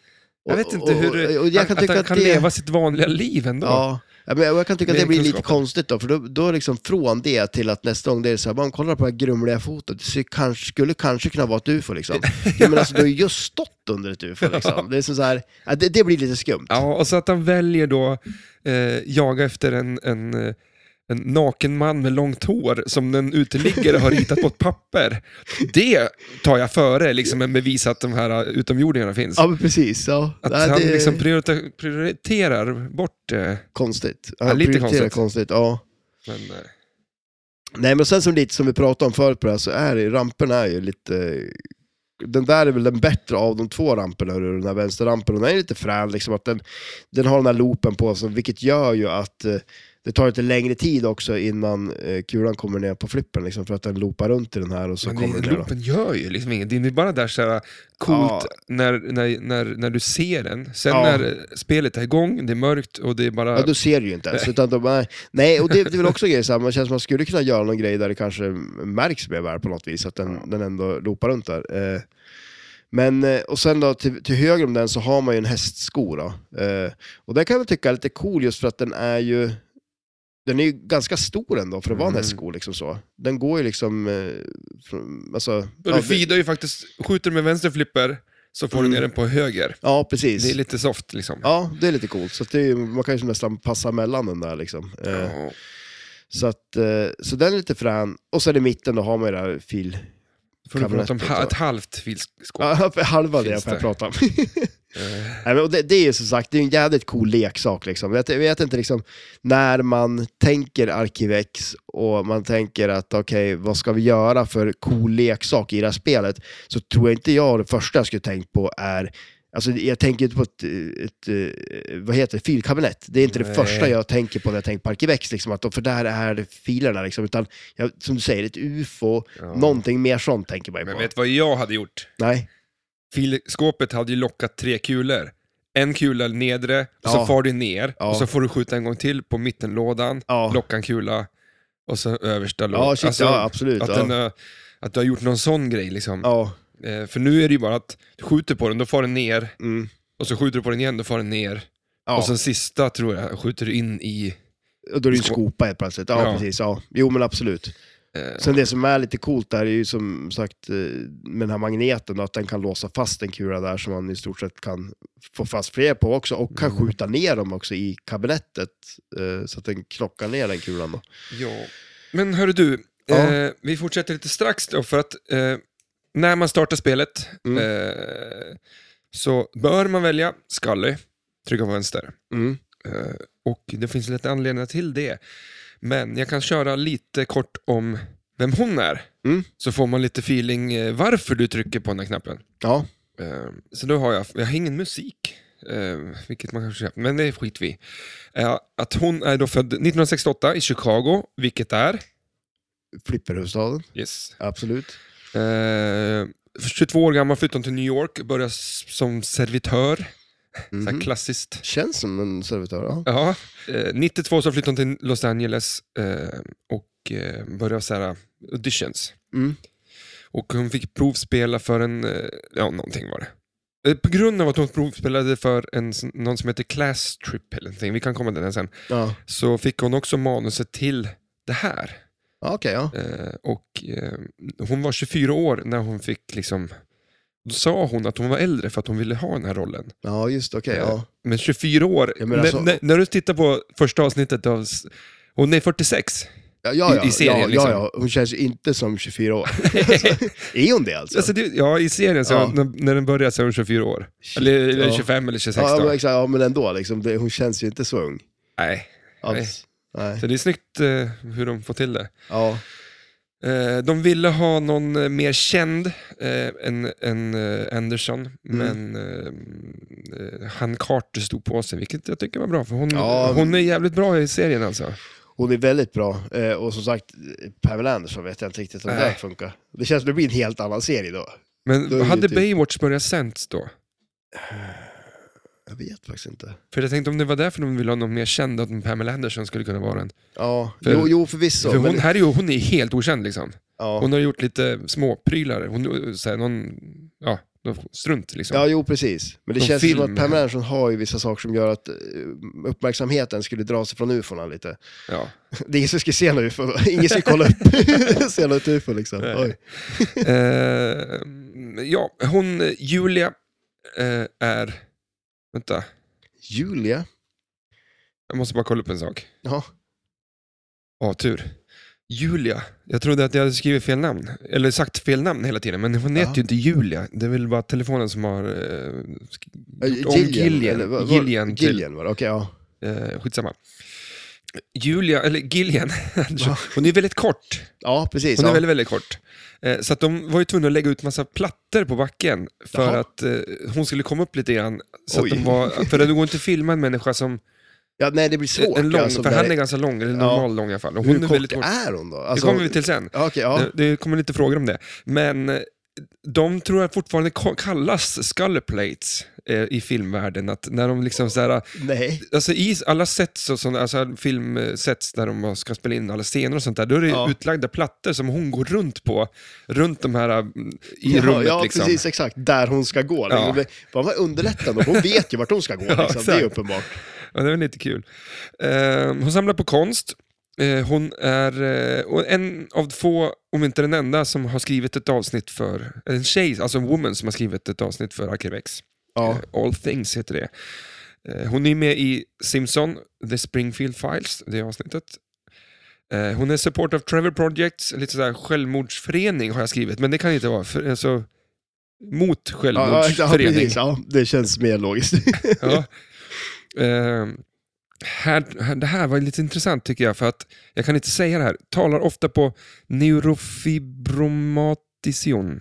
[SPEAKER 1] Jag vet inte hur
[SPEAKER 2] och, och, och jag
[SPEAKER 1] att, att
[SPEAKER 2] kan tycka
[SPEAKER 1] han
[SPEAKER 2] att
[SPEAKER 1] kan
[SPEAKER 2] det...
[SPEAKER 1] leva sitt vanliga liv ändå.
[SPEAKER 2] Ja. Ja, men jag kan tycka att
[SPEAKER 1] Med
[SPEAKER 2] det blir lite
[SPEAKER 1] kunskapen.
[SPEAKER 2] konstigt då, för då, då liksom från det till att nästa gång det är så här, man kollar på det här grumliga fotot, det ser kanske, skulle kanske kunna vara ett ufo liksom. ja. Men alltså, du har ju just stått under ett ufo liksom. Det, är som så här, ja, det, det blir lite skumt.
[SPEAKER 1] Ja, och så att han väljer då eh, jaga efter en, en, eh, en naken man med långt hår som den uteliggare har ritat på ett papper. Det tar jag före liksom, en bevis att de här eh, utomjordingarna finns.
[SPEAKER 2] Ja, men precis. Ja.
[SPEAKER 1] Att
[SPEAKER 2] Nej,
[SPEAKER 1] han
[SPEAKER 2] det är
[SPEAKER 1] liksom priorita- prioriterar bort... Eh,
[SPEAKER 2] konstigt.
[SPEAKER 1] Ja, lite
[SPEAKER 2] prioriterar
[SPEAKER 1] konstigt.
[SPEAKER 2] konstigt. Ja.
[SPEAKER 1] men, eh,
[SPEAKER 2] Nej, men sen som lite som vi pratade om förut på det här, så är det ju, ramperna är ju lite... Den där är väl den bättre av de två ramperna, eller den här vänsterrampen. Och Den är lite frän, liksom att den, den har den här loopen på sig, vilket gör ju att eh, det tar lite längre tid också innan eh, kulan kommer ner på flippen, liksom, för att den loopar runt i den här och så
[SPEAKER 1] men
[SPEAKER 2] kommer
[SPEAKER 1] det,
[SPEAKER 2] den ner. då.
[SPEAKER 1] loopen gör ju liksom inget. Det är bara där så här eh, coolt
[SPEAKER 2] Ja.
[SPEAKER 1] när, när, när, när du ser den. Sen
[SPEAKER 2] Ja.
[SPEAKER 1] när eh, spelet är igång, det är mörkt och det är bara...
[SPEAKER 2] Ja, då ser du ju inte ens. Utan de, nej. nej, och det, det är väl också grejer så här, man känns som man skulle kunna göra någon grej där det kanske märks mer värre på något vis, att den, den ändå loopar runt där. Eh, men, eh, och sen då till, till höger om den så har man ju en hästsko då. Eh, och det kan jag väl tycka är lite cool just för att den är ju den är ju ganska stor ändå för att vara en
[SPEAKER 1] Mm.
[SPEAKER 2] hästsko. Liksom så. Den går ju liksom... Eh, från, alltså,
[SPEAKER 1] Och du
[SPEAKER 2] ja, det-
[SPEAKER 1] feedar ju faktiskt, skjuter du med vänster flipper så får
[SPEAKER 2] Mm.
[SPEAKER 1] du ner den på höger.
[SPEAKER 2] ja, precis.
[SPEAKER 1] Det är lite soft liksom.
[SPEAKER 2] Ja, det är lite coolt. Så att det är, ju- man kan ju nästan passa mellan den där liksom. Eh,
[SPEAKER 1] Ja.
[SPEAKER 2] Så, att, eh, så den är lite frän. Och sen i mitten då har man ju det här fil...
[SPEAKER 1] Får du prata om
[SPEAKER 2] kabinettet
[SPEAKER 1] ha-
[SPEAKER 2] då.
[SPEAKER 1] ett halvt filskåp?
[SPEAKER 2] Ja, för halva det
[SPEAKER 1] Finns
[SPEAKER 2] jag
[SPEAKER 1] det.
[SPEAKER 2] pratar om.
[SPEAKER 1] Eh,
[SPEAKER 2] Nej, men och det, det är ju som sagt det är en jävligt cool leksak. Liksom. Jag, t- jag vet inte, liksom, när man tänker Arkivex och man tänker att okej, vad ska vi göra för cool leksak i det här spelet? Så tror jag inte jag, det första jag skulle tänkt på är Alltså, jag tänker inte på ett, ett, eh, vad heter det, filkabinett. Det är inte
[SPEAKER 1] Nej.
[SPEAKER 2] det första jag tänker på när jag tänker på Arkivex, liksom, att, för där är filerna. Liksom, utan, jag, som du säger, ett ufo,
[SPEAKER 1] Ja.
[SPEAKER 2] någonting mer sånt tänker man ju på.
[SPEAKER 1] Men vet du vad jag hade gjort?
[SPEAKER 2] Nej.
[SPEAKER 1] Filskåpet hade ju lockat tre kulor. En kula nedre, och så
[SPEAKER 2] Ja.
[SPEAKER 1] far du ner,
[SPEAKER 2] Ja.
[SPEAKER 1] och så får du skjuta en gång till på mittenlådan,
[SPEAKER 2] Ja.
[SPEAKER 1] locka en kula, och så översta lådan.
[SPEAKER 2] Ja, shit, ja, absolut.
[SPEAKER 1] alltså, att,
[SPEAKER 2] ja.
[SPEAKER 1] den, eh, att du har gjort någon sån grej liksom.
[SPEAKER 2] ja.
[SPEAKER 1] Eh, För nu är det ju bara att du skjuter på den, då far den ner,
[SPEAKER 2] Mm.
[SPEAKER 1] och så skjuter du på den igen, då far den ner.
[SPEAKER 2] Ja.
[SPEAKER 1] Och sen sista tror jag skjuter du in i...
[SPEAKER 2] Och då är det ju en
[SPEAKER 1] Sko-
[SPEAKER 2] skopa helt plötsligt. Ja,
[SPEAKER 1] Ja.
[SPEAKER 2] precis. Ja. Jo, men absolut.
[SPEAKER 1] Eh,
[SPEAKER 2] Sen det som är lite coolt där är ju som sagt eh, med den här magneten, då, att den kan låsa fast en kula där som man i stort sett kan få fast fler på också och kan
[SPEAKER 1] Mm.
[SPEAKER 2] skjuta ner dem också i kabinettet eh, så att den knockar ner den kulan. Då.
[SPEAKER 1] Ja. Men hörru du,
[SPEAKER 2] Ja.
[SPEAKER 1] eh, vi fortsätter lite strax då för att eh, när man startar spelet
[SPEAKER 2] Mm.
[SPEAKER 1] eh, så bör man välja Scully, trycka på vänster.
[SPEAKER 2] Mm.
[SPEAKER 1] Eh, och det finns lite anledningar till det. Men jag kan köra lite kort om vem hon är.
[SPEAKER 2] Mm.
[SPEAKER 1] Så får man lite feeling eh, varför du trycker på den här knappen.
[SPEAKER 2] Ja.
[SPEAKER 1] Eh, så då har jag, jag har ingen musik, eh, vilket man kanske men det skit vi i. Eh, Att hon är då född 1968 i Chicago, vilket är?
[SPEAKER 2] Flipperhuvudstaden,
[SPEAKER 1] Yes.
[SPEAKER 2] absolut.
[SPEAKER 1] Eh, 22 år gammal, flyttade hon till New York, började s- som servitör,
[SPEAKER 2] Mhm.
[SPEAKER 1] så här klassiskt.
[SPEAKER 2] Känns som en servitör, ja.
[SPEAKER 1] Ja. Eh, 92 så flyttade hon till Los Angeles eh, och eh, började så här, auditions.
[SPEAKER 2] Mm.
[SPEAKER 1] Och hon fick provspela för en, eh, ja någonting var det. Eh, På grund av att hon provspelade för en, s- någon som heter Class Trip eller någonting, vi kan komma till den sen,
[SPEAKER 2] ja.
[SPEAKER 1] så fick hon också manuset till det här.
[SPEAKER 2] ja Okej, ja.
[SPEAKER 1] Eh, och eh, hon var 24 år när hon fick liksom, då sa hon att hon var äldre för att hon ville ha den här rollen.
[SPEAKER 2] Ja, just okej,
[SPEAKER 1] Eh,
[SPEAKER 2] ja.
[SPEAKER 1] Men 24 år,
[SPEAKER 2] Ja, men alltså-
[SPEAKER 1] när, när, när du tittar på första avsnittet av, s- hon är 46.
[SPEAKER 2] Ja, ja,
[SPEAKER 1] i-
[SPEAKER 2] ja.
[SPEAKER 1] i serien,
[SPEAKER 2] ja,
[SPEAKER 1] liksom.
[SPEAKER 2] ja, ja. Hon känns ju inte som 24 år. är hon det alltså?
[SPEAKER 1] Alltså, det, ja, i serien, så,
[SPEAKER 2] Ja.
[SPEAKER 1] när, när den börjar så är hon 24 år. Eller, eller
[SPEAKER 2] ja.
[SPEAKER 1] 25 eller 26
[SPEAKER 2] Ja,
[SPEAKER 1] då.
[SPEAKER 2] men, exakt, ja, men ändå, liksom, det, hon känns ju inte så ung.
[SPEAKER 1] Nej.
[SPEAKER 2] Alls. Nej.
[SPEAKER 1] Så det är snyggt eh, hur de får till det.
[SPEAKER 2] Ja.
[SPEAKER 1] Eh, de ville ha någon
[SPEAKER 2] Mm.
[SPEAKER 1] eh, mer känd eh, än, än eh, Anderson, men eh, eh, Hanne Carter stod på sig, vilket jag tycker var bra. För hon,
[SPEAKER 2] Ja.
[SPEAKER 1] hon är jävligt bra i serien alltså.
[SPEAKER 2] Hon är väldigt bra. Eh, och som sagt, Pamela Anderson vet jag inte riktigt om det
[SPEAKER 1] Nej.
[SPEAKER 2] här funkar. Det känns som det blir en helt annan serie då.
[SPEAKER 1] Men
[SPEAKER 2] Då är det
[SPEAKER 1] hade
[SPEAKER 2] typ-
[SPEAKER 1] Baywatch börjat sänds då?
[SPEAKER 2] Jag vet faktiskt inte.
[SPEAKER 1] För jag tänkte om det var därför de ville ha någon mer känd, att Pamela Anderson skulle kunna vara den.
[SPEAKER 2] Ja,
[SPEAKER 1] För-
[SPEAKER 2] jo, jo förvisso.
[SPEAKER 1] för hon,
[SPEAKER 2] men,
[SPEAKER 1] här är ju, hon är helt okänd liksom.
[SPEAKER 2] ja.
[SPEAKER 1] Hon har gjort lite småprylar. Hon, eh, så här, någon, ja, någon strunt liksom.
[SPEAKER 2] ja, jo precis. Men det
[SPEAKER 1] Som
[SPEAKER 2] känns
[SPEAKER 1] film.
[SPEAKER 2] som att Pamela Anderson har ju vissa saker som gör att eh, uppmärksamheten skulle dra sig från ufona lite.
[SPEAKER 1] Ja.
[SPEAKER 2] Det är ingen som ska se något ufo, då. ingen ska kolla upp se något ufo liksom.
[SPEAKER 1] Nej.
[SPEAKER 2] Oj.
[SPEAKER 1] Eh, ja, hon, eh, Julia, eh, är... Vänta,
[SPEAKER 2] Julia?
[SPEAKER 1] jag måste bara kolla upp en sak.
[SPEAKER 2] Ja.
[SPEAKER 1] Ja, tur. Julia. Jag trodde att jag hade skrivit fel namn, eller sagt fel namn hela tiden, men hon heter
[SPEAKER 2] Ja.
[SPEAKER 1] ju inte Julia. Det är väl bara telefonen som har eh, sk- gjort om
[SPEAKER 2] Eh, eller
[SPEAKER 1] Gillian,
[SPEAKER 2] vad- vad-
[SPEAKER 1] Gillian typ. till...
[SPEAKER 2] Gillian var det, okej ja.
[SPEAKER 1] Eh, skitsamma. Julia, eller Gillian,
[SPEAKER 2] Ja.
[SPEAKER 1] hon är väldigt kort.
[SPEAKER 2] Ja, precis.
[SPEAKER 1] Hon
[SPEAKER 2] Ja.
[SPEAKER 1] är väldigt, väldigt kort. Eh, så att de var ju tvungna att lägga ut massa plattor på backen för
[SPEAKER 2] Jaha.
[SPEAKER 1] att eh, hon skulle komma upp lite grann. Så att
[SPEAKER 2] Oj.
[SPEAKER 1] de var, för det går inte att filma en människa som eh,
[SPEAKER 2] Ja, nej, det blir svårt.
[SPEAKER 1] en lång,
[SPEAKER 2] alltså,
[SPEAKER 1] för
[SPEAKER 2] där-
[SPEAKER 1] han är ganska lång, eller
[SPEAKER 2] Ja.
[SPEAKER 1] normal lång i alla fall. Och hon
[SPEAKER 2] Hur
[SPEAKER 1] är
[SPEAKER 2] kort
[SPEAKER 1] väldigt kort.
[SPEAKER 2] är hon då?
[SPEAKER 1] Det
[SPEAKER 2] Alltså,
[SPEAKER 1] kommer vi till sen.
[SPEAKER 2] Ja, okej, ja.
[SPEAKER 1] Det, det kommer lite frågor om det. Men eh, de tror jag fortfarande ka- kallas scallopplates eh, i filmvärlden. Att när de liksom så här,
[SPEAKER 2] Nej.
[SPEAKER 1] alltså i alla sets och sådana, alltså filmsets där de ska spela in alla scener och sånt där, då är det
[SPEAKER 2] Ja.
[SPEAKER 1] utlagda plattor som hon går runt på, runt de här mm, i
[SPEAKER 2] ja,
[SPEAKER 1] rummet
[SPEAKER 2] ja,
[SPEAKER 1] liksom.
[SPEAKER 2] precis exakt. Där hon ska gå. Liksom.
[SPEAKER 1] Ja.
[SPEAKER 2] Det- Fan vad underlättande. Hon vet ju vart hon ska gå.
[SPEAKER 1] Ja,
[SPEAKER 2] Liksom. det är
[SPEAKER 1] exakt.
[SPEAKER 2] uppenbart.
[SPEAKER 1] Ja, det var lite kul. Eh, hon samlar på konst. Eh, hon är eh, och en av få, om inte den enda, som har skrivit ett avsnitt för, en tjej, alltså en woman som har skrivit ett avsnitt för Arkivex.
[SPEAKER 2] Ja.
[SPEAKER 1] Eh, All Things heter det. Eh, Hon är med i Simpson, The Springfield Files, det avsnittet. Eh, Hon är support of Trevor Projects, lite sådär självmordsförening har jag skrivit, men det kan inte vara, för, alltså, mot
[SPEAKER 2] Ja, ja, ja,
[SPEAKER 1] självmordsförening.
[SPEAKER 2] precis. Ja, det känns mer logiskt.
[SPEAKER 1] Ja. Ehm, här, här, det här var lite intressant tycker jag, för att jag kan inte säga det här. Talar ofta på neurofibromation.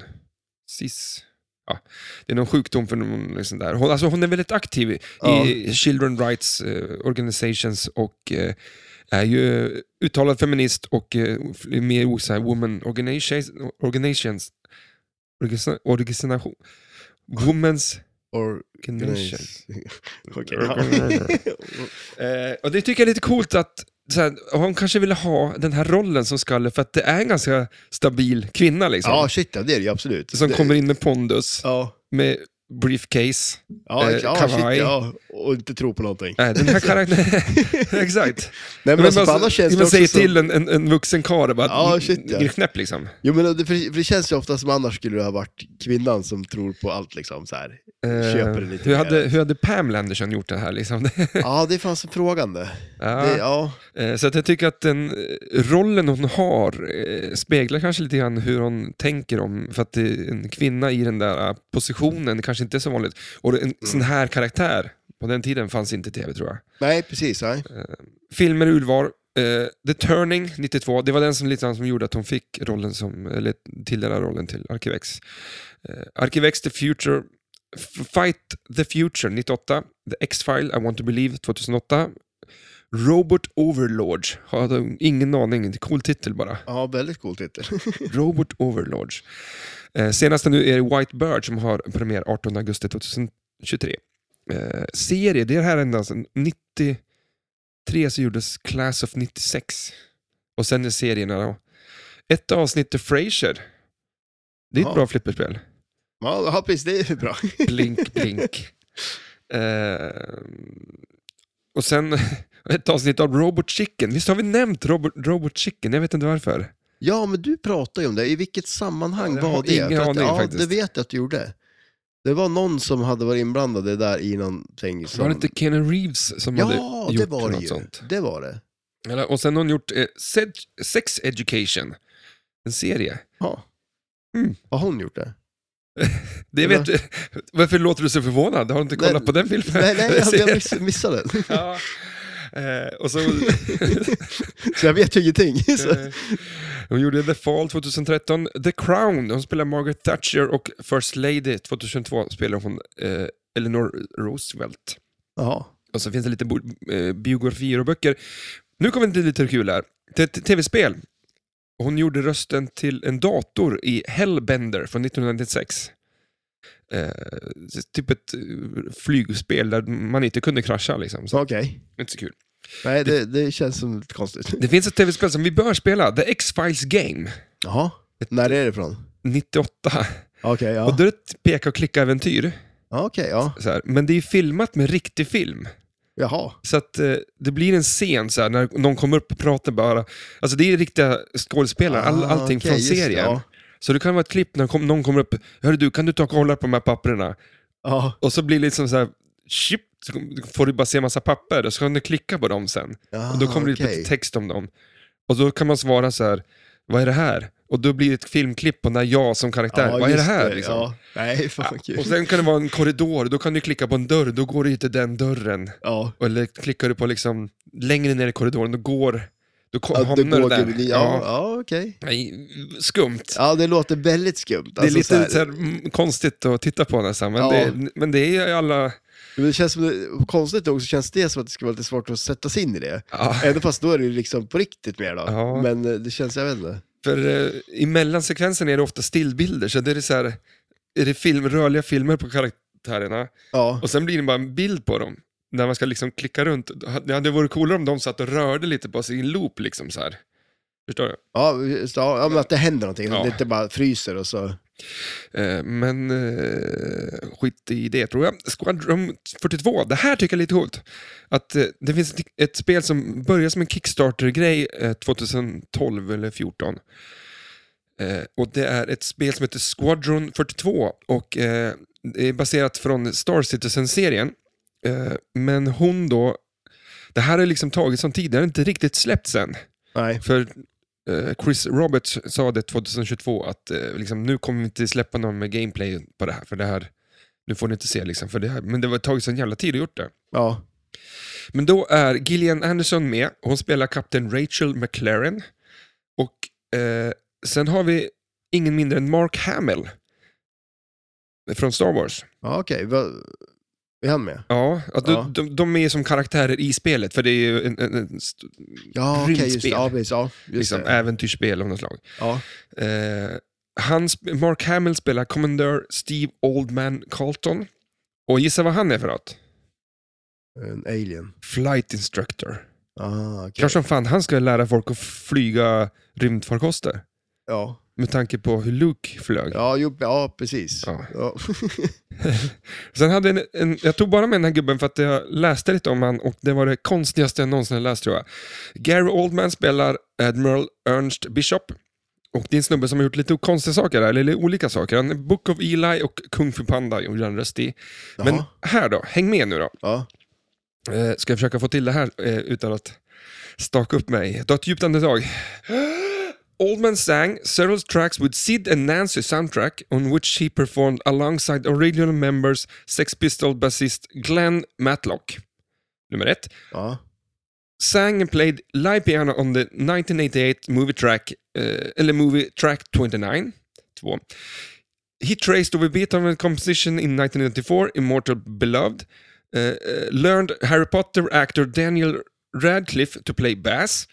[SPEAKER 1] SIS. Ja, det är någon sjukdom för någon liksom där. Hon, alltså, hon är väldigt aktiv i,
[SPEAKER 2] Ja.
[SPEAKER 1] i Children Rights eh, Organizations och eh, är ju uttalad feminist och eh, är med i så här Women Organizations, organizations organisa- organisation, Women's
[SPEAKER 2] Or-
[SPEAKER 1] Organizations.
[SPEAKER 2] Okej, ja.
[SPEAKER 1] Eh, och det tycker jag är lite coolt att så här, hon kanske ville ha den här rollen som skalle för att det är en ganska stabil kvinna liksom.
[SPEAKER 2] ja, shit, ja, det är det ju absolut.
[SPEAKER 1] som
[SPEAKER 2] det,
[SPEAKER 1] kommer in med pondus,
[SPEAKER 2] Ja,
[SPEAKER 1] med briefcase.
[SPEAKER 2] ja,
[SPEAKER 1] Eh,
[SPEAKER 2] ja, shit,
[SPEAKER 1] kavaj.
[SPEAKER 2] ja. Och inte tro på någonting.
[SPEAKER 1] Nej, den här karaktären... Exakt.
[SPEAKER 2] Nej, men, alltså,
[SPEAKER 1] bara
[SPEAKER 2] på annars känns det
[SPEAKER 1] man
[SPEAKER 2] också
[SPEAKER 1] säger
[SPEAKER 2] som...
[SPEAKER 1] till en, en, en vuxen karl bara,
[SPEAKER 2] Ja, shit, ja.
[SPEAKER 1] "Är du knäpp liksom.
[SPEAKER 2] Jo, men det, för, för det känns ju ofta som annars skulle det ha varit kvinnan som tror på allt liksom så här.
[SPEAKER 1] Eh,
[SPEAKER 2] Köper det lite
[SPEAKER 1] hur,
[SPEAKER 2] mer.
[SPEAKER 1] hade, hur hade Pam Landerson gjort det här liksom?
[SPEAKER 2] Ja, det fanns en frågande.
[SPEAKER 1] ja.
[SPEAKER 2] Det, ja.
[SPEAKER 1] Eh, Så att jag tycker att den eh, rollen hon har eh, speglar kanske lite grann hur hon tänker om, för att det är en kvinna i den där eh, positionen det kanske inte är så vanligt. Och en sån här karaktär på den tiden fanns inte i tv tror jag.
[SPEAKER 2] Nej, precis. Nej.
[SPEAKER 1] Filmer och urval. Eh, The Turning 92, det var den som, lite grann som gjorde att hon fick rollen som, eller tilldelade rollen till Arkivex. Eh, Arkivex The Future, F- Fight the Future 98, The X-File I Want to Believe 2008, Robot Overlords, har de ingen aning, cool titel bara.
[SPEAKER 2] Ja, väldigt cool titel.
[SPEAKER 1] Robot Overlords. Eh, senaste nu är det White Bird som har premiär 18 augusti 2023. Eh, serie, det är det här ända sedan 93 så gjordes Class of 96. Och sen är serierna då. Ett avsnitt till Frasier. Det är ett
[SPEAKER 2] Ja.
[SPEAKER 1] bra flipperspel.
[SPEAKER 2] Ja, ja, precis. Det är ju bra.
[SPEAKER 1] Blink, blink. Eh, och sen ett avsnitt av Robot Chicken. Visst har vi nämnt Robot, Robot Chicken? Jag vet inte varför.
[SPEAKER 2] Ja, men du pratade ju om det. I vilket sammanhang
[SPEAKER 1] Jag har
[SPEAKER 2] var det?
[SPEAKER 1] ingen
[SPEAKER 2] För att,
[SPEAKER 1] aning
[SPEAKER 2] ja,
[SPEAKER 1] faktiskt.
[SPEAKER 2] Det vet jag att du gjorde. Det var någon som hade varit inblandad i det där i någonting. Som...
[SPEAKER 1] Var det inte Kenan Reeves som
[SPEAKER 2] Ja,
[SPEAKER 1] hade
[SPEAKER 2] det
[SPEAKER 1] gjort
[SPEAKER 2] var det
[SPEAKER 1] något
[SPEAKER 2] ju.
[SPEAKER 1] sånt?
[SPEAKER 2] Det var det.
[SPEAKER 1] Eller, och sen har hon gjort eh, Sed- Sex Education, en serie.
[SPEAKER 2] Ja.
[SPEAKER 1] Mm.
[SPEAKER 2] Har hon gjort det?
[SPEAKER 1] Det vet, varför låter du så förvånad? Har du inte kollat
[SPEAKER 2] Nej,
[SPEAKER 1] på den filmen?
[SPEAKER 2] Nej, nej jag,
[SPEAKER 1] Serien?
[SPEAKER 2] jag miss, missade den.
[SPEAKER 1] ja. eh, och så,
[SPEAKER 2] Så jag vet ju ingenting. Så.
[SPEAKER 1] eh, hon gjorde The Fall 2013, The Crown, hon spelar Margaret Thatcher och First Lady 2002 spelar hon eh, Eleanor Roosevelt.
[SPEAKER 2] Jaha.
[SPEAKER 1] Och så finns det lite bo- eh, biografier och böcker. Nu kommer det lite kul här. Till ett tv-spel. Hon gjorde rösten till en dator i Hellbender från 1996. Eh, typ ett eh, flygspel där man inte kunde krascha liksom. Så,
[SPEAKER 2] Så, Okej.
[SPEAKER 1] inte så kul.
[SPEAKER 2] Nej, det, det känns som lite konstigt.
[SPEAKER 1] Det finns ett tv-spel som vi bör spela, The X-Files Game,
[SPEAKER 2] Jaha. När är det ifrån?
[SPEAKER 1] 98.
[SPEAKER 2] Okej,
[SPEAKER 1] Och
[SPEAKER 2] ja.
[SPEAKER 1] då är det ett peka och klicka-äventyr.
[SPEAKER 2] Ja, Okej, ja.
[SPEAKER 1] Så här. Men det är filmat med riktig film.
[SPEAKER 2] Jaha.
[SPEAKER 1] Så att eh, det blir en scen så här, när någon kommer upp och pratar bara. Alltså det är riktiga skådespelare, all,
[SPEAKER 2] Ah,
[SPEAKER 1] allting
[SPEAKER 2] okej,
[SPEAKER 1] från
[SPEAKER 2] just det,
[SPEAKER 1] serien.
[SPEAKER 2] Ja.
[SPEAKER 1] Så det kan vara ett klipp när kom, någon kommer upp, hörru du, kan du ta och kolla på de här papperna?
[SPEAKER 2] Ja.
[SPEAKER 1] Och så blir det liksom så här, tjup, så får du bara se en massa papper och så kan du klicka på dem sen.
[SPEAKER 2] Ja,
[SPEAKER 1] Och då kommer det
[SPEAKER 2] Ah, okej.
[SPEAKER 1] lite text om dem. Och då kan man svara så här, vad är det här? Och då blir det ett filmklipp på när jag som karaktär, vad är det
[SPEAKER 2] just
[SPEAKER 1] här? liksom.
[SPEAKER 2] Ja. Nej, fan vad
[SPEAKER 1] Och
[SPEAKER 2] kul.
[SPEAKER 1] sen kan det vara en korridor, då kan du klicka på en dörr, då går du ju till den dörren.
[SPEAKER 2] Ja.
[SPEAKER 1] Eller klickar du på liksom längre ner i korridoren, då går... Då ko-
[SPEAKER 2] Ja,
[SPEAKER 1] hamnar du där.
[SPEAKER 2] gud, ja, ja okej.
[SPEAKER 1] Nej, skumt.
[SPEAKER 2] Ja, det låter väldigt skumt.
[SPEAKER 1] det är
[SPEAKER 2] Alltså,
[SPEAKER 1] lite
[SPEAKER 2] så här-
[SPEAKER 1] så här, mm, konstigt att titta på nästan, men,
[SPEAKER 2] Ja.
[SPEAKER 1] det, men det är ju alla...
[SPEAKER 2] Men det känns som det, konstigt också känns det som att det skulle vara lite svårt att sätta sig in i det.
[SPEAKER 1] Ja,
[SPEAKER 2] Ändå fast då är det ju liksom på riktigt mer då.
[SPEAKER 1] Ja.
[SPEAKER 2] Men eh, det känns, jag vet inte.
[SPEAKER 1] för eh, i mellansekvensen är det ofta stillbilder, så det är så här, är det film, rörliga filmer på karaktärerna
[SPEAKER 2] Ja,
[SPEAKER 1] och sen blir det bara en bild på dem. När man ska liksom klicka runt. Det hade varit coolare om de satt och rörde lite på sin loop liksom så här. Förstår du?
[SPEAKER 2] ja, just, ja, ja men att det händer någonting.
[SPEAKER 1] Ja.
[SPEAKER 2] Att det inte bara fryser och så.
[SPEAKER 1] Eh, Men eh, skit i det tror jag. Squadron 42, det här tycker jag är lite coolt. Att eh, det finns ett- ett spel som börjar som en Kickstarter-grej eh, 2012 eller 14. Eh, och det är ett spel som heter Squadron 42 och eh, det är baserat från Star Citizen-serien. Eh, men hon då, det här har liksom tagit som tid, det har inte riktigt släppts än.
[SPEAKER 2] Nej.
[SPEAKER 1] För eh, Chris Roberts sa det 2022 att eh, liksom, nu kommer vi inte släppa någon med gameplay på det här, för det här, nu får ni inte se liksom, för det här, men det har tagit sån jävla tid att gjort det.
[SPEAKER 2] Ja.
[SPEAKER 1] Men då är Gillian Anderson med, hon spelar kapten Rachel McLaren och eh, sen har vi ingen mindre än Mark Hamill från Star Wars.
[SPEAKER 2] Ja, okej. Vad- Är han med?
[SPEAKER 1] Ja, att de-
[SPEAKER 2] Ja.
[SPEAKER 1] De, de är som karaktärer i spelet, för det är ju en, en, en st-
[SPEAKER 2] Ja, okej. just det.
[SPEAKER 1] Rymdspel.
[SPEAKER 2] Ja, precis. Ja, just
[SPEAKER 1] liksom,
[SPEAKER 2] det.
[SPEAKER 1] äventyrsspel av något slag.
[SPEAKER 2] Ja.
[SPEAKER 1] Eh, han, sp- Mark Hamill spelar Commandör Steve Oldman Carlton. Och gissa vad han är för något?
[SPEAKER 2] En alien.
[SPEAKER 1] Flight instructor.
[SPEAKER 2] Ah, okej.
[SPEAKER 1] Klart som fan han ska lära folk att flyga rymdfarkoster.
[SPEAKER 2] Ja.
[SPEAKER 1] Med tanke på hur Luke flög.
[SPEAKER 2] Ja, jo, ja, precis.
[SPEAKER 1] Ja.
[SPEAKER 2] Ja.
[SPEAKER 1] Sen hade en, en, jag tog bara med den här gubben för att jag läste lite om han och det var det konstigaste jag någonsin har läst tror jag. Gary Oldman spelar Admiral Ernst Bishop. Och det är en snubbe som har gjort lite konstiga saker där, eller lite olika saker. Han är Book of Eli och Kung Fu Panda gjorde han röst i. Men
[SPEAKER 2] Jaha.
[SPEAKER 1] här då, häng med nu då.
[SPEAKER 2] ja.
[SPEAKER 1] Eh, ska jag försöka få till det här eh, utan att staka upp mig. Ta ett djupt andetag. Oldman sang several tracks with Sid and Nancy soundtrack on which he performed alongside original members Sex Pistol basist Glenn Matlock. Nummer ett.
[SPEAKER 2] ja.
[SPEAKER 1] Sang and played live piano on the 1988 movie track, eh, eller movie track 29. Två. He traced over Beethoven composition in 1994, Immortal Beloved. Eh, eh, learned Harry Potter actor Daniel Radcliffe to play bass,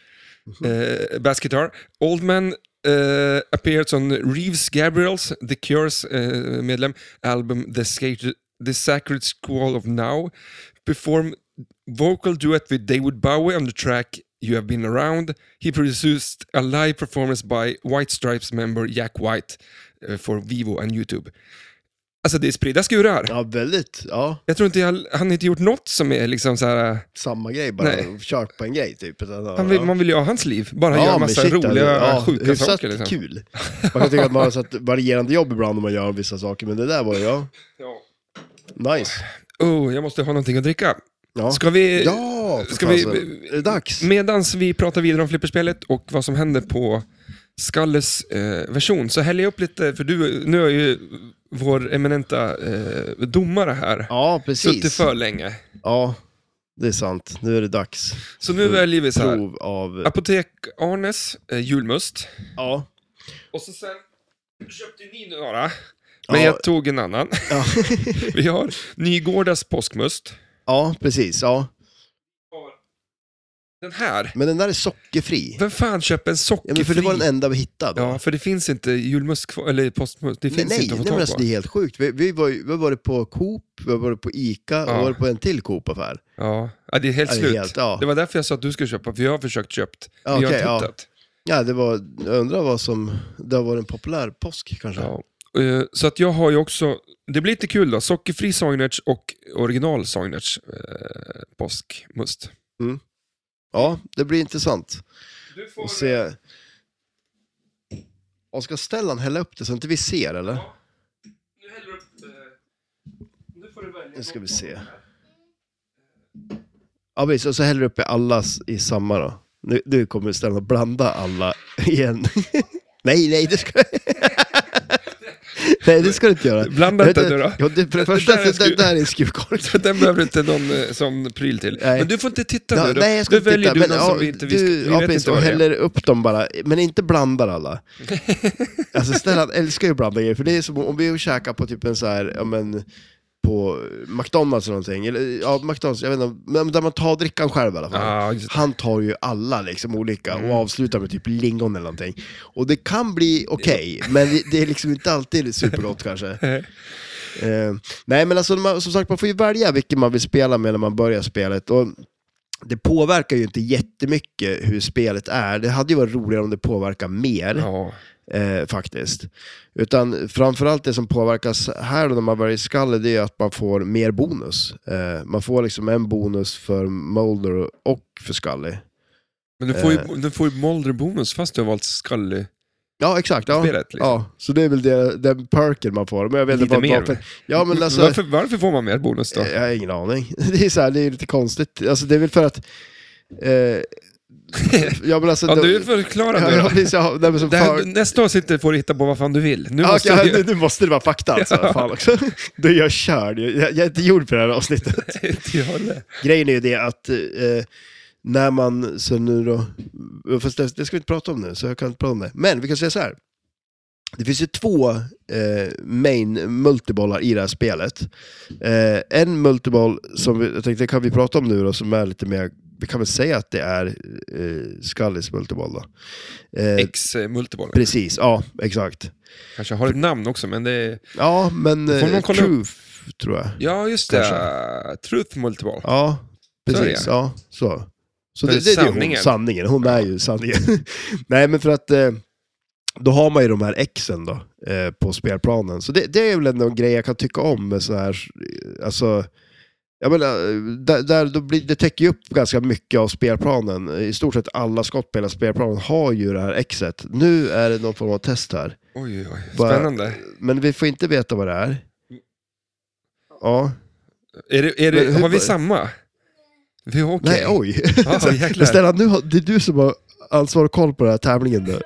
[SPEAKER 1] eh, bass guitar. Oldman eh, appeared on Reeves Gabriels, The Cures eh, medlem, album The, Sacred- The Sacred Squall of Now. Perform vocal duet with David Bowie on the track You Have Been Around. He produced a live performance by White Stripes member Jack White eh, for Vivo and YouTube. Alltså det är spridda skurar.
[SPEAKER 2] Ja, väldigt. Ja,
[SPEAKER 1] Jag tror inte jag, han har inte gjort något som är liksom så här...
[SPEAKER 2] samma grej bara.
[SPEAKER 1] Nej.
[SPEAKER 2] Kört på en grej typ. Utan, ja,
[SPEAKER 1] Han vill,
[SPEAKER 2] ja.
[SPEAKER 1] man vill ju ha hans liv. Bara
[SPEAKER 2] Ja,
[SPEAKER 1] göra
[SPEAKER 2] men
[SPEAKER 1] massa
[SPEAKER 2] shit, alltså.
[SPEAKER 1] roliga,
[SPEAKER 2] ja,
[SPEAKER 1] sjuka
[SPEAKER 2] hyfsat
[SPEAKER 1] saker. Liksom.
[SPEAKER 2] kul. Man kan tycka att man har så att varierande jobb ibland om man gör vissa saker, men det där var ju, ja,
[SPEAKER 1] Ja.
[SPEAKER 2] nice.
[SPEAKER 1] Oh, jag måste ha någonting att dricka.
[SPEAKER 2] Ja,
[SPEAKER 1] Ska vi...
[SPEAKER 2] ja för
[SPEAKER 1] ska vi-
[SPEAKER 2] fasen. Är det dags?
[SPEAKER 1] Medans vi pratar vidare om flipperspelet och vad som händer på Skalles eh, version så häller jag upp lite, för du, nu är ju vår eminenta eh, domare här
[SPEAKER 2] Ja,
[SPEAKER 1] suttit
[SPEAKER 2] precis.
[SPEAKER 1] för länge.
[SPEAKER 2] Ja, det är sant. Nu är det dags.
[SPEAKER 1] Så
[SPEAKER 2] Mm.
[SPEAKER 1] nu väljer vi så här.
[SPEAKER 2] Prov av...
[SPEAKER 1] Apotek Arnes eh, julmust.
[SPEAKER 2] Ja,
[SPEAKER 1] Och så sen köpte ni några, men
[SPEAKER 2] Ja.
[SPEAKER 1] jag tog en annan.
[SPEAKER 2] Ja,
[SPEAKER 1] Vi har Nygårdas påskmust.
[SPEAKER 2] ja precis. Ja.
[SPEAKER 1] Den här.
[SPEAKER 2] Men den där är sockerfri.
[SPEAKER 1] Vem fan köper en
[SPEAKER 2] Ja,
[SPEAKER 1] sockerfri?
[SPEAKER 2] men för det var den enda vi hittade. då.
[SPEAKER 1] Ja, för det finns inte julmust kvar, eller postmust. Det
[SPEAKER 2] Nej,
[SPEAKER 1] finns
[SPEAKER 2] nej,
[SPEAKER 1] inte
[SPEAKER 2] nej
[SPEAKER 1] att
[SPEAKER 2] men
[SPEAKER 1] få tag
[SPEAKER 2] alltså,
[SPEAKER 1] på.
[SPEAKER 2] det är helt sjukt. Vi, vi, var, ju- vi har varit på Coop, vi har varit på Ica och vi
[SPEAKER 1] Ja.
[SPEAKER 2] har varit på en till Coop-affär.
[SPEAKER 1] Ja. ja, det är helt
[SPEAKER 2] Ja, det är
[SPEAKER 1] slut.
[SPEAKER 2] helt- ja.
[SPEAKER 1] Det var därför jag sa att du skulle köpa, för jag har försökt köpt, men
[SPEAKER 2] Ja,
[SPEAKER 1] jag har
[SPEAKER 2] okej,
[SPEAKER 1] inte
[SPEAKER 2] ja.
[SPEAKER 1] hittat.
[SPEAKER 2] Ja, det var, jag undrar vad som, det har varit en populär påsk kanske.
[SPEAKER 1] Ja. Eh, Så att jag har ju också, det blir lite kul då, sockerfri Sognerts och original Sognerts eh, påskmust.
[SPEAKER 2] Ja, det blir intressant
[SPEAKER 1] Du
[SPEAKER 2] att se. Och ska Stellan hälla upp det så inte vi ser eller?
[SPEAKER 1] nu häller upp, eh, nu får du välja.
[SPEAKER 2] Nu ska vi se. Ja precis, och så häller du upp i alla s- i samma då. Nu, nu kommer Stellan att blanda alla igen. nej, nej, det ska Nej, det ska du inte göra.
[SPEAKER 1] Blanda inte nu då.
[SPEAKER 2] Ja, det, för det
[SPEAKER 1] Det
[SPEAKER 2] första,
[SPEAKER 1] där är en
[SPEAKER 2] det,
[SPEAKER 1] skruv.
[SPEAKER 2] det där är en skruvkork.
[SPEAKER 1] Så den behöver inte någon eh, sån pryl till.
[SPEAKER 2] Nej.
[SPEAKER 1] Men du får inte titta
[SPEAKER 2] Ja,
[SPEAKER 1] nu. Då,
[SPEAKER 2] nej, jag ska
[SPEAKER 1] då
[SPEAKER 2] inte
[SPEAKER 1] väljer
[SPEAKER 2] titta.
[SPEAKER 1] du
[SPEAKER 2] men,
[SPEAKER 1] någon
[SPEAKER 2] ja,
[SPEAKER 1] som vi inte vi,
[SPEAKER 2] du,
[SPEAKER 1] vi
[SPEAKER 2] ja,
[SPEAKER 1] vet
[SPEAKER 2] precis,
[SPEAKER 1] inte
[SPEAKER 2] och
[SPEAKER 1] vad det är.
[SPEAKER 2] häller upp dem bara, men inte blandar alla. alltså Stellan älskar ju att blanda grejer, för det är som om vi är och käkar på typ en så här, ja men, på McDonalds eller någonting, eller ja, McDonalds, jag vet inte, men där man tar drickan själv i alla fall.
[SPEAKER 1] Ja, just det. Mm.
[SPEAKER 2] Han tar ju alla liksom olika och avslutar med typ lingon eller någonting. Och det kan bli okej, men det- det är liksom inte alltid supergott kanske. Eh, nej, men alltså, man, som sagt, man får ju välja vilken man vill spela med när man börjar spelet. Och det påverkar ju inte jättemycket hur spelet är. Det hade ju varit roligare om det påverkar mer,
[SPEAKER 1] Ja,
[SPEAKER 2] eh, faktiskt. Utan framförallt det som påverkas här då när man väljer skalle, det är att man får mer bonus. Eh, man får liksom en bonus för Molder och för Scully.
[SPEAKER 1] men du får
[SPEAKER 2] Eh.
[SPEAKER 1] ju, du får ju Molder-bonus fast du har valt Scully.
[SPEAKER 2] Ja, exakt. Ja.
[SPEAKER 1] Spelet, liksom.
[SPEAKER 2] ja, så det är väl det, den perken man får. Men jag vet
[SPEAKER 1] Lite
[SPEAKER 2] inte vad-
[SPEAKER 1] mer.
[SPEAKER 2] varför- Ja, men alltså... Eh,
[SPEAKER 1] varför, varför får man mer bonus då?
[SPEAKER 2] Jag har ingen aning. Det är, så här, det är lite konstigt. Alltså, det är väl för att... Eh, ja, men alltså,
[SPEAKER 1] Ja,
[SPEAKER 2] de-
[SPEAKER 1] du förklarar
[SPEAKER 2] Ja,
[SPEAKER 1] nu
[SPEAKER 2] ja,
[SPEAKER 1] då.
[SPEAKER 2] precis, ja, nej, men som
[SPEAKER 1] Det här,
[SPEAKER 2] för...
[SPEAKER 1] nästa avsnitt får du hitta på vad fan du vill. Nu
[SPEAKER 2] Ja,
[SPEAKER 1] måste
[SPEAKER 2] okej,
[SPEAKER 1] du...
[SPEAKER 2] nu, nu måste det vara fakta alltså. Fan också. Då är jag körd. Jag, jag är inte gjord för det här avsnittet.
[SPEAKER 1] inte göra det.
[SPEAKER 2] Grejen är ju det att eh, när man, så nu då, eh, fast det, det ska vi inte prata om nu, så jag kan inte prata om det. Men vi kan säga så här. Det finns ju två eh, main multibollar i det här spelet. Eh, en multiboll som vi, jag tänkte kan vi prata om nu då, som är lite mer, vi kan väl säga att det är eh, Skallis multiboll då. Eh,
[SPEAKER 1] Ex-multiboll.
[SPEAKER 2] precis, ja exakt.
[SPEAKER 1] Kanske har ett namn också, men det är...
[SPEAKER 2] Ja, men
[SPEAKER 1] Får
[SPEAKER 2] eh,
[SPEAKER 1] man kolla upp?
[SPEAKER 2] Truth tror jag.
[SPEAKER 1] Ja, just det. Truth multiboll.
[SPEAKER 2] Ja,
[SPEAKER 1] Så är det.
[SPEAKER 2] precis. ja, så. Så
[SPEAKER 1] För
[SPEAKER 2] det, det, det är
[SPEAKER 1] sanningen.
[SPEAKER 2] Hon, sanningen. Hon är ju sanningen. Nej, men för att eh, då har man ju de här exen då eh, på spelplanen. Så det, det är väl ändå en grej jag kan tycka om med så här, eh, alltså, jag menar, eh, där, där, då blir, det täcker ju upp ganska mycket av spelplanen. Eh, I stort sett alla skott på hela spelplanen har ju det här exet. Nu är det någon form av test här,
[SPEAKER 1] Oj, oj, oj.
[SPEAKER 2] Bara-
[SPEAKER 1] Spännande.
[SPEAKER 2] men vi får inte veta vad det är. Ja,
[SPEAKER 1] Är det, är det,
[SPEAKER 2] Men hur-
[SPEAKER 1] har vi samma? Vi har okej.
[SPEAKER 2] nej oj.
[SPEAKER 1] Ja, jäklar.
[SPEAKER 2] Men Stellan, nu har, det är du som har ansvar och koll på den här tävlingen nu.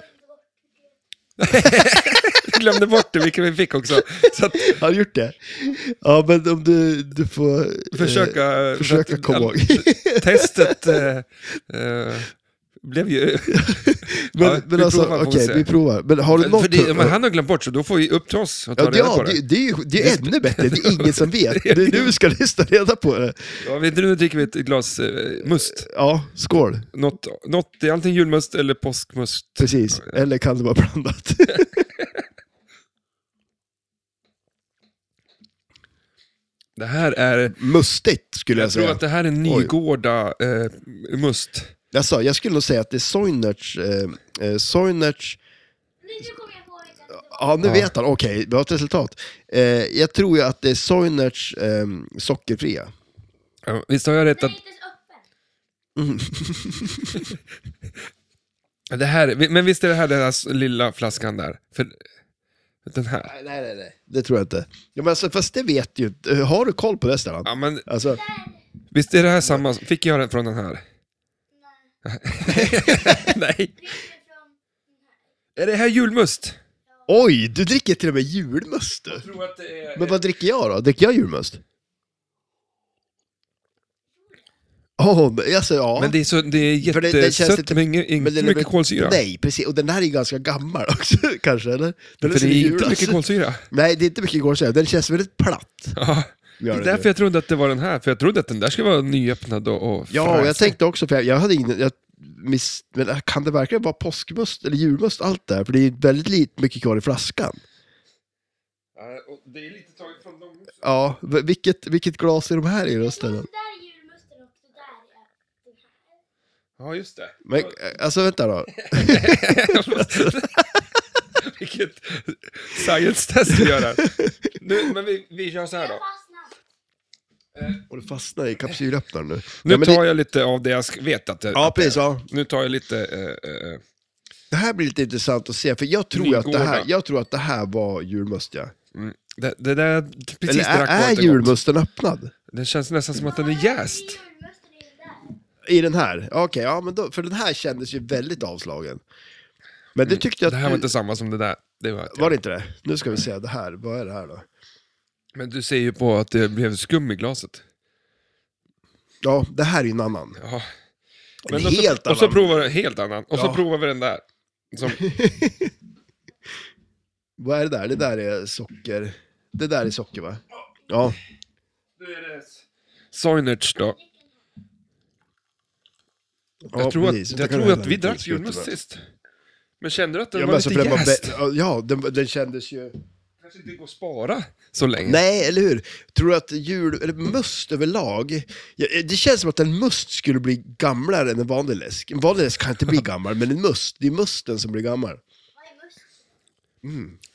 [SPEAKER 1] Jag glömde bort det, vilket vi fick också. Så att
[SPEAKER 2] Har du gjort det? Ja, men om du, du får... eh,
[SPEAKER 1] försöka...
[SPEAKER 2] försöka
[SPEAKER 1] för att-
[SPEAKER 2] komma
[SPEAKER 1] all-
[SPEAKER 2] ihåg.
[SPEAKER 1] Testet eh, eh, blev ju...
[SPEAKER 2] men
[SPEAKER 1] Ja,
[SPEAKER 2] men
[SPEAKER 1] vi
[SPEAKER 2] alltså,
[SPEAKER 1] provar, får
[SPEAKER 2] okej,
[SPEAKER 1] vi se.
[SPEAKER 2] vi provar. Men har du något...
[SPEAKER 1] För det, men han har glömt bort, så då får vi upp till oss att ta
[SPEAKER 2] Ja, det,
[SPEAKER 1] reda
[SPEAKER 2] ja,
[SPEAKER 1] på det.
[SPEAKER 2] det, det är ju det är ännu bättre. Det är ingen som vet. Det är nu vi ska lyssna reda på det.
[SPEAKER 1] Ja, vet du, nu dricker vi ett glas eh, must.
[SPEAKER 2] Ja, skål.
[SPEAKER 1] Något, något, det är antingen julmust eller påskmust.
[SPEAKER 2] Precis. Eller kan det vara blandat?
[SPEAKER 1] Det här är...
[SPEAKER 2] Mustigt skulle jag,
[SPEAKER 1] Jag tror
[SPEAKER 2] säga.
[SPEAKER 1] att det här är Nygårda eh, must.
[SPEAKER 2] Jag sa, jag skulle nog säga att det är Soinerts... Eh, eh, Soinerts
[SPEAKER 3] Nu kommer jag på vilka det var.
[SPEAKER 2] Ja, nu
[SPEAKER 1] Ja.
[SPEAKER 2] vet han. Okej, vi har ett resultat. Eh, jag tror ju att det är Soinerts ehm, sockerfria.
[SPEAKER 1] Ja, Visst har jag rätt att
[SPEAKER 3] Den är inte ens öppen.
[SPEAKER 1] Det här, men visst är det här den här lilla flaskan där? För, den här.
[SPEAKER 2] Nej, nej, nej. Det tror jag inte. Ja, men alltså, fast det vet ju inte. Eh, Har du koll på det, Stellan?
[SPEAKER 1] Ja, men,
[SPEAKER 2] Alltså,
[SPEAKER 1] visst är det här samma? Fick jag den från den här?
[SPEAKER 3] Nej,
[SPEAKER 1] Nej.
[SPEAKER 3] det är från den här.
[SPEAKER 1] Är det här julmust?
[SPEAKER 2] oj, du dricker till och med julmust du.
[SPEAKER 1] tror att det är...
[SPEAKER 2] Men vad dricker jag då? Dricker jag julmust? Oh, men, alltså, ja.
[SPEAKER 1] Men det är, så, det är
[SPEAKER 2] För det- det känns
[SPEAKER 1] jättesött
[SPEAKER 2] lite-
[SPEAKER 1] men inget-
[SPEAKER 2] Men
[SPEAKER 1] inte
[SPEAKER 2] den är
[SPEAKER 1] mycket
[SPEAKER 2] väl-
[SPEAKER 1] kolsyra.
[SPEAKER 2] Nej, precis. Och den här är ju ganska gammal också, kanske, eller? Den
[SPEAKER 1] för
[SPEAKER 2] så
[SPEAKER 1] det är inte
[SPEAKER 2] djur,
[SPEAKER 1] mycket
[SPEAKER 2] alltså.
[SPEAKER 1] kolsyra.
[SPEAKER 2] Nej, det är inte mycket kolsyra. Den känns väldigt platt.
[SPEAKER 1] Ja. Det
[SPEAKER 2] gör
[SPEAKER 1] är
[SPEAKER 2] den
[SPEAKER 1] därför
[SPEAKER 2] ju.
[SPEAKER 1] jag trodde att det var den här, för jag trodde att den där skulle vara nyöppnad och, och
[SPEAKER 2] Ja, och jag
[SPEAKER 1] fräsig.
[SPEAKER 2] tänkte också, för jag, jag hade ingen... Jag miss, men kan det verkligen vara påskmust eller julmust, allt det här? För det är väldigt lite mycket kvar i flaskan.
[SPEAKER 1] Ja, och Det är lite taget från dem också.
[SPEAKER 2] Ja, v- vilket, vilket glas är de här i rösten?
[SPEAKER 3] Den där är julmusten och det där är den
[SPEAKER 1] Ja,
[SPEAKER 3] här.
[SPEAKER 1] just det.
[SPEAKER 2] Men, eh, alltså vänta då.
[SPEAKER 1] Vilket science-test vi gör här. Nu, men vi, vi kör så här
[SPEAKER 3] Jag
[SPEAKER 1] då.
[SPEAKER 3] fastnade.
[SPEAKER 2] Och du fastnar i kapsylöppnaren nu.
[SPEAKER 1] Nu
[SPEAKER 2] Ja, men
[SPEAKER 1] tar
[SPEAKER 2] det,
[SPEAKER 1] jag lite av det jag sk- vet att det
[SPEAKER 2] Ja,
[SPEAKER 1] att det
[SPEAKER 2] precis.
[SPEAKER 1] är.
[SPEAKER 2] Ja.
[SPEAKER 1] Nu tar jag lite... eh, eh, eh,
[SPEAKER 2] Det här blir lite intressant att se, för jag tror, att det här,
[SPEAKER 1] Nygårda. jag
[SPEAKER 2] jag tror att det här var julmust, ja.
[SPEAKER 1] mm. det, det där precis
[SPEAKER 2] Eller är,
[SPEAKER 1] drack var
[SPEAKER 2] är
[SPEAKER 1] inte gott.
[SPEAKER 2] julmusten öppnad?
[SPEAKER 1] Den känns nästan som att den är jäst.
[SPEAKER 3] Julmusten är den där.
[SPEAKER 2] I den här? Okej, ja men då, för den här kändes ju väldigt avslagen. Men Mm, det tyckte jag
[SPEAKER 1] Det
[SPEAKER 2] att
[SPEAKER 1] här var
[SPEAKER 2] du-
[SPEAKER 1] inte samma som det där. Det var,
[SPEAKER 2] var det inte det? Nu ska vi se, det här, vad är det här då?
[SPEAKER 1] Men du ser ju på att det blev skum i glaset.
[SPEAKER 2] Ja, det här är ju en annan.
[SPEAKER 1] Ja.
[SPEAKER 2] En
[SPEAKER 1] Men och så,
[SPEAKER 2] helt
[SPEAKER 1] Och så
[SPEAKER 2] annan.
[SPEAKER 1] provar vi helt annan. Och så
[SPEAKER 2] Ja.
[SPEAKER 1] provar vi den där. Som,
[SPEAKER 2] Vad är det där? Det där är socker. Det där är socker va? Ja.
[SPEAKER 1] Soinerts då. Jag
[SPEAKER 2] ja,
[SPEAKER 1] tror att,
[SPEAKER 2] precis. Det
[SPEAKER 1] jag
[SPEAKER 2] kan
[SPEAKER 1] tror att
[SPEAKER 2] hända
[SPEAKER 1] vi
[SPEAKER 2] lite
[SPEAKER 1] drack
[SPEAKER 2] slut, va?
[SPEAKER 1] julmust sist. Men kände du att den
[SPEAKER 2] Ja,
[SPEAKER 1] var
[SPEAKER 2] men alltså, så
[SPEAKER 1] lite
[SPEAKER 2] blev man
[SPEAKER 1] jäst?
[SPEAKER 2] bä- ja den, den kändes ju...
[SPEAKER 1] kanske inte går att spara så länge.
[SPEAKER 2] Nej, eller hur? Tror du att jul, eller must överlag, ja, eh, det känns som att en must skulle bli gamlare än en vanlig läsk. En vanlig läsk kan inte bli gammal, men en must, det är musten som blir gammal.
[SPEAKER 3] Vad är must?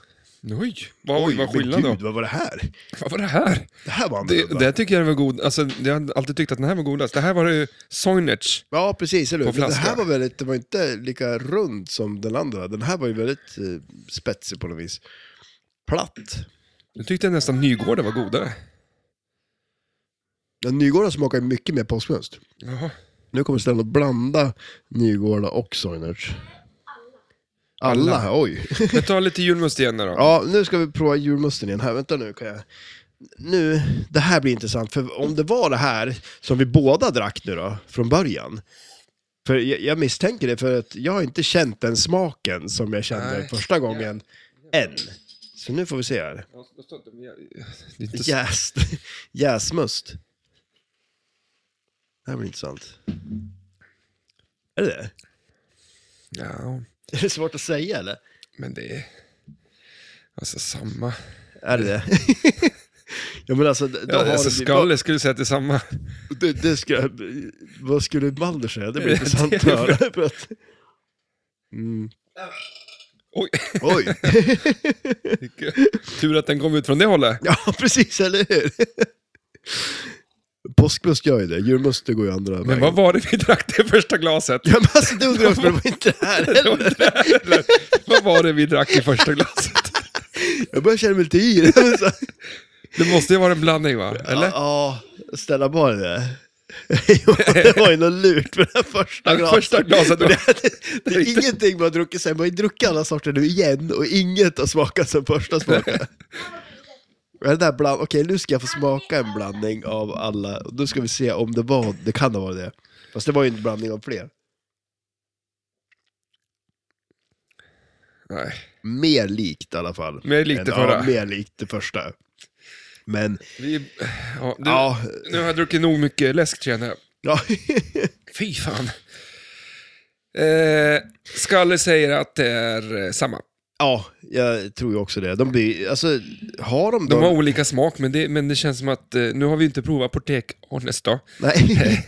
[SPEAKER 1] Oj, vad, oj, vad
[SPEAKER 2] men
[SPEAKER 1] skillnad
[SPEAKER 2] gud,
[SPEAKER 1] då.
[SPEAKER 2] vad var det här?
[SPEAKER 1] Vad var det här?
[SPEAKER 2] Det här var annorlunda.
[SPEAKER 1] Det, det här tycker jag var god. Alltså, jag har alltid tyckt att den här var godast. Det här var ju Soinerts.
[SPEAKER 2] Ja, precis, eller hur?
[SPEAKER 1] På
[SPEAKER 2] Men Det här
[SPEAKER 1] flaska.
[SPEAKER 2] var väldigt, det var inte lika rund som den andra. Den här var ju väldigt eh, spetsig på något vis. Platt.
[SPEAKER 1] Jag tyckte nästan Nygården var godare.
[SPEAKER 2] Den Nygårda smakar ju mycket mer påskmust.
[SPEAKER 1] Jaha.
[SPEAKER 2] Nu kommer Stellan att blanda Nygårda och Soinerts. Alla. Alla, oj.
[SPEAKER 1] Men ta lite julmust igen nu då.
[SPEAKER 2] Ja, nu ska vi prova julmusten igen här. Vänta nu, kan jag... Nu, det här blir intressant, för om det var det här som vi båda drack nu då, från början. För jag, jag misstänker det, för att jag har inte känt den smaken som jag kände
[SPEAKER 1] Nej.
[SPEAKER 2] första gången, än. Så nu får vi se här.
[SPEAKER 1] Det är inte så-
[SPEAKER 2] Jäst. Jäsmust. Det här blir intressant. Är det det?
[SPEAKER 1] Ja,
[SPEAKER 2] Är det svårt att säga eller?
[SPEAKER 1] men det är... Alltså samma.
[SPEAKER 2] Är det det? ja men alltså, då
[SPEAKER 1] Ja,
[SPEAKER 2] har
[SPEAKER 1] alltså,
[SPEAKER 2] det blivit-
[SPEAKER 1] Skalle skulle säga att det är samma.
[SPEAKER 2] Det, det ska, vad skulle Balder säga? Det blir
[SPEAKER 1] Det-
[SPEAKER 2] intressant att
[SPEAKER 1] det är-
[SPEAKER 2] höra. För att, mm.
[SPEAKER 1] Oj,
[SPEAKER 2] Oj!
[SPEAKER 1] tur att den kom ut från det hållet.
[SPEAKER 2] Ja, precis, eller hur? Påskmust gör ju det, julmust det går ju andra
[SPEAKER 1] Men
[SPEAKER 2] vägen.
[SPEAKER 1] vad var det vi drack det första glaset?
[SPEAKER 2] Ja, men alltså, det undrar jag, för det var inte det här
[SPEAKER 1] Det var
[SPEAKER 2] heller.
[SPEAKER 1] inte det här, eller? Vad var det vi drack i första glaset?
[SPEAKER 2] Jag börjar känna mig lite yr. Så-
[SPEAKER 1] Det måste ju vara en blandning va? Eller?
[SPEAKER 2] Ja, ja, ställa bara det. Jo, det var ju något lurt med det här första
[SPEAKER 1] Det
[SPEAKER 2] glaset.
[SPEAKER 1] första glaset var...
[SPEAKER 2] Det, det, det är ingenting man har druckit sen, man har ju druckit alla sorter nu igen och inget har smakat som första smaken. Men det där bland... Okej, nu ska jag få smaka en blandning av alla. Och Då ska vi se om det var... Det kan ha varit det. Fast det var ju en blandning av fler.
[SPEAKER 1] Nej.
[SPEAKER 2] Mer likt i alla fall.
[SPEAKER 1] Mer likt
[SPEAKER 2] Än-
[SPEAKER 1] det förra.
[SPEAKER 2] Ja, mer likt det första. Men,
[SPEAKER 1] Vi... Ja, du...
[SPEAKER 2] ja...
[SPEAKER 1] Nu har jag druckit nog mycket läsk känner jag.
[SPEAKER 2] ja.
[SPEAKER 1] Fy fan. Eh, Skalle säger att det är eh, samma.
[SPEAKER 2] ja, jag tror ju också det. De blir... Alltså, har de
[SPEAKER 1] De
[SPEAKER 2] dem?
[SPEAKER 1] har olika smak, men det, men det känns som att... Eh, nu har vi inte provat Portek-Arnes då.
[SPEAKER 2] Nej.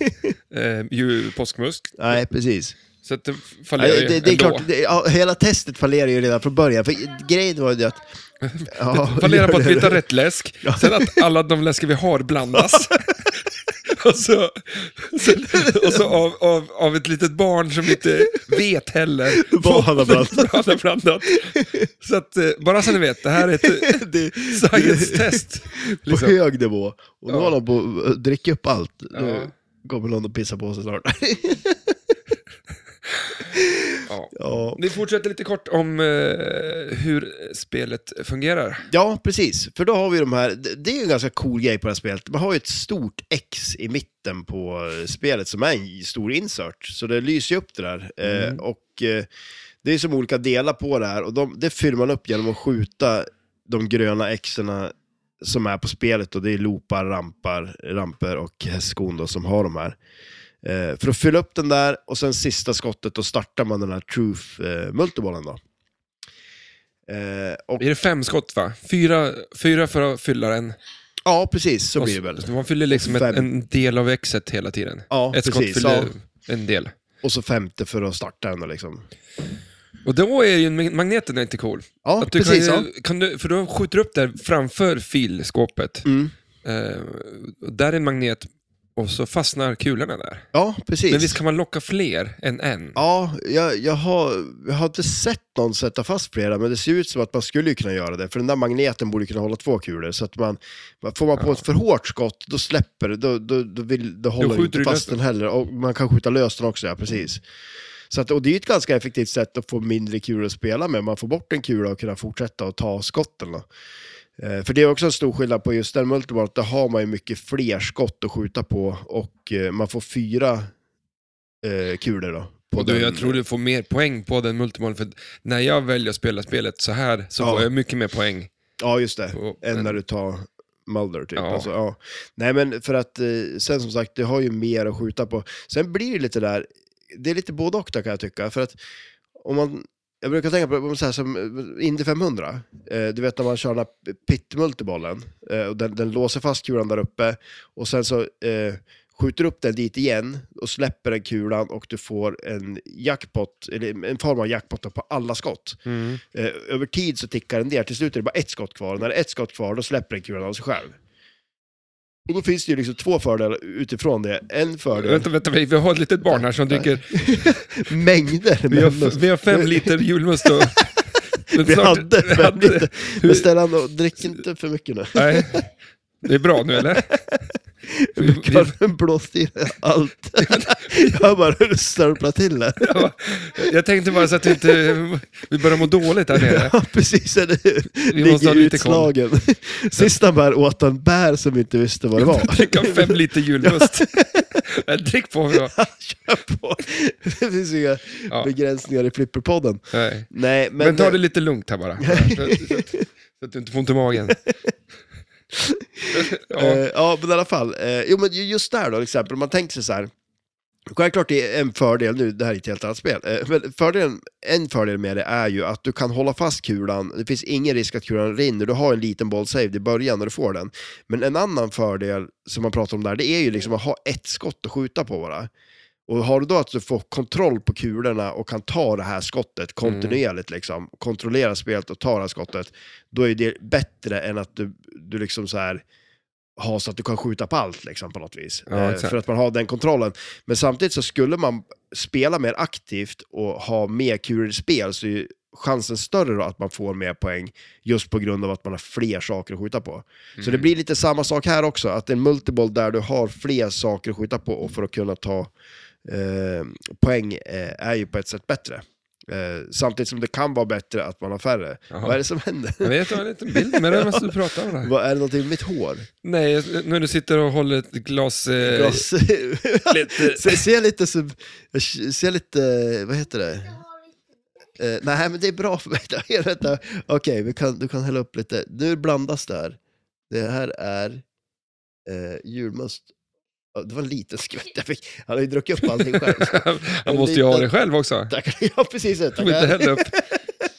[SPEAKER 1] Eh, ju påskmusk.
[SPEAKER 2] Nej, precis.
[SPEAKER 1] Så att det fallerar
[SPEAKER 2] Nej,
[SPEAKER 1] ju
[SPEAKER 2] det, det är
[SPEAKER 1] ändå.
[SPEAKER 2] klart, det, ja, hela testet fallerar ju redan från början. För grejen var ju att... Ja,
[SPEAKER 1] Fallerar på
[SPEAKER 2] gör
[SPEAKER 1] att
[SPEAKER 2] det.
[SPEAKER 1] vi tar rätt läsk, sen att alla de läsker vi har blandas. och så, sen, och så av, av, av ett litet barn som inte vet heller
[SPEAKER 2] Vad han har blandat.
[SPEAKER 1] vad han har blandat. Så att, eh, bara så ni vet, det här är ett
[SPEAKER 2] Det-
[SPEAKER 1] science-test.
[SPEAKER 2] På
[SPEAKER 1] Liksom.
[SPEAKER 2] hög nivå. Och nu
[SPEAKER 1] Ja.
[SPEAKER 2] håller de på att dricka upp allt. Nu
[SPEAKER 1] Ja.
[SPEAKER 2] kommer någon att pissa på sig snart.
[SPEAKER 1] Ja.
[SPEAKER 2] Ja.
[SPEAKER 1] Vi fortsätter lite kort om eh, hur spelet fungerar.
[SPEAKER 2] ja, precis. För då har vi de här, det- det är ju en ganska cool grej på det här spelet. Man har ju ett stort X i mitten på eh, spelet som är en stor insert. Så det lyser ju upp det där. Eh, Och eh, det är som olika delar på det här och de, det fyller man upp genom att skjuta de gröna Xerna som är på spelet och det är loopar, rampar, ramper och hästskon då som har de här. Eh, för att fylla upp den där och sen sista skottet då startar man den här truth eh, multibollen då. Eh, och,
[SPEAKER 1] Är det fem skott va? Fyra, fyra för att fylla den.
[SPEAKER 2] ja, precis så
[SPEAKER 1] Och
[SPEAKER 2] blir det
[SPEAKER 1] så-
[SPEAKER 2] väl.
[SPEAKER 1] så Man fyller liksom ett,
[SPEAKER 2] Fem.
[SPEAKER 1] en del av exet hela tiden.
[SPEAKER 2] Ja,
[SPEAKER 1] ett skott
[SPEAKER 2] precis.
[SPEAKER 1] fyller
[SPEAKER 2] Ja.
[SPEAKER 1] en del.
[SPEAKER 2] Och så femte för att starta den då liksom.
[SPEAKER 1] Och då är ju mag- magneten inte cool.
[SPEAKER 2] Ja,
[SPEAKER 1] Att du
[SPEAKER 2] precis.
[SPEAKER 1] kan
[SPEAKER 2] ja.
[SPEAKER 1] ju, kan du, för då skjuter du upp där framför filskåpet.
[SPEAKER 2] Mm.
[SPEAKER 1] Eh, och där är en magnet och så fastnar kulorna där.
[SPEAKER 2] ja, precis.
[SPEAKER 1] Men visst kan man locka fler än en?
[SPEAKER 2] Ja, jag, jag, har, jag har inte sett någon sätta fast flera, men det ser ut som att man skulle ju kunna göra det. För den där magneten borde kunna hålla två kulor. Så att man, får man på ett för hårt skott, då släpper det. Då, då, då, vill, då håller
[SPEAKER 1] skjuter
[SPEAKER 2] inte
[SPEAKER 1] du
[SPEAKER 2] fast
[SPEAKER 1] lös den.
[SPEAKER 2] den heller. Och man kan skjuta lös den också, ja precis. Så att, och det är ju ett ganska effektivt sätt att få mindre kulor att spela med. Man får bort en kula och kunna fortsätta att ta skotten. Då. Eh, För det är också en stor skillnad på just den multiball, att där har man ju mycket fler skott att skjuta på och eh, man får fyra eh, kulor då. på
[SPEAKER 1] Och du,
[SPEAKER 2] den-
[SPEAKER 1] jag tror du får mer poäng på den multimalen, för när jag väljer att spela spelet så här så
[SPEAKER 2] Ja.
[SPEAKER 1] får jag mycket mer poäng.
[SPEAKER 2] Ja, just det.
[SPEAKER 1] på
[SPEAKER 2] Än
[SPEAKER 1] en-
[SPEAKER 2] när du tar Mulder, typ.
[SPEAKER 1] Ja.
[SPEAKER 2] Alltså, ja. Nej, men för att eh, sen som sagt, du har ju mer att skjuta på. Sen blir det lite där, det är lite både och där kan jag tycka. För att om man, jag brukar tänka på om så här, som eh, Indy 500. Eh, du vet när man kör den här pittmultibollen, eh, och den, den låser fast kulan där uppe och sen så eh, skjuter upp den dit igen och släpper den kulan och du får en jackpot, eller en form av jackpot på alla skott.
[SPEAKER 1] Mm.
[SPEAKER 2] Eh, över tid så tickar den ner, till slut är det bara ett skott kvar. När det är ett skott kvar, då släpper den kulan av sig själv. Och då finns det ju liksom två fördelar utifrån det. En fördel,
[SPEAKER 1] Vänta, vänta, vi vi har ett litet barn här som dricker,
[SPEAKER 2] mängder
[SPEAKER 1] vi
[SPEAKER 2] med
[SPEAKER 1] har, vi har fem liter julmust och... Men
[SPEAKER 2] Vi
[SPEAKER 1] snart-
[SPEAKER 2] hade
[SPEAKER 1] vi
[SPEAKER 2] fem
[SPEAKER 1] hade-
[SPEAKER 2] liter. Men Stellan, då, drick inte för mycket nu.
[SPEAKER 1] Nej. Det är bra nu eller? Vi, vi,
[SPEAKER 2] Karven blåste i allt. Jag bara störplade till det.
[SPEAKER 1] ja, jag tänkte bara så att vi inte vi börjar må dåligt här nere.
[SPEAKER 2] Ja, precis. Eller hur?
[SPEAKER 1] Vi måste ha
[SPEAKER 2] Ligger
[SPEAKER 1] lite koll.
[SPEAKER 2] utslagen. Sista bär åt han bär som vi inte visste vad det var.
[SPEAKER 1] Dricka fem liter julmust. Nej, Drick på. Ja.
[SPEAKER 2] Kör på. Det finns inga
[SPEAKER 1] Ja.
[SPEAKER 2] begränsningar i Flipperpodden.
[SPEAKER 1] Nej.
[SPEAKER 2] Nej,
[SPEAKER 1] Men,
[SPEAKER 2] men... eh,
[SPEAKER 1] ta det lite lugnt här bara. Så, att- så, att- så att du inte får ont i magen. ja.
[SPEAKER 2] Eh, ja, men i alla fall. Eh, jo, men ju- just där då, till exempel, om man tänker sig så här. Självklart det är en fördel nu, det här är ett helt annat spel. Eh, men fördelen, en fördel med det är ju att du kan hålla fast kulan, det finns ingen risk att kulan rinner, du har en liten boll saved i början när du får den. Men en annan fördel som man pratar om där, det är ju liksom att ha ett skott att skjuta på bara. Och har du då att du får kontroll på kulorna och kan ta det här skottet kontinuerligt,
[SPEAKER 1] Mm.
[SPEAKER 2] liksom, kontrollera spelet och ta det här skottet, då är det bättre än att du, du liksom så här har så att du kan skjuta på allt liksom, på något vis.
[SPEAKER 1] Ja,
[SPEAKER 2] Eh,
[SPEAKER 1] exakt.
[SPEAKER 2] för att man har den kontrollen. Men samtidigt så skulle man spela mer aktivt och ha mer kulor i spel så är ju chansen större då att man får mer poäng just på grund av att man har fler saker att skjuta på. Så
[SPEAKER 1] Mm.
[SPEAKER 2] det blir lite samma sak här också, att en multiball där du har fler saker att skjuta på och för att kunna ta eh, poäng eh, är ju på ett sätt bättre. Eh, samtidigt som det kan vara bättre att man har färre.
[SPEAKER 1] Jaha.
[SPEAKER 2] Vad är det som händer?
[SPEAKER 1] Jag vet, jag har en liten bild med det. måste du prata om. Det. här.
[SPEAKER 2] Vad är det någonting med mitt hår?
[SPEAKER 1] Nej, när du sitter och håller ett glas... Eh,
[SPEAKER 2] Jag ser,
[SPEAKER 1] lite-
[SPEAKER 2] ser, ser lite, som- jag ser lite, vad heter det?
[SPEAKER 3] Jag har lite
[SPEAKER 2] Eh, nej, men det är bra för mig. Det är rätt där. Okej, vi kan, du kan hälla upp lite. Nu blandas det här. Det här är eh, julmust. Ja, Det var en liten skvätt jag fick. Han har ju druckit upp allting själv.
[SPEAKER 1] Han måste ju ha det själv också.
[SPEAKER 2] Tack. Ja, precis. det.
[SPEAKER 1] Kom inte
[SPEAKER 2] Tackar.
[SPEAKER 1] hälla upp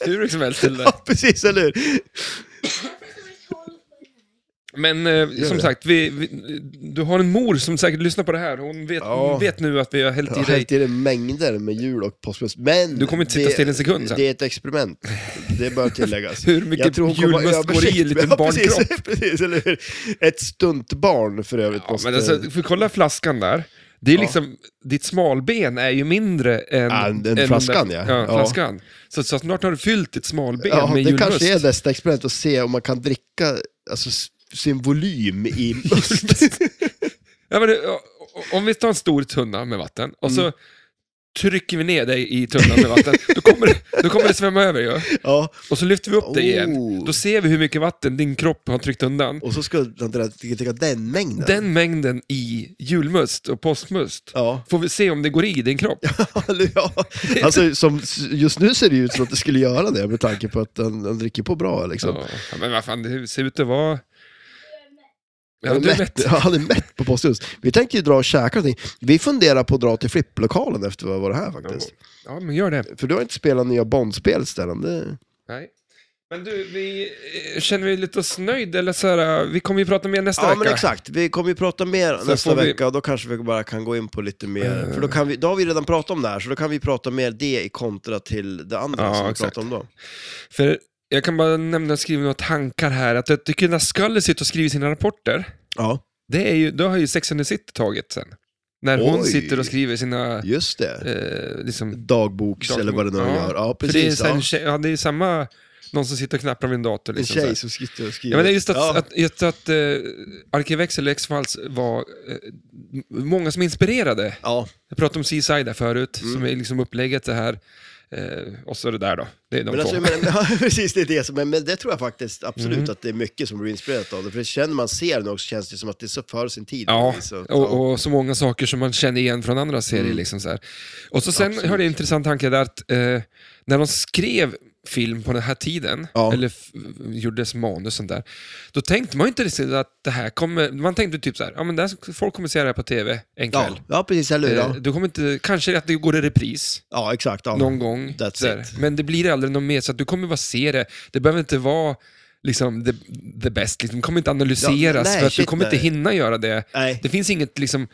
[SPEAKER 1] hur mycket som helst till det.
[SPEAKER 2] Ja, precis, eller hur?
[SPEAKER 3] som är tolv på den här.
[SPEAKER 1] Men eh,
[SPEAKER 2] Gör
[SPEAKER 1] som
[SPEAKER 2] det.
[SPEAKER 1] sagt, vi, vi, du har en mor som säkert lyssnar på det här. Hon vet,
[SPEAKER 2] Ja.
[SPEAKER 1] hon vet nu att vi har hällt
[SPEAKER 2] Jag
[SPEAKER 1] i
[SPEAKER 2] har
[SPEAKER 1] dig.
[SPEAKER 2] hällt i dig mängder med jul och påskmust. Men
[SPEAKER 1] Du kommer inte sitta
[SPEAKER 2] det-
[SPEAKER 1] still en sekund sen.
[SPEAKER 2] Det är ett experiment. Det bör tilläggas.
[SPEAKER 1] Hur mycket
[SPEAKER 2] Jag tror hon kommer
[SPEAKER 1] julmust
[SPEAKER 2] att
[SPEAKER 1] går i en
[SPEAKER 2] översikt-
[SPEAKER 1] liten
[SPEAKER 2] Ja, precis,
[SPEAKER 1] barnkropp?
[SPEAKER 2] Precis, eller hur? Ett stuntbarn för övrigt
[SPEAKER 1] Ja,
[SPEAKER 2] måste...
[SPEAKER 1] men alltså, för kolla flaskan där. Det är
[SPEAKER 2] Ja.
[SPEAKER 1] liksom, ditt smalben är ju mindre än...
[SPEAKER 2] Ja, än
[SPEAKER 1] än
[SPEAKER 2] flaskan,
[SPEAKER 1] den där-
[SPEAKER 2] ja.
[SPEAKER 1] ja.
[SPEAKER 2] Ja.
[SPEAKER 1] flaskan. Så, så snart har du fyllt ditt smalben
[SPEAKER 2] Ja,
[SPEAKER 1] med
[SPEAKER 2] det kanske är
[SPEAKER 1] julmust.
[SPEAKER 2] nästa experiment att se om man kan dricka alltså, s- sin volym i must. Mm.
[SPEAKER 1] Ja, men, det- o- o- om vi tar en stor tunna med vatten och så trycker vi ner dig i tunnan med vatten. Då kommer det, då kommer det svämma över ju.
[SPEAKER 2] Ja,
[SPEAKER 1] Och så lyfter vi upp dig igen.
[SPEAKER 2] Oh.
[SPEAKER 1] Då ser vi hur mycket vatten din kropp har tryckt undan.
[SPEAKER 2] och så ska han inte där- tycka tycka den mängden.
[SPEAKER 1] Den mängden i julmust och påskmust.
[SPEAKER 2] Ja.
[SPEAKER 1] Får vi se om det går i din kropp.
[SPEAKER 2] Eller ja. Alltså, som, just nu ser det ut som att det skulle göra det med tanke på att den, den dricker på bra. Liksom.
[SPEAKER 1] Ja, men vad fan, det ser ut att vara... Ja,
[SPEAKER 2] Han är
[SPEAKER 1] du är
[SPEAKER 2] mätt.
[SPEAKER 1] mätt.
[SPEAKER 2] Ja, han är mätt på posthus. Vi tänker ju dra och käka någonting. Vi funderar på att dra till flipplokalen efter vi har varit här faktiskt.
[SPEAKER 1] Ja, men gör det.
[SPEAKER 2] För du har inte spelat nya Bondspel, Stellan. Det...
[SPEAKER 1] Nej. Men du, vi, eh, känner vi lite oss nöjd eller så här, eh, vi kommer ju prata mer nästa
[SPEAKER 2] Ja,
[SPEAKER 1] vecka.
[SPEAKER 2] men exakt. Vi kommer ju prata mer
[SPEAKER 1] Så
[SPEAKER 2] nästa
[SPEAKER 1] får vi-
[SPEAKER 2] vecka och då kanske vi bara kan gå in på lite mer.
[SPEAKER 1] Eh.
[SPEAKER 2] För då, kan vi, då har vi redan pratat om det här, så då kan vi prata mer det i kontra till det andra
[SPEAKER 1] Ja,
[SPEAKER 2] som vi
[SPEAKER 1] exakt.
[SPEAKER 2] pratade om då.
[SPEAKER 1] För jag kan bara nämna och skriva några tankar här, att jag tycker när Scully sitter och skriver sina rapporter,
[SPEAKER 2] Ja,
[SPEAKER 1] det är ju, då har ju Sex and the City tagit sen. När hon
[SPEAKER 2] Oj.
[SPEAKER 1] sitter och skriver sina,
[SPEAKER 2] just det.
[SPEAKER 1] eh, liksom,
[SPEAKER 2] Dagboks
[SPEAKER 1] Dagbok.
[SPEAKER 2] eller vad det nu
[SPEAKER 1] Ja,
[SPEAKER 2] ja. gör. Ja,
[SPEAKER 1] för det är,
[SPEAKER 2] precis.
[SPEAKER 1] sen,
[SPEAKER 2] Ja.
[SPEAKER 1] tjej- ja, det är samma, någon som sitter och knappar vid en dator.
[SPEAKER 2] En
[SPEAKER 1] Liksom, så här.
[SPEAKER 2] tjej som sitter och skriver.
[SPEAKER 1] Ja, men det är just att,
[SPEAKER 2] Ja.
[SPEAKER 1] att, just att eh, Arkivex eller X-Files var eh, m- många som inspirerade.
[SPEAKER 2] Ja,
[SPEAKER 1] Jag pratade om Seaside där förut,
[SPEAKER 2] Mm.
[SPEAKER 1] som är liksom upplägget det här. Eh, och så det där då. Det är de
[SPEAKER 2] men alltså,
[SPEAKER 1] två.
[SPEAKER 2] jag menar, ja, precis, det är det som, men, men det tror jag faktiskt absolut
[SPEAKER 1] Mm.
[SPEAKER 2] att det är mycket som blir inspirerat av det. För det känner man ser nu också känns det som att det är så för sin tid.
[SPEAKER 1] Ja,
[SPEAKER 2] Så, ja. Mm.
[SPEAKER 1] och, och så många saker som man känner igen från andra serier. Liksom så här. Och så sen
[SPEAKER 2] Absolut.
[SPEAKER 1] hörde jag en intressant tanke där att eh, när de skrev film på den här tiden,
[SPEAKER 2] Ja.
[SPEAKER 1] eller f- gjordes manus sånt där, då tänkte man ju inte riktigt att det här kommer, man tänkte typ så här, ja men det här, folk kommer se det här på tv en kväll.
[SPEAKER 2] ja, ja, precis, eller hur?
[SPEAKER 1] Eh,
[SPEAKER 2] Ja,
[SPEAKER 1] Du kommer inte, kanske att det går i repris
[SPEAKER 2] ja exakt. Ja.
[SPEAKER 1] någon gång.
[SPEAKER 2] That's
[SPEAKER 1] sådär.
[SPEAKER 2] it.
[SPEAKER 1] Men det blir aldrig något mer, så att du kommer bara se det. Det behöver inte vara liksom the, the best, liksom. det kommer inte
[SPEAKER 2] Ja,
[SPEAKER 1] analyseras
[SPEAKER 2] nej,
[SPEAKER 1] för att du
[SPEAKER 2] shit,
[SPEAKER 1] kommer
[SPEAKER 2] nej.
[SPEAKER 1] inte hinna göra det.
[SPEAKER 2] Nej,
[SPEAKER 1] Det finns inget liksom,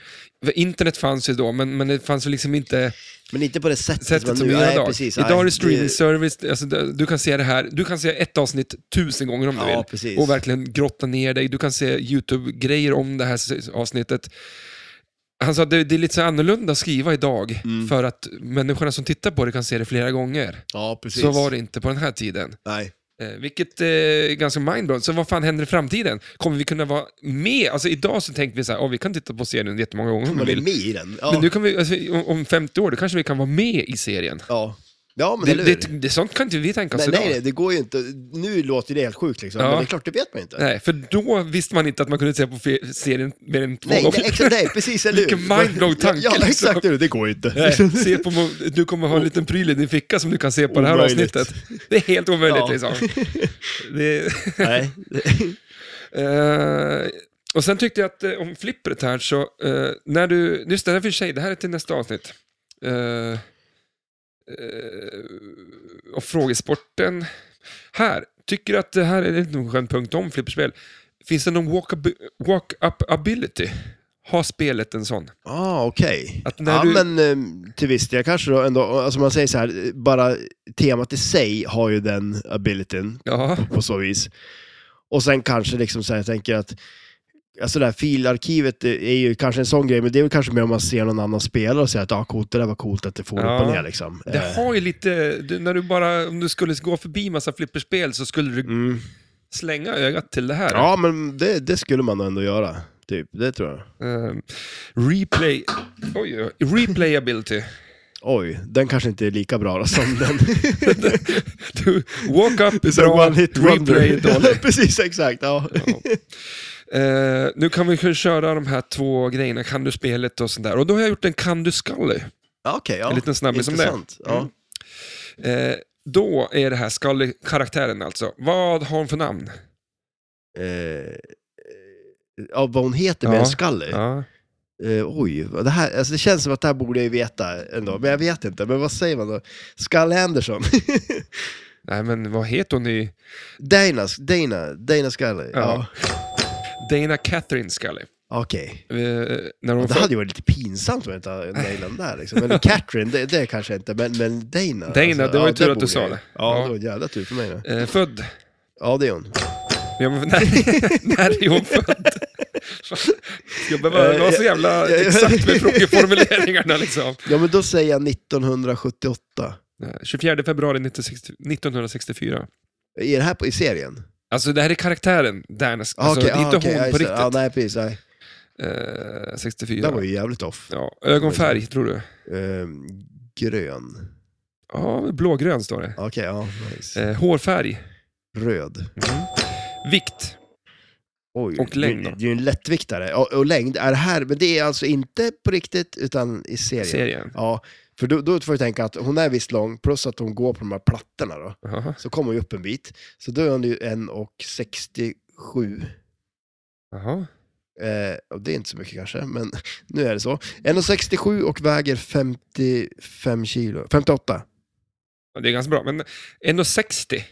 [SPEAKER 1] internet fanns ju då, men, men det fanns ju liksom inte
[SPEAKER 2] men inte på det sättet,
[SPEAKER 1] sättet som
[SPEAKER 2] nu-
[SPEAKER 1] vi gör
[SPEAKER 2] nej,
[SPEAKER 1] idag.
[SPEAKER 2] Alltså, precis,
[SPEAKER 1] idag
[SPEAKER 2] nej,
[SPEAKER 1] är det streaming service, alltså, du du kan se det här, du kan se ett avsnitt tusen gånger om du
[SPEAKER 2] Ja,
[SPEAKER 1] vill.
[SPEAKER 2] precis.
[SPEAKER 1] Och verkligen grotta ner dig, du kan se YouTube-grejer om det här s- avsnittet. Han sa att det, det är lite så annorlunda att skriva idag,
[SPEAKER 2] Mm.
[SPEAKER 1] för att människorna som tittar på det kan se det flera gånger.
[SPEAKER 2] Ja, precis.
[SPEAKER 1] Så var det inte på den här tiden.
[SPEAKER 2] Nej.
[SPEAKER 1] Eh, vilket eh, är ganska mindblowing. Så vad fan händer i framtiden? Kommer vi kunna vara med? Alltså idag så tänker vi så här, "Åh, vi kan titta på serien jättemånga gånger om vi
[SPEAKER 2] Man är
[SPEAKER 1] vill.
[SPEAKER 2] med i den. Ja,
[SPEAKER 1] Mm. Men nu kan vi, alltså, om- om 50 år, då kanske vi kan vara med i serien.
[SPEAKER 2] ja. ja men
[SPEAKER 1] Det,
[SPEAKER 2] eller hur?
[SPEAKER 1] det, det, sånt kan inte vi tänka oss
[SPEAKER 2] Men
[SPEAKER 1] idag.
[SPEAKER 2] nej, nej, det går ju inte. Nu låter det helt sjukt liksom,
[SPEAKER 1] Ja.
[SPEAKER 2] men det är klart, det vet man inte.
[SPEAKER 1] Nej, för då visste man inte att man kunde se på fe- serien mer än två
[SPEAKER 2] nej,
[SPEAKER 1] gånger.
[SPEAKER 2] nej, exakt, nej precis, eller hur?
[SPEAKER 1] Vilken mindblowing tanke,
[SPEAKER 2] Ja,
[SPEAKER 1] liksom.
[SPEAKER 2] exakt, eller hur? det går ju inte.
[SPEAKER 1] Nej, se på, mo- du kommer ha en liten pryl i din ficka som du kan se på det här
[SPEAKER 2] Omöjligt.
[SPEAKER 1] avsnittet. Det är helt omöjligt
[SPEAKER 2] Ja.
[SPEAKER 1] liksom. Det,
[SPEAKER 2] Nej.
[SPEAKER 1] Eh, och sen tyckte jag att eh, om flippret här så, eh, när du, just det här är för sig, det här är till nästa avsnitt. Eh, eh, och frågesporten. Här, tycker du att det här är en skön punkt om flipperspel? Finns det någon walk-up walk ability? Har spelet en sån?
[SPEAKER 2] Ah, okej.
[SPEAKER 1] Att när
[SPEAKER 2] Ja,
[SPEAKER 1] du-
[SPEAKER 2] men eh, till viss del kanske då ändå, alltså man säger så här, eh, bara temat i sig har ju den abilityn
[SPEAKER 1] Ja,
[SPEAKER 2] på så vis. Och sen kanske liksom så här, jag tänker att, alltså det här filarkivet är är ju kanske en sån grej, men det är väl kanske mer om man ser någon annan spelare och säger att ah, coolt, det där var coolt att det får
[SPEAKER 1] Ja.
[SPEAKER 2] upp och ner liksom.
[SPEAKER 1] det
[SPEAKER 2] Eh,
[SPEAKER 1] har ju lite, du, när du bara, om du skulle gå förbi massa flipperspel så skulle du
[SPEAKER 2] mm.
[SPEAKER 1] slänga ögat till det här.
[SPEAKER 2] Ja, men det, det skulle man nog ändå göra, typ. Det tror jag.
[SPEAKER 1] Eh, replay... Oj, oj, oj. replayability.
[SPEAKER 2] Oj, den kanske inte är lika bra då som den.
[SPEAKER 1] Du, walk up
[SPEAKER 2] Det är så
[SPEAKER 1] bra,
[SPEAKER 2] one hit wonder.
[SPEAKER 1] replay är dålig.
[SPEAKER 2] Precis, exakt. Ja.
[SPEAKER 1] Eh, nu kan vi ju köra de här två grejerna, kan du spelet och sånt där. Och då har jag gjort en kan du Scully.
[SPEAKER 2] Ja, Okej, ja.
[SPEAKER 1] En liten snabbis om det.
[SPEAKER 2] Intressant. Ja.
[SPEAKER 1] Mm. Eh, då är det här Scully-karaktären alltså. Vad har hon för namn?
[SPEAKER 2] Eh, eh, ja, vad hon heter med
[SPEAKER 1] Mm. Ja.
[SPEAKER 2] en skalle.
[SPEAKER 1] Ja.
[SPEAKER 2] Eh, oj, vad det, här, alltså det känns som att det här borde jag ju veta ändå, men jag vet inte. Men vad säger man då? Skall Henderson?
[SPEAKER 1] Nej, men vad heter hon i...
[SPEAKER 2] Dana, Dana, Dana Scully.
[SPEAKER 1] Ja.
[SPEAKER 2] Ja.
[SPEAKER 1] Dana Catherine Scully.
[SPEAKER 2] Okej.
[SPEAKER 1] Eh, när hon
[SPEAKER 2] Det
[SPEAKER 1] får-
[SPEAKER 2] hade ju varit lite pinsamt om jag inte hade nailat där liksom. Eller Catherine, det, det kanske jag inte, men, men Dana.
[SPEAKER 1] Dana, det var ju tur att du
[SPEAKER 2] borde
[SPEAKER 1] sa
[SPEAKER 2] jag ju.
[SPEAKER 1] det.
[SPEAKER 2] Ja,
[SPEAKER 1] Ja.
[SPEAKER 2] det var en jävla tur för mig. Då.
[SPEAKER 1] eh, född.
[SPEAKER 2] Ja, det är hon.
[SPEAKER 1] Ja, men, när, när är hon född? Jag behöver vara så jävla
[SPEAKER 2] Eh,
[SPEAKER 1] exakt med frågeformuleringarna liksom.
[SPEAKER 2] Ja, men då säger jag 1978.
[SPEAKER 1] Nej, 24 februari 1960 1964.
[SPEAKER 2] Är det här på, i serien?
[SPEAKER 1] Alltså det här är karaktären Danas,
[SPEAKER 2] Ah,
[SPEAKER 1] alltså
[SPEAKER 2] okej,
[SPEAKER 1] det är
[SPEAKER 2] ah,
[SPEAKER 1] inte
[SPEAKER 2] okej, ja,
[SPEAKER 1] hon på
[SPEAKER 2] just det.
[SPEAKER 1] riktigt.
[SPEAKER 2] Ja, nej, precis. Nej.
[SPEAKER 1] Eh,
[SPEAKER 2] Det
[SPEAKER 1] 64.
[SPEAKER 2] var ju jävligt off.
[SPEAKER 1] Ja, ögonfärg tror du?
[SPEAKER 2] Ehm, grön. Ah,
[SPEAKER 1] Ja, blågrön står det.
[SPEAKER 2] Okej, ja. Nice.
[SPEAKER 1] Eh, hårfärg,
[SPEAKER 2] Röd.
[SPEAKER 1] vikt.
[SPEAKER 2] Oj,
[SPEAKER 1] Och längd
[SPEAKER 2] Det,
[SPEAKER 1] då?
[SPEAKER 2] det är ju en lättviktare. Och, och längd är här, men det är alltså inte på riktigt, utan i serien.
[SPEAKER 1] Serien.
[SPEAKER 2] Ja, för då, då får du tänka att hon är visst lång, plus att hon går på de här plattorna då.
[SPEAKER 1] Aha,
[SPEAKER 2] Så kommer hon ju upp en bit. Så då är hon ju 1,67.
[SPEAKER 1] aha.
[SPEAKER 2] Eh, och det är inte så mycket kanske, men nu är det så. 1,67 och väger 55 kilo. 58?
[SPEAKER 1] Ja, Det är ganska bra, men 1,60.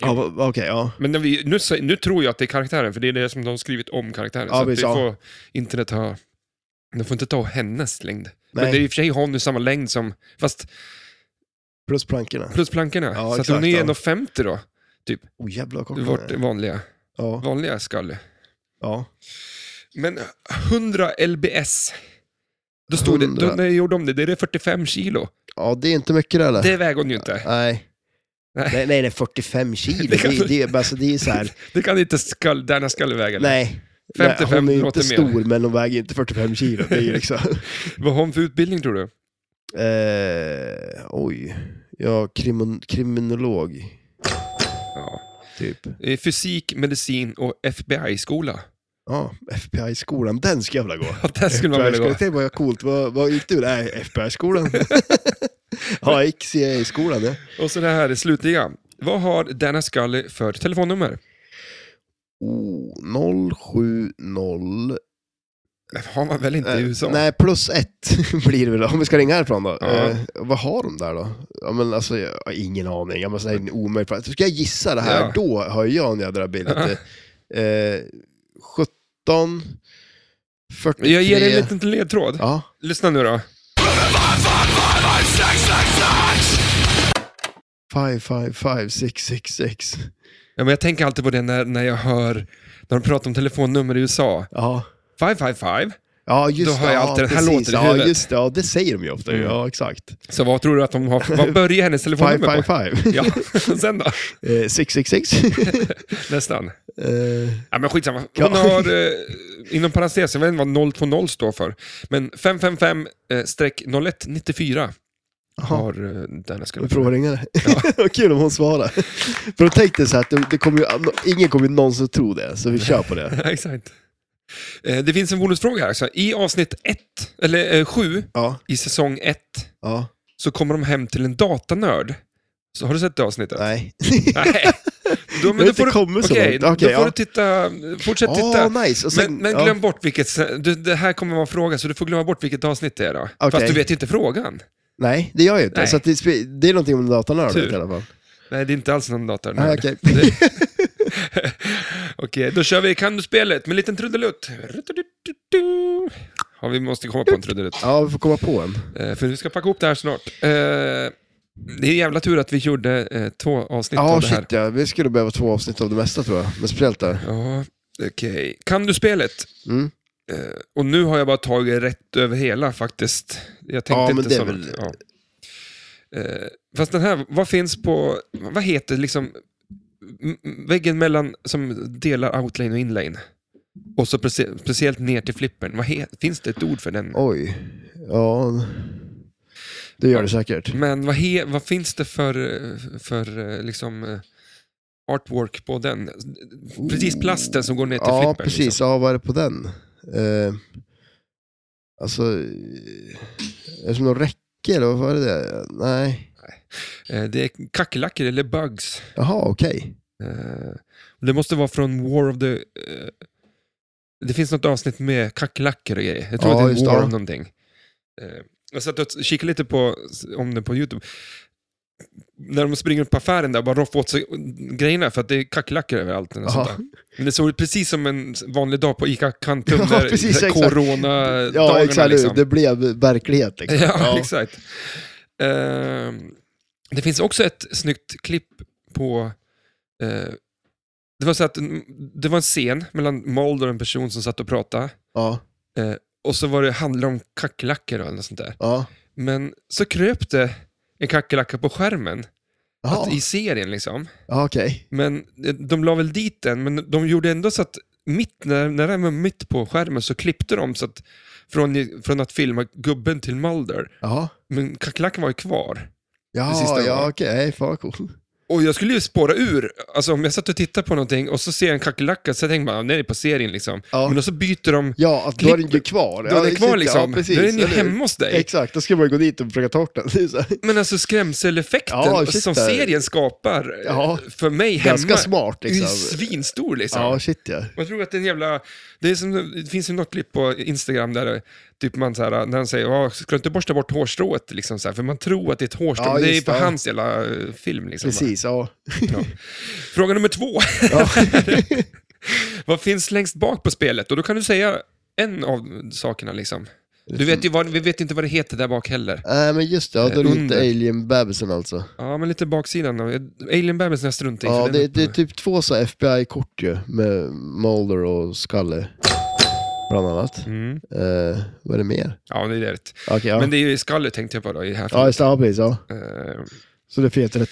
[SPEAKER 2] Ja, va- va- okej, ja.
[SPEAKER 1] Men när vi, nu, sä- nu tror jag att det är karaktären, för det är det som de har skrivit om karaktären.
[SPEAKER 2] Ja,
[SPEAKER 1] så att
[SPEAKER 2] visst,
[SPEAKER 1] vi
[SPEAKER 2] ja.
[SPEAKER 1] får internet ta... De får inte ta hennes längd. Men
[SPEAKER 2] Nej.
[SPEAKER 1] det är i och för sig har hon nu samma längd som... Fast
[SPEAKER 2] Plus plankorna.
[SPEAKER 1] plus plankorna.
[SPEAKER 2] Ja,
[SPEAKER 1] så att
[SPEAKER 2] exakt,
[SPEAKER 1] hon är
[SPEAKER 2] ja.
[SPEAKER 1] 1,50 då.
[SPEAKER 2] Oh, jävlar vad kort hon
[SPEAKER 1] Vårt
[SPEAKER 2] är.
[SPEAKER 1] vanliga,
[SPEAKER 2] Ja,
[SPEAKER 1] vanliga skalle.
[SPEAKER 2] ja.
[SPEAKER 1] Men 100 LBS. Då stod det, då,
[SPEAKER 2] 100.
[SPEAKER 1] när jag gjorde om det, det är 45 kilo.
[SPEAKER 2] ja, det är inte mycket det eller?
[SPEAKER 1] Det väger hon ju inte.
[SPEAKER 2] Nej.
[SPEAKER 1] Nej.
[SPEAKER 2] Nej, nej, nej, 45 kilo.
[SPEAKER 1] Det
[SPEAKER 2] det,
[SPEAKER 1] kan-
[SPEAKER 2] det, det, alltså, det är så här,
[SPEAKER 1] Det kan inte skall, denna skalle väga. eller?
[SPEAKER 2] nej.
[SPEAKER 1] 55
[SPEAKER 2] nej, hon är ju
[SPEAKER 1] låter
[SPEAKER 2] inte
[SPEAKER 1] mer.
[SPEAKER 2] stor, men hon väger ju inte 45 kilo. Det är ju liksom...
[SPEAKER 1] Vad har hon för utbildning tror du?
[SPEAKER 2] eh, oj. Ja, krimon, kriminolog,
[SPEAKER 1] Ja.
[SPEAKER 2] typ.
[SPEAKER 1] Eh, Fysik, medicin och FBI-skola.
[SPEAKER 2] Ja, FBI-skolan, den ska jag vilja gå.
[SPEAKER 1] Ja, där skulle man vilja gå.
[SPEAKER 2] FBI-skolan, tänk vad coolt. Vad, vad gick du? Nej, FBI-skolan. ja, jag gick CIA-skolan, ja.
[SPEAKER 1] Och så det här är slutliga. Vad har Dana Scully för telefonnummer?
[SPEAKER 2] Oh, 070...
[SPEAKER 1] Det har man väl inte i
[SPEAKER 2] Eh,
[SPEAKER 1] USA?
[SPEAKER 2] Nej, plus ett blir det väl om vi ska ringa härifrån då.
[SPEAKER 1] Ja.
[SPEAKER 2] Eh, vad har de där då? Ja, men alltså, jag har ingen aning. Jag måste säga, det är en omöjlig fråga. Ska jag gissa det här,
[SPEAKER 1] Ja.
[SPEAKER 2] då har jag en jädra bild. att det- Eh, 17, 43...
[SPEAKER 1] Jag ger dig en liten ledtråd.
[SPEAKER 2] Ja,
[SPEAKER 1] Lyssna nu då.
[SPEAKER 2] 555666.
[SPEAKER 1] Ja, men jag tänker alltid på det när, när jag hör när de pratar om telefonnummer i USA.
[SPEAKER 2] Ja.
[SPEAKER 1] 555.
[SPEAKER 2] Ja,
[SPEAKER 1] Då
[SPEAKER 2] just det.
[SPEAKER 1] har jag
[SPEAKER 2] ja,
[SPEAKER 1] alltid den här
[SPEAKER 2] precis.
[SPEAKER 1] låten i
[SPEAKER 2] Ja,
[SPEAKER 1] huvudet.
[SPEAKER 2] just det. Ja, det säger de ju ofta.
[SPEAKER 1] Mm.
[SPEAKER 2] Ja, exakt.
[SPEAKER 1] Så vad tror du att de har för... Vad börjar hennes telefonnummer på?
[SPEAKER 2] 555.
[SPEAKER 1] Ja, sen då?
[SPEAKER 2] Eh, 666.
[SPEAKER 1] Nästan.
[SPEAKER 2] Eh,
[SPEAKER 1] Ja, men skitsamma. Hon
[SPEAKER 2] Ja.
[SPEAKER 1] har, eh, inom parentes, jag vet inte vad 020 står för, men eh, 555-0194
[SPEAKER 2] jaha.
[SPEAKER 1] har eh, Dana Scully.
[SPEAKER 2] Vi provar ringa det. Vad kul om hon svarar. För då tänkte jag så här att det, det kommer ju, ingen kommer ju någonsin att tro det, så vi kör på det.
[SPEAKER 1] Ja, Exakt. Eh, Det finns en bonusfråga här. Så I avsnitt 1, eller 7,
[SPEAKER 2] Ja,
[SPEAKER 1] i säsong 1,
[SPEAKER 2] ja,
[SPEAKER 1] så kommer de hem till en datanörd. Så har du sett det avsnitet?
[SPEAKER 2] nej.
[SPEAKER 1] Nej. Då,
[SPEAKER 2] Jag har
[SPEAKER 1] då
[SPEAKER 2] inte
[SPEAKER 1] får du,
[SPEAKER 2] kommit så
[SPEAKER 1] okej,
[SPEAKER 2] långt.
[SPEAKER 1] då
[SPEAKER 2] Okej,
[SPEAKER 1] får
[SPEAKER 2] ja.
[SPEAKER 1] du titta, fortsätt titta.
[SPEAKER 2] Åh, nice. Och sen,
[SPEAKER 1] men, men glöm bort vilket, se- du, det här kommer vara en fråga, så du får glömma bort vilket avsnitt det är då. Fast
[SPEAKER 2] Okej.
[SPEAKER 1] du vet ju inte frågan.
[SPEAKER 2] Nej, det gör jag ju inte.
[SPEAKER 1] Nej.
[SPEAKER 2] Så att det, spe- det är någonting om datanörd
[SPEAKER 1] Tur.
[SPEAKER 2] i alla fall.
[SPEAKER 1] Nej, det är inte alls någon datanörd.
[SPEAKER 2] Ah, okej.
[SPEAKER 1] Okej, då kör vi Kan du spelet med en liten trudelutt. Ja, vi måste komma på en trudelutt.
[SPEAKER 2] Ja, vi får komma på en.
[SPEAKER 1] Eh, För vi ska packa ihop det här snart. Eh, Det är jävla tur att vi gjorde eh, två avsnitt
[SPEAKER 2] Ja,
[SPEAKER 1] av det här.
[SPEAKER 2] shit ja. Vi skulle behöva två avsnitt av det mesta tror jag. Men speciellt där.
[SPEAKER 1] Ja, okej. Kan du spelet?
[SPEAKER 2] Mm.
[SPEAKER 1] Eh, Och nu har jag bara tagit rätt över hela faktiskt. Jag tänkte
[SPEAKER 2] Ja, men
[SPEAKER 1] inte
[SPEAKER 2] det är
[SPEAKER 1] så.
[SPEAKER 2] väl-
[SPEAKER 1] Ja. Eh, Fast den här, vad finns på, vad heter liksom m- m- väggen mellan, som delar outlane och inlane? Och så prece- speciellt ner till flippern. Vad he- finns det ett ord för den?
[SPEAKER 2] Oj. Ja. Det gör det säkert.
[SPEAKER 1] Men vad, he, vad finns det för, eh, för eh, liksom, eh, artwork på den? Precis plasten som går ner till
[SPEAKER 2] Ja,
[SPEAKER 1] flippern.
[SPEAKER 2] precis.
[SPEAKER 1] Liksom.
[SPEAKER 2] Ja, vad är det på den? Eh, alltså, eh, är det som någon räcke eller vad är det? Nej.
[SPEAKER 1] Eh, Det är kackerlackor eller bugs.
[SPEAKER 2] Jaha, okej.
[SPEAKER 1] Eh, Det måste vara från War of the... eh, Det finns något avsnitt med kackerlackor och grejer. Jag tror
[SPEAKER 2] Ja,
[SPEAKER 1] att det
[SPEAKER 2] just
[SPEAKER 1] är
[SPEAKER 2] det,
[SPEAKER 1] War
[SPEAKER 2] ja.
[SPEAKER 1] of någonting. Eh, Jag satt och kikade lite på, om det på YouTube. När de springer upp på affären där och bara roffar åt sig grejerna för att det är kackerlackor överallt. Och sånt
[SPEAKER 2] Ja.
[SPEAKER 1] där. Men det såg ut precis som en vanlig dag på ICA-kantum
[SPEAKER 2] Ja,
[SPEAKER 1] där
[SPEAKER 2] precis,
[SPEAKER 1] där
[SPEAKER 2] exakt.
[SPEAKER 1] corona-dagarna.
[SPEAKER 2] Ja, exakt.
[SPEAKER 1] liksom.
[SPEAKER 2] Det blev verklighet liksom.
[SPEAKER 1] ja, exakt. Ehm, det finns också ett snyggt klipp på... eh, det var så att det var en scen mellan Mulder och en person som satt och pratade.
[SPEAKER 2] ja,
[SPEAKER 1] eh, och så var det, handlade det om kackerlackor och något sånt där.
[SPEAKER 2] ja.
[SPEAKER 1] Men så kröp det en kackerlacka på skärmen
[SPEAKER 2] Jaha,
[SPEAKER 1] att, i serien liksom.
[SPEAKER 2] ja, okej.
[SPEAKER 1] Men eh, de la väl dit den, men de gjorde ändå så att mitt, när, när den var mitt på skärmen så klippte de så att, från, från att filma gubben till Mulder.
[SPEAKER 2] Jaha.
[SPEAKER 1] Men kackerlackan var ju kvar. Det
[SPEAKER 2] Ja,
[SPEAKER 1] sista
[SPEAKER 2] ja
[SPEAKER 1] var-
[SPEAKER 2] okej. Okay. Fan vad cool.
[SPEAKER 1] Och jag skulle ju spåra ur, alltså om jag satt och tittade på någonting och så ser jag en kackerlacka så tänker man, "Ah, den är på serien liksom.
[SPEAKER 2] Ja.
[SPEAKER 1] Men då så byter de,
[SPEAKER 2] Ja, att då är den ju kvar.
[SPEAKER 1] då är den
[SPEAKER 2] Ja,
[SPEAKER 1] kvar
[SPEAKER 2] exakt.
[SPEAKER 1] liksom.
[SPEAKER 2] Ja, precis.
[SPEAKER 1] då är den ju
[SPEAKER 2] Eller hur?
[SPEAKER 1] hemma hos dig.
[SPEAKER 2] Exakt, då ska man gå dit och försöka ta bort den. Det är så här,
[SPEAKER 1] Men alltså skrämseleffekten
[SPEAKER 2] Ja, shit,
[SPEAKER 1] som
[SPEAKER 2] där.
[SPEAKER 1] serien skapar
[SPEAKER 2] Ja.
[SPEAKER 1] eh, för mig hemma
[SPEAKER 2] Ganska smart
[SPEAKER 1] är ju
[SPEAKER 2] liksom.
[SPEAKER 1] svinstor liksom.
[SPEAKER 2] Ja, shit ja.
[SPEAKER 1] Man tror att det är en jävla... Det, är som, det finns ju något klipp på Instagram där det- typ man så här, när han säger "Ja, “ska du inte borsta bort hårstrået?” liksom så här, för man tror att det är ett hårstrå,
[SPEAKER 2] Ja,
[SPEAKER 1] men det är ju
[SPEAKER 2] just
[SPEAKER 1] på
[SPEAKER 2] det.
[SPEAKER 1] hans jävla eh, film. Liksom.
[SPEAKER 2] Precis, ja.
[SPEAKER 1] Ja. Fråga nummer två.
[SPEAKER 2] Ja.
[SPEAKER 1] Vad finns längst bak på spelet? Och då kan du säga en av sakerna. Liksom. Du vet ju vad, vi vet inte vad det heter där bak heller.
[SPEAKER 2] Nej, men just det. Ja, då är det
[SPEAKER 1] Eh, Under.
[SPEAKER 2] inte Alien-bebisen alltså.
[SPEAKER 1] Ja, men lite baksidan. av- Alien Babelsen jag struntar i.
[SPEAKER 2] Ja,
[SPEAKER 1] för den
[SPEAKER 2] det,
[SPEAKER 1] är
[SPEAKER 2] det är
[SPEAKER 1] uppe.
[SPEAKER 2] typ två så här FBI-kort ju, med Mulder och Scully. Bland annat.
[SPEAKER 1] Mm.
[SPEAKER 2] Eh, vad är det mer?
[SPEAKER 1] Ja, det är rätt.
[SPEAKER 2] Okej, ja.
[SPEAKER 1] Men det är ju skallet tänkte jag på då, i det här
[SPEAKER 2] Ja,
[SPEAKER 1] fallet.
[SPEAKER 2] just det. Ja, precis. Ja.
[SPEAKER 1] Eh,
[SPEAKER 2] Så det får jag inte rätt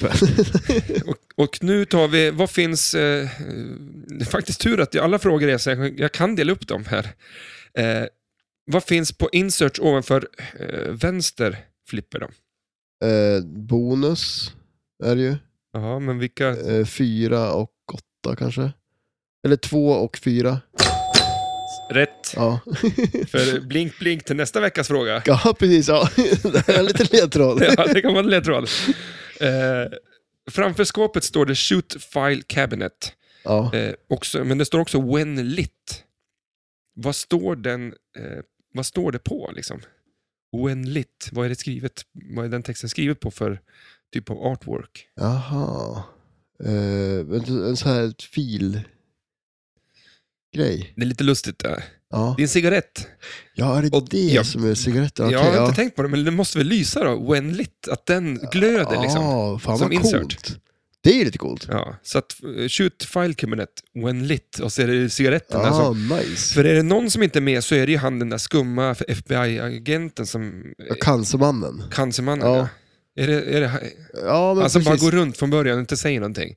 [SPEAKER 2] på.
[SPEAKER 1] Och, och nu tar vi, vad finns, eh, eh, det är faktiskt tur att alla frågor är så jag, jag kan dela upp dem här. Eh, vad finns på insert ovanför eh, vänster flipper då?
[SPEAKER 2] eh, bonus är det ju.
[SPEAKER 1] Ja, men vilka,
[SPEAKER 2] Eh, fyra och åtta kanske. Eller två och fyra.
[SPEAKER 1] rätt.
[SPEAKER 2] Ja,
[SPEAKER 1] För blink blink till nästa veckas fråga.
[SPEAKER 2] ja precis. Ja. det här är en liten ledtråd.
[SPEAKER 1] Ja, det kan vara en ledtråd. Eh, framför skåpet står det shoot file cabinet.
[SPEAKER 2] Ja.
[SPEAKER 1] Eh, också, men det står också when lit. Vad står, den, eh, vad står det på? Liksom? When lit, vad är det skrivet? Vad är den texten skriven på för typ av artwork?
[SPEAKER 2] Jaha. Eh, vänta, en sån här filgrej.
[SPEAKER 1] Det är lite lustigt. Där.
[SPEAKER 2] Ja.
[SPEAKER 1] Det är en cigarett.
[SPEAKER 2] ja, är det
[SPEAKER 1] och-
[SPEAKER 2] det
[SPEAKER 1] ja.
[SPEAKER 2] som är cigaretten?
[SPEAKER 1] jag
[SPEAKER 2] Okej,
[SPEAKER 1] har
[SPEAKER 2] ja.
[SPEAKER 1] inte tänkt på det, men det måste väl lysa då? When lit, att den glöder. Liksom.
[SPEAKER 2] Ja, fan
[SPEAKER 1] Som
[SPEAKER 2] vad
[SPEAKER 1] insert.
[SPEAKER 2] coolt. Det är ju lite coolt.
[SPEAKER 1] Ja, så att, eh, shoot file cabinet, when lit, och så är det cigaretten. där som-
[SPEAKER 2] Ah, nice.
[SPEAKER 1] alltså, För är det någon som inte är med så är det ju han den där skumma FBI-agenten som... eh,
[SPEAKER 2] Ja, Cancermannen.
[SPEAKER 1] Cancermannen.
[SPEAKER 2] Ja.
[SPEAKER 1] ja. Är det, är det,
[SPEAKER 2] Ja,
[SPEAKER 1] Han
[SPEAKER 2] men
[SPEAKER 1] som Alltså, bara
[SPEAKER 2] precis.
[SPEAKER 1] går runt från början och inte säger någonting.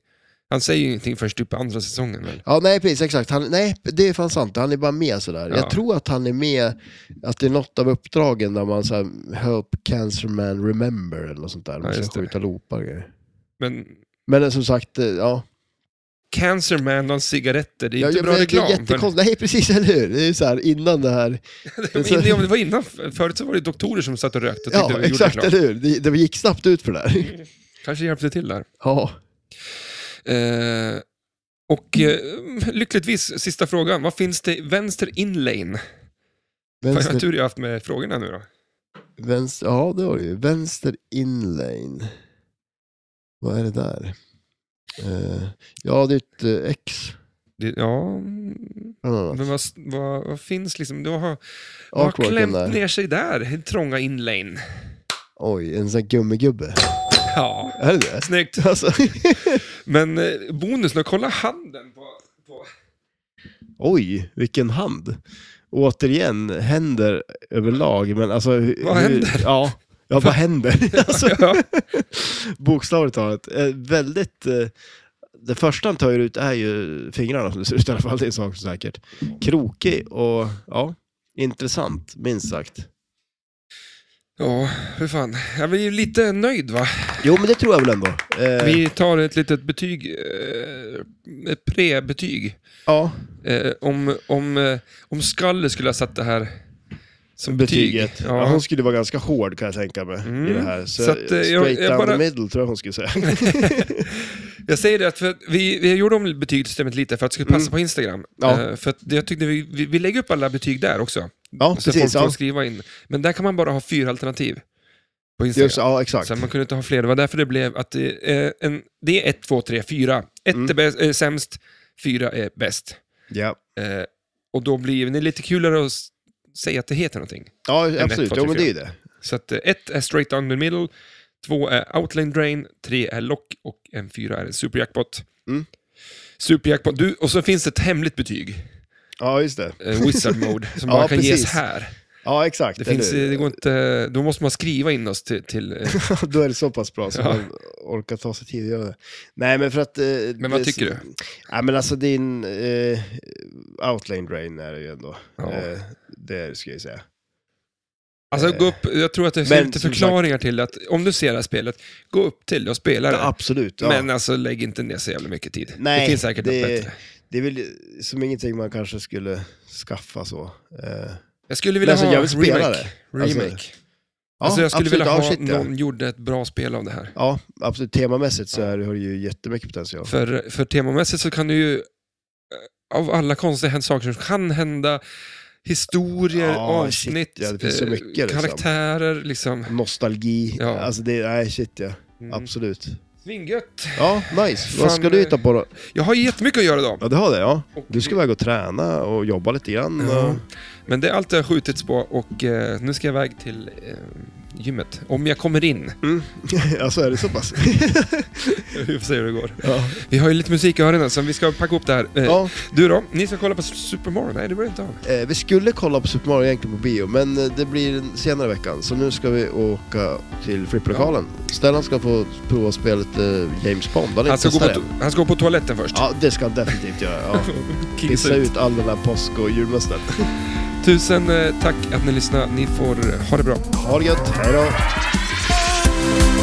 [SPEAKER 1] Han säger ju ingenting först typ andra säsongen. Men...
[SPEAKER 2] Ja, nej precis, exakt. Han, nej, det är fan sant. Han är bara med sådär.
[SPEAKER 1] Ja.
[SPEAKER 2] Jag tror att han är med, att det är något av uppdragen där man såhär, help cancer man remember eller något sånt där. Man
[SPEAKER 1] Ja,
[SPEAKER 2] ska
[SPEAKER 1] just det.
[SPEAKER 2] skjuta loopar och grejer.
[SPEAKER 1] men
[SPEAKER 2] Men eh, som sagt, eh, ja.
[SPEAKER 1] Cancer Man och cigaretter, det är
[SPEAKER 2] ja,
[SPEAKER 1] inte
[SPEAKER 2] ja,
[SPEAKER 1] bra
[SPEAKER 2] men
[SPEAKER 1] reklam.
[SPEAKER 2] Det är jättekonstigt. Nej, precis, eller hur? Det är så här innan det här.
[SPEAKER 1] men, men, innan- det var innan, förut så var det doktorer som satt och rökte och tyckte
[SPEAKER 2] Ja,
[SPEAKER 1] vi gjorde
[SPEAKER 2] exakt,
[SPEAKER 1] reklam.
[SPEAKER 2] eller hur? Det, det gick snabbt ut för det där.
[SPEAKER 1] Kanske hjälpte till där.
[SPEAKER 2] Ja,
[SPEAKER 1] Eh, och eh, lyckligtvis, sista frågan. Vad finns det i vänster inlane? Fan, jag har
[SPEAKER 2] vänster,
[SPEAKER 1] tur jag har haft med frågorna nu då.
[SPEAKER 2] vänster, ja det var det ju. Vänster inlane. Vad är det där? Eh, ja, det är ett eh, X.
[SPEAKER 1] Det, ja, mm,
[SPEAKER 2] bland annat.
[SPEAKER 1] men vad, vad, vad finns liksom? Du har, vad har
[SPEAKER 2] Artworken
[SPEAKER 1] klämt
[SPEAKER 2] där.
[SPEAKER 1] ner sig där, i trånga inlane.
[SPEAKER 2] Oj, en sån här gummigubbe.
[SPEAKER 1] Ja,
[SPEAKER 2] Är det det?
[SPEAKER 1] snyggt.
[SPEAKER 2] Alltså.
[SPEAKER 1] Men eh, bonus nu, kolla handen på... på.
[SPEAKER 2] Oj, vilken hand. Återigen, händer överlag, men alltså... hu-
[SPEAKER 1] Vad
[SPEAKER 2] hur-
[SPEAKER 1] händer?
[SPEAKER 2] Ja, ja vad händer? Alltså,
[SPEAKER 1] Ja,
[SPEAKER 2] bokstavligt talat. Eh, väldigt... Eh, det första han tar ut är ju fingrarna som det ser ut i alla fall, det är en sak som är säkert. Krokig och ja, intressant, minst sagt.
[SPEAKER 1] ja för fan. Jag blir ju lite nöjd va?
[SPEAKER 2] Jo, men det tror jag väl ändå. Eh,
[SPEAKER 1] Vi tar ett litet betyg, eh, ett pre-betyg.
[SPEAKER 2] Ja,
[SPEAKER 1] Eh, om, om, eh, om Skalle skulle ha satt det här som
[SPEAKER 2] betyget.
[SPEAKER 1] betyg.
[SPEAKER 2] Ja.
[SPEAKER 1] Ja.
[SPEAKER 2] hon skulle vara ganska hård kan jag tänka mig
[SPEAKER 1] Mm.
[SPEAKER 2] i det här. Så,
[SPEAKER 1] Så att, eh, jag-
[SPEAKER 2] straight
[SPEAKER 1] jag
[SPEAKER 2] down
[SPEAKER 1] bara-
[SPEAKER 2] the middle tror jag hon skulle säga.
[SPEAKER 1] Jag säger det att för att vi, vi gjorde om betygssystemet lite för att det skulle passa
[SPEAKER 2] Mm.
[SPEAKER 1] på Instagram.
[SPEAKER 2] Ja.
[SPEAKER 1] Eh, för att jag tyckte vi, vi, vi lägger upp alla betyg där också.
[SPEAKER 2] ja,
[SPEAKER 1] Så
[SPEAKER 2] precis.
[SPEAKER 1] folk får
[SPEAKER 2] Ja.
[SPEAKER 1] skriva in. Men där kan man bara ha fyra alternativ. På Instagram.
[SPEAKER 2] Just, ja, exakt.
[SPEAKER 1] Så man kunde inte ha fler. Det var därför det blev att det är, en, det är 1, 2, 3, 4. 1
[SPEAKER 2] Mm.
[SPEAKER 1] är bäst, eh, sämst, 4 är bäst.
[SPEAKER 2] Ja,
[SPEAKER 1] Eh, och då blir det lite kulare att s- säga att det heter någonting.
[SPEAKER 2] ja absolut.
[SPEAKER 1] två,
[SPEAKER 2] Jo,
[SPEAKER 1] tre,
[SPEAKER 2] men det är ju det.
[SPEAKER 1] Så att 1 är straight down the middle, 2 är outline drain, 3 är lock och en 4 är en superjackpot.
[SPEAKER 2] Mm.
[SPEAKER 1] Superjackpot. Du, och så finns det ett hemligt betyg,
[SPEAKER 2] Ja, just det.
[SPEAKER 1] eh, wizard mode, som
[SPEAKER 2] Ja,
[SPEAKER 1] bara kan ges
[SPEAKER 2] precis.
[SPEAKER 1] här.
[SPEAKER 2] Ja, exakt.
[SPEAKER 1] Det
[SPEAKER 2] eller
[SPEAKER 1] finns,
[SPEAKER 2] hur?
[SPEAKER 1] eh, det går inte, då måste man skriva in oss till... till eh,
[SPEAKER 2] Då är det så pass bra så
[SPEAKER 1] Ja.
[SPEAKER 2] man orkar ta sig tid att göra det. Nej, men för att... eh,
[SPEAKER 1] Men vad
[SPEAKER 2] det-
[SPEAKER 1] tycker du?
[SPEAKER 2] Ja, men alltså din... Eh, Outland Rain är det ju ändå.
[SPEAKER 1] Ja.
[SPEAKER 2] Eh, det ska jag ju säga.
[SPEAKER 1] Alltså
[SPEAKER 2] Eh,
[SPEAKER 1] gå upp, jag tror att det
[SPEAKER 2] men
[SPEAKER 1] finns lite
[SPEAKER 2] som
[SPEAKER 1] förklaringar till att om du ser det här spelet, gå upp till det och spela det.
[SPEAKER 2] Ja, absolut. Ja.
[SPEAKER 1] Men alltså lägg inte ner så jävla mycket tid. det
[SPEAKER 2] Nej,
[SPEAKER 1] finns säkert något
[SPEAKER 2] det-
[SPEAKER 1] bättre.
[SPEAKER 2] Det är väl som ingenting man kanske skulle skaffa så. Eh,
[SPEAKER 1] Jag skulle vilja
[SPEAKER 2] Men alltså,
[SPEAKER 1] ha
[SPEAKER 2] jag vill spela
[SPEAKER 1] remake.
[SPEAKER 2] det.
[SPEAKER 1] remake.
[SPEAKER 2] Alltså,
[SPEAKER 1] Alltså,
[SPEAKER 2] ja,
[SPEAKER 1] jag skulle
[SPEAKER 2] absolut.
[SPEAKER 1] vilja
[SPEAKER 2] Ja,
[SPEAKER 1] ha
[SPEAKER 2] shit, ja.
[SPEAKER 1] någon gjorde ett bra spel av det här.
[SPEAKER 2] Ja, absolut. Temamässigt så är, har det ju jättemycket potential.
[SPEAKER 1] För, för temamässigt så kan du ju, eh, av alla konstiga händ- saker som kan hända, historier,
[SPEAKER 2] Ja, shit,
[SPEAKER 1] avsnitt,
[SPEAKER 2] ja, det finns så
[SPEAKER 1] eh,
[SPEAKER 2] mycket, liksom.
[SPEAKER 1] karaktärer, liksom.
[SPEAKER 2] Nostalgi.
[SPEAKER 1] Ja.
[SPEAKER 2] Alltså det, nej shit ja.
[SPEAKER 1] Mm.
[SPEAKER 2] Absolut.
[SPEAKER 1] Svingött!
[SPEAKER 2] Ja, nice.
[SPEAKER 1] Fan,
[SPEAKER 2] Vad ska du
[SPEAKER 1] eh,
[SPEAKER 2] hitta på då?
[SPEAKER 1] Jag har jättemycket att göra idag.
[SPEAKER 2] Ja, det har det ja.
[SPEAKER 1] Och-
[SPEAKER 2] Du ska iväg och träna och jobba lite grann.
[SPEAKER 1] Ja.
[SPEAKER 2] och-
[SPEAKER 1] Men det är allt jag har skjutits på och eh, nu ska jag iväg till eh, gymmet. Om jag kommer in.
[SPEAKER 2] Mm. alltså är det så pass?
[SPEAKER 1] Vi får se hur det går.
[SPEAKER 2] ja.
[SPEAKER 1] Vi har ju lite musik i öronen så vi ska packa upp det här. Eh,
[SPEAKER 2] ja.
[SPEAKER 1] Du då? Ni ska kolla på Supermorgon? Nej, det blir inte av.
[SPEAKER 2] Eh, vi skulle kolla på Super Mario egentligen på bio, men eh, det blir senare i veckan. Så nu ska vi åka till flipplokalen. Stellan ska få prova spelet eh, James Bond. Han,
[SPEAKER 1] Han ska, gå på,
[SPEAKER 2] det.
[SPEAKER 1] to- han ska gå på toaletten först.
[SPEAKER 2] Ja, det ska han definitivt göra. Ja. Pissa ut all den där påsk och julmusten.
[SPEAKER 1] Tusen eh, tack att ni lyssnade. Ni får eh, ha det bra.
[SPEAKER 2] Ha det gött, hej då!
[SPEAKER 4] Thank